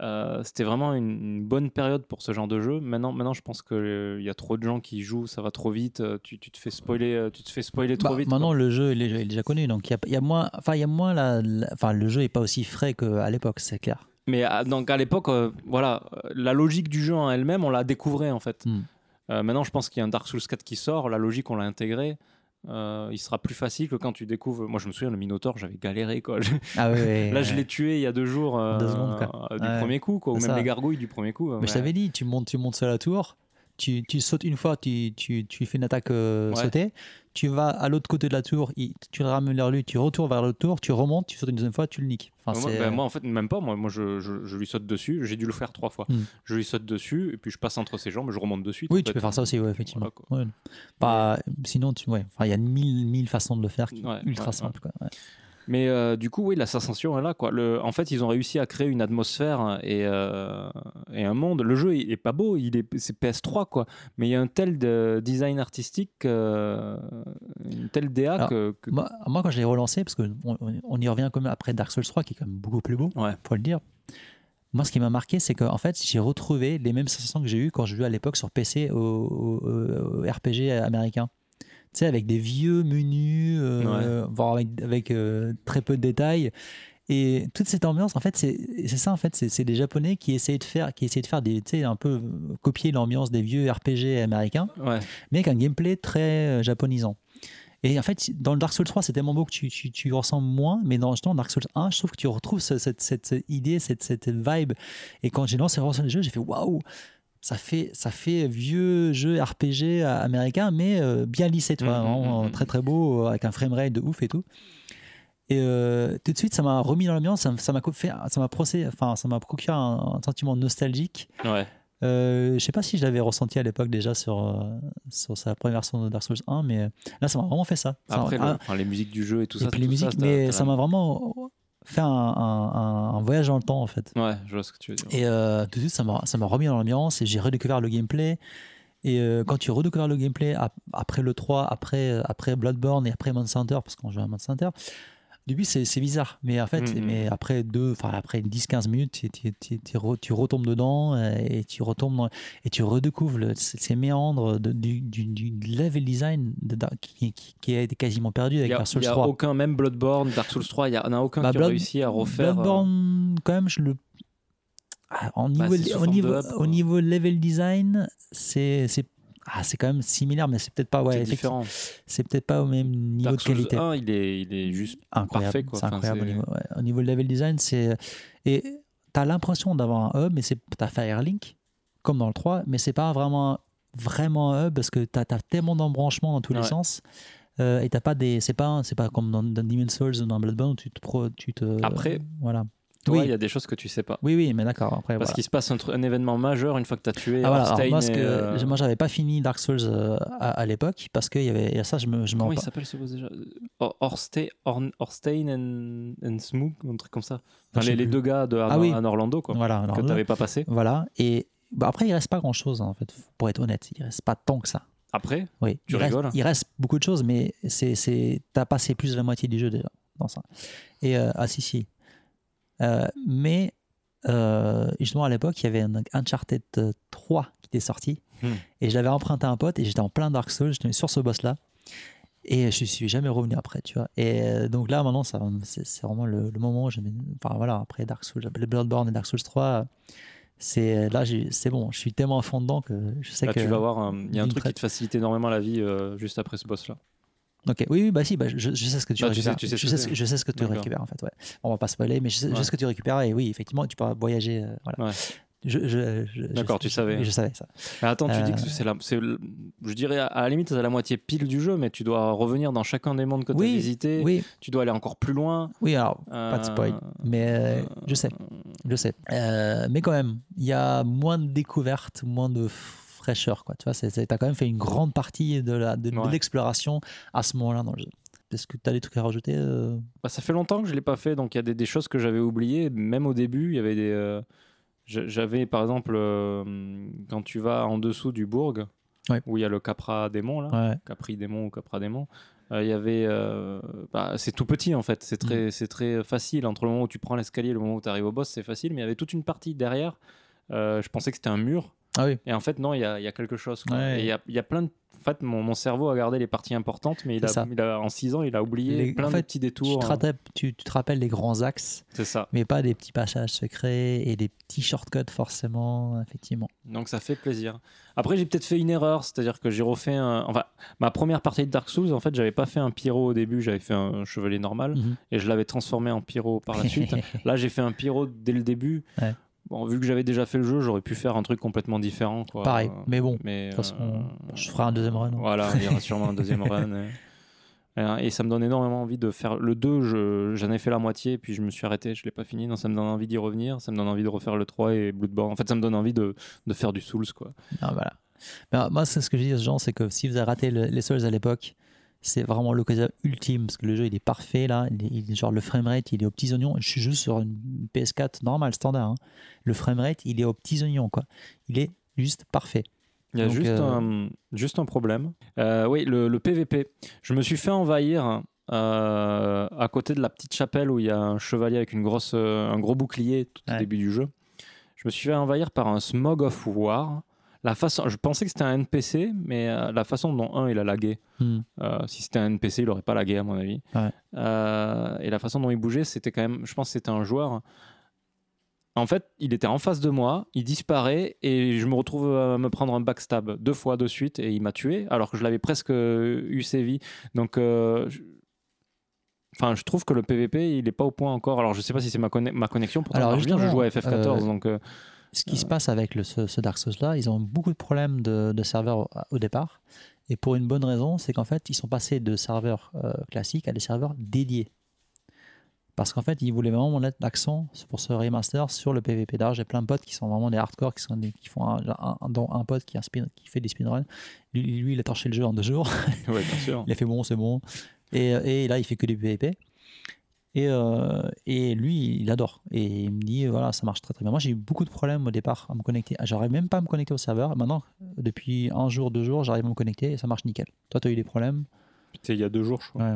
E: Euh, C'était vraiment une, une bonne période pour ce genre de jeu. Maintenant, maintenant je pense qu'il y a trop de gens qui jouent. Ça va trop vite. euh, Tu, tu te fais spoiler, euh, tu te fais spoiler trop
F: Bah,
E: vite.
F: maintenant,
E: quoi.
F: le jeu il est, il est déjà connu, donc il y a, il y a moins. Enfin, il y a moins la, la- Enfin, le jeu est pas aussi frais qu'à l'époque, c'est clair.
E: Mais à, donc à l'époque, euh, voilà, euh, la logique du jeu en elle-même, on la découvrait en fait.
F: Hmm.
E: Euh, maintenant, je pense qu'il y a un Dark Souls 4 qui sort, la logique, on l'a intégrée. Euh, il sera plus facile que quand tu découvres. Moi, je me souviens, le Minotaur, j'avais galéré quoi. Je-
F: Ah oui.
E: Là, je l'ai tué il y a deux jours euh,
F: Deux secondes, quoi.
E: euh, du
F: Ouais.
E: premier coup, quoi, ou
F: C'est
E: même
F: ça.
E: les gargouilles du premier coup.
F: Mais je t'avais dit, tu montes, tu montes sur la tour, tu, tu sautes une fois, tu, tu, tu fais une attaque euh,
E: Ouais.
F: sautée, tu vas à l'autre côté de la tour, il- tu le ramènes vers lui, tu retournes vers l'autre tour, tu remontes, tu sautes une deuxième fois, tu le niques. Enfin,
E: moi,
F: c'est-
E: ben, moi, en fait, même pas. Moi, moi je, je- je lui saute dessus. J'ai dû le faire trois fois.
F: Hmm.
E: Je lui saute dessus, et puis je passe entre ses jambes, je remonte dessus.
F: oui, tu peux faire ça aussi, ouais, effectivement. Ouais. Bah, sinon, tu... ouais. enfin, il y a mille, mille façons de le faire, qui est
E: Ouais,
F: ultra
E: ouais,
F: simple. quoi. Ouais.
E: Mais euh, du coup, oui, la sensation est là. Quoi. Le- en fait, ils ont réussi à créer une atmosphère et, euh, et un monde. Le jeu il est pas beau, il est c'est PS3 quoi. Mais il y a un tel de design artistique, euh, une telle DA
F: Alors,
E: que, que-
F: Moi, moi, quand je l'ai relancé, parce qu'on on y revient quand même après Dark Souls 3, qui est quand même beaucoup plus beau,
E: Ouais.
F: faut le dire. Moi, ce qui m'a marqué, c'est qu'en fait, j'ai retrouvé les mêmes sensations que j'ai eues quand je jouais à l'époque sur PC au, euh, au- au RPG américain. Tu sais, avec des vieux menus, euh, voire avec, avec, euh, très peu de détails. Et toute cette ambiance, en fait, c'est c'est ça, en fait, c'est c'est des Japonais qui essayaient de faire, qui essayaient de faire des, tu sais, un peu euh, copier l'ambiance des vieux RPG américains
E: ouais.
F: mais avec un gameplay très euh, japonisant. Et en fait, dans le Dark Souls 3, c'est tellement beau que tu, tu, tu ressens moins, mais dans justement, Dark Souls 1, je trouve que tu retrouves ce- cette, cette idée, cette, cette vibe. Et quand j'ai lancé le jeu, j'ai fait waouh! Ça fait, ça fait vieux jeu RPG à- américain, mais euh, bien lissé, tu vois,
E: Mhm,
F: vraiment,
E: mhm.
F: très très beau, euh, avec un framerate de ouf et tout. Et euh, tout de suite, ça m'a remis dans l'ambiance, ça m- ça m'a co- fait- ça m'a procé- enfin, ça m'a procuré un- un sentiment nostalgique.
E: ouais.
F: Euh, je sais pas si je l'avais ressenti à l'époque déjà sur, euh, sur sa première version de Dark Souls 1, mais euh, là ça m'a vraiment fait ça. Ça m'a-
E: Après, le-
F: ah,
E: enfin, les musiques du jeu et tout
F: et
E: ça.
F: puis les
E: tout ça,
F: musiques,
E: t'as-
F: mais
E: t'as
F: ça
E: la-
F: m'a vraiment fait un, un- un- un voyage dans le temps en fait.
E: Ouais, je vois ce que tu veux dire.
F: Et euh, tout de suite ça m'a ça m'a remis dans l'ambiance et j'ai redécouvert le gameplay. Et euh, quand tu redécouvres le gameplay ap- après le 3, après, euh, après Bloodborne et après Monster Hunter, parce qu'on joue à Monster Hunter, au début c'est c'est bizarre, mais en fait,
E: Mhm.
F: mais après, deux- enfin, après 10-15 minutes, tu- tu- tu- tu re- tu retombes dedans euh, et tu retombes dans, et tu redécouvres le- ces ces méandres de- du, du- du level design de Dark- qui, qui, qui a été quasiment perdu
E: Il
F: avec
E: y a,
F: Dark Souls
E: il y a
F: 3.
E: aucun, même Bloodborne, Dark Souls 3, il y en a aucun
F: Bah,
E: qui
F: Blood-
E: a réussi à refaire. euh,
F: Bloodborne, quand même, je le. Ah, en
E: Bah,
F: niveau,
E: c'est sous
F: au,
E: forme
F: niveau,
E: de up,
F: au
E: quoi.
F: niveau level design, c'est c'est- ah, c'est quand même similaire, mais c'est peut-être pas, ouais,
E: c'est
F: effectivement,
E: différent.
F: c'est peut-être pas au même niveau
E: Dark
F: de
E: Souls
F: qualité.
E: 1, il est, il est juste.
F: incroyable.
E: parfait, quoi.
F: C'est
E: Enfin,
F: incroyable au
E: c'est-
F: niveau, ouais. au niveau de level design. C'est et t'as l'impression d'avoir un hub, mais c'est t'as Firelink comme dans le 3, mais c'est pas vraiment vraiment un hub parce que t'as as tellement d'embranchements dans tous les
E: Ouais.
F: sens. euh, et t'as pas des c'est pas un- c'est pas comme dans, dans Demon's Souls ou dans Bloodborne où tu te pro- tu te
E: Après,
F: voilà
E: Toi,
F: Oui.
E: il y a des choses que tu sais pas.
F: oui oui mais d'accord après
E: Parce
F: voilà.
E: qu'il se passe un, tru- un événement majeur une fois que tu as tué
F: Ah, voilà. Alors,
E: Orstein
F: moi, ce
E: et,
F: que-
E: euh,
F: moi j'avais pas fini Dark Souls euh, à, à l'époque parce que il y avait et ça je me je m'en
E: Comment il
F: pas-
E: s'appelle ce boss déjà Or- Orste- Orn- Orstein and, and Smoog, un truc comme ça. Enfin,
F: je
E: les,
F: sais
E: les
F: plus.
E: deux gars de,
F: Ah oui.
E: en Orlando, quoi,
F: voilà alors
E: que
F: là,
E: t'avais pas passé.
F: voilà et bah, après il reste pas grand chose en fait pour être honnête il reste pas tant que ça
E: Après,
F: Oui,
E: Tu
F: il reste,
E: rigoles hein.
F: il reste beaucoup de choses, mais c'est, c'est, t'as passé plus de la moitié du jeu déjà dans ça. Et euh, ah si si. Euh, mais euh, justement à l'époque, il y avait un Uncharted 3 qui était sorti,
E: Hmm.
F: et je l'avais emprunté à un pote, et j'étais en plein Dark Souls, j'étais sur ce boss là. Et je suis jamais revenu après, tu vois. Et euh, donc là, maintenant, ça, c'est, c'est vraiment le, le moment où je me- Enfin voilà, après Dark Souls, après Bloodborne et Dark Souls 3, c'est, là, j'ai- c'est bon, je suis tellement à fond dedans que je sais
E: là,
F: que.
E: tu vas voir, un- il y a un
F: d'une
E: truc qui
F: traite.
E: te facilite énormément la vie euh, juste après ce boss-là.
F: Ok, oui, oui, bah si, bah, je, je sais ce que tu
E: Bah, tu sais-
F: récupères.
E: tu sais ce
F: je,
E: que
F: sais
E: c'est.
F: ce, je sais ce que tu
E: D'accord.
F: récupères en fait. Ouais. On va pas spoiler, mais je sais, je sais
E: Ouais.
F: ce que tu récupères et oui, effectivement, tu pourras voyager. euh, voilà.
E: Ouais.
F: Je- je- je- je-
E: D'accord, tu
F: je-
E: savais.
F: oui, Je savais ça.
E: Mais attends, tu dis que
F: Euh.
E: c'est la, c'est le- je dirais à, à la limite, c'est la moitié pile du jeu, mais tu dois revenir dans chacun des mondes que tu
F: Oui,
E: as visité,
F: Oui,
E: tu dois aller encore plus loin.
F: oui, alors pas de
E: euh,
F: spoil, mais euh, je sais, je sais. Euh, mais quand même, il y a moins de découvertes, moins de fraîcheur, quoi. Tu vois, c'est- c'est- t'as quand même fait une grande partie de la de, de
E: Ouais.
F: l'exploration à ce moment-là dans le jeu. Est-ce que tu as des trucs à rajouter euh
E: Bah, ça fait longtemps que je l'ai pas fait, donc il y a des, des choses que j'avais oubliées. Même au début, il y avait des. euh, j'a- j'avais par exemple euh, quand tu vas en dessous du bourg,
F: Ouais.
E: où il y a le Capra démon là,
F: Ouais.
E: Capri démon ou Capra démon. euh, Il y avait, euh, bah, c'est tout petit en fait, c'est
F: Mm.
E: très, c'est très facile entre le moment où tu prends l'escalier et le moment où tu arrives au boss, c'est facile. Mais il y avait toute une partie derrière. euh, je pensais que c'était un mur,
F: Ah oui,
E: et en fait non, il y a, il y a quelque chose. quoi.
F: Ouais.
E: Et Il y a, il y a plein de, en fait, mon, mon cerveau a gardé les parties importantes, mais il
F: C'est
E: a,
F: ça.
E: il a- en 6 ans, il a oublié
F: Les-
E: plein
F: en
E: de
F: fait,
E: petits
F: tu
E: détours. euh,
F: te, rappelles, tu, tu te rappelles les grands axes,
E: C'est ça.
F: mais pas des petits passages secrets et des petits shortcuts forcément, effectivement.
E: Donc ça fait plaisir. Après, j'ai peut-être fait une erreur, c'est-à-dire que j'ai refait un... Enfin, ma première partie de Dark Souls, en fait, j'avais pas fait un pyro au début, j'avais fait un chevalier normal,
F: Mhm.
E: et je l'avais transformé en pyro par la suite. Là, j'ai fait un pyro dès le début.
F: Ouais.
E: Bon, vu que j'avais déjà fait le jeu, j'aurais pu faire un truc complètement différent. Quoi.
F: Pareil,
E: Euh,
F: mais bon,
E: Mais,
F: toute façon,
E: euh,
F: je ferai un deuxième run. hein.
E: Voilà, il y aura sûrement un deuxième run. Euh, Et- Et, et ça me donne énormément envie de faire le 2, je- j'en ai fait la moitié, puis je me suis arrêté, je l'ai pas fini. Non, ça me donne envie d'y revenir, ça me donne envie de refaire le 3 et Bloodborne. En fait, ça me donne envie de, de faire du Souls, quoi.
F: Ah, voilà. Ben, moi, c'est ce que je dis aux gens, c'est que si vous avez raté le- les Souls à l'époque, c'est vraiment l'occasion ultime parce que le jeu il est parfait là, il, est- il est- genre le framerate il est aux petits oignons. Je suis juste sur une PS4 normale standard. hein. Le framerate il est aux petits oignons quoi. Il est juste parfait.
E: Il y a
F: Donc,
E: juste,
F: euh,
E: un, juste un problème. Euh, oui, le, le PVP. Je me suis fait envahir euh, à côté de la petite chapelle où il y a un chevalier avec une grosse, euh, un gros bouclier tout au
F: Ouais.
E: début du jeu. Je me suis fait envahir par un Smog of War. La façon, je pensais que c'était un NPC, mais euh, la façon dont un il a lagué.
F: Hmm.
E: Euh, si c'était un NPC, il aurait pas lagué à mon avis.
F: Ouais.
E: Euh, et la façon dont il bougeait, c'était quand même, je pense, que c'était un joueur. hein. En fait, il était en face de moi, il disparaît et je me retrouve à me prendre un backstab deux fois de suite et il m'a tué alors que je l'avais presque euh, eu sévi. Donc, euh, je... enfin, je trouve que le PVP il est pas au point encore. Alors, je sais pas si c'est ma, conne- ma connexion. Pourtant,
F: Alors,
E: alors, je joue à
F: justement,
E: FF14,
F: euh,
E: donc euh,
F: Ce qui se passe avec le- ce, ce Dark Souls là, ils ont beaucoup de problèmes de, de serveurs au, au départ. Et pour une bonne raison, c'est qu'en fait, ils sont passés de serveurs euh, classiques à des serveurs dédiés. Parce qu'en fait, ils voulaient vraiment mettre l'accent pour ce remaster sur le PvP. D'ailleurs, j'ai plein de potes qui sont vraiment des hardcore, qui, sont des- qui font un, un- dont un pote qui, a un spin- qui fait des speedruns. Lui, lui, il a torché le jeu en deux jours.
E: ouais, bien sûr.
F: Il a fait bon, c'est bon. Et, et là, il fait que du PVP. Et, euh, et lui, il adore. Et il me dit, voilà, ça marche très très bien. Moi, j'ai eu beaucoup de problèmes au départ à me connecter. J'arrive même pas à me connecter au serveur. Maintenant, depuis un jour, deux jours, j'arrive à me connecter et ça marche nickel. Toi, tu as eu des problèmes.
E: C'était il y a deux jours, je crois.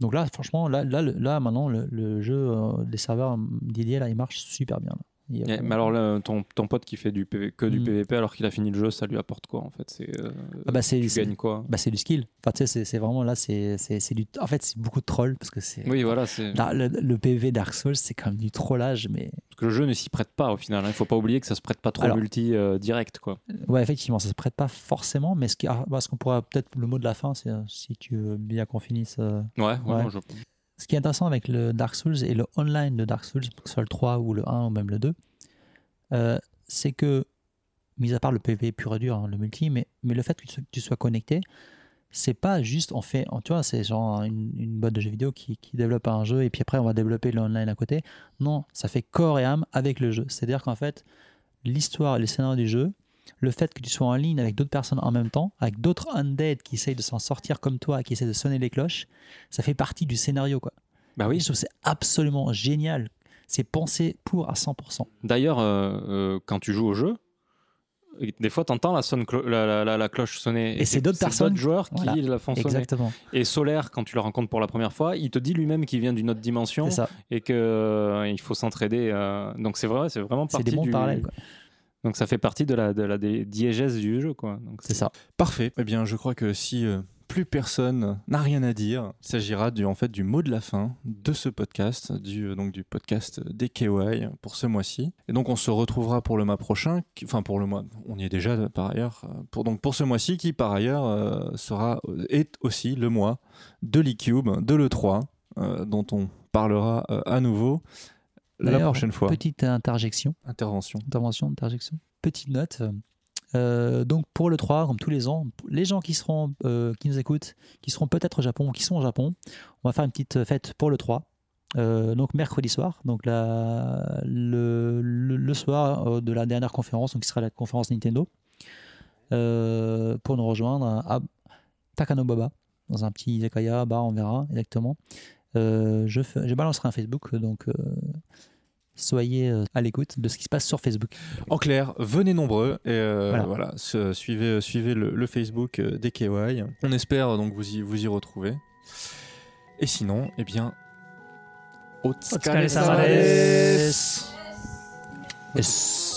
F: Donc là, franchement, là, là, le- là maintenant, le, le jeu euh, des serveurs dédiés, là, il marche super bien. là. Il y a-
E: Eh, mais alors, là, ton, ton pote qui fait du PV que du
F: Mm.
E: PVP alors qu'il a fini le jeu, ça lui apporte quoi en fait C'est euh,
F: Ah bah, c'est-
E: tu
F: c'est-
E: gagnes quoi
F: bah, c'est du skill. Enfin, tu sais, c'est- c'est vraiment là, c'est c'est- c'est du. En fait, c'est beaucoup de troll parce que c'est.
E: Oui, voilà, c'est
F: Dar- Le, le PV Dark Souls, c'est quand même du trollage, mais
E: parce que le jeu ne s'y prête pas au final. hein. Il faut pas oublier que ça se prête pas trop
F: Alors-
E: au multi euh, direct, quoi.
F: Ouais, effectivement, ça se prête pas forcément, mais ce qui, ah, bah, ce qu'on pourra peut-être le mot de la fin, c'est euh, si tu veux bien qu'on finisse. euh,
E: Ouais, ouais,
F: Ouais.
E: non, je-
F: Ce qui est intéressant avec le Dark Souls et le online de Dark Souls, que ce soit le 3 ou le 1 ou même le 2, euh, c'est que, mis à part le PvP pur et dur, hein, le multi, mais, mais le fait que tu, sois- que tu sois connecté, c'est pas juste on fait, en- tu vois, c'est genre une, une boîte de jeux vidéo qui, qui développe un jeu et puis après on va développer le online à côté. Non, ça fait corps et âme avec le jeu. C'est-à-dire qu'en fait, l'histoire et le scénario du jeu, le fait que tu sois en ligne avec d'autres personnes en même temps, avec d'autres undead qui essayent de s'en sortir comme toi, qui essayent de sonner les cloches, ça fait partie du scénario quoi.
E: Bah
F: Oui,
E: oui.
F: je trouve que c'est absolument génial. C'est pensé pour à 100%.
E: D'ailleurs, euh, euh, quand tu joues au jeu, des fois, t'entends la, sonne clo- la, la- la- la cloche sonner.
F: Et c'est d'autres personnes.
E: joueurs qui
F: Voilà.
E: la font sonner.
F: Exactement,
E: Et Solaire, quand tu le rencontres pour la première fois, il te dit lui-même qu'il vient d'une autre dimension
F: c'est ça.
E: et qu'il faut s'entraider. euh, Donc c'est vrai, c'est vraiment
F: C'est
E: partie
F: des bons
E: du...
F: parallèles. quoi.
E: Donc ça fait partie de la, de la dé- diégèse du jeu, quoi. Donc,
F: C'est ça.
C: Parfait. Eh bien, je crois que si euh, plus personne n'a rien à dire, il s'agira du, en fait du mot de la fin de ce podcast, du, euh, donc du podcast des KOI pour ce mois-ci. Et donc, on se retrouvera pour le mois prochain, qui- enfin pour le mois, on y est déjà euh, par ailleurs, euh, pour, donc pour ce mois-ci qui par ailleurs euh, sera, est aussi le mois de l'E-Cube, de l'E3, euh, dont on parlera euh, à nouveau la
F: D'ailleurs,
C: prochaine fois.
F: Petite interjection,
C: Intervention.
F: intervention, interjection. Petite note. Euh, donc pour le 3, comme tous les ans, les gens qui seront, euh, qui nous écoutent, qui seront peut-être au Japon ou qui sont au Japon, on va faire une petite fête pour le 3. Euh, donc mercredi soir, donc la- le, le- le soir euh, de la dernière conférence, donc qui sera la conférence Nintendo, euh, pour nous rejoindre à Takanobaba dans un petit izakaya, bar, on verra exactement. Euh, je, fais- je balancerai un Facebook, donc euh, soyez euh, à l'écoute de ce qui se passe sur Facebook.
C: En clair, venez nombreux et euh,
F: Voilà.
C: voilà, se- suivez, suivez le, le Facebook euh, des KY. On espère euh, donc vous y, vous y retrouver. Et sinon, eh bien,
D: Otsukare-sama desu.
F: Yes.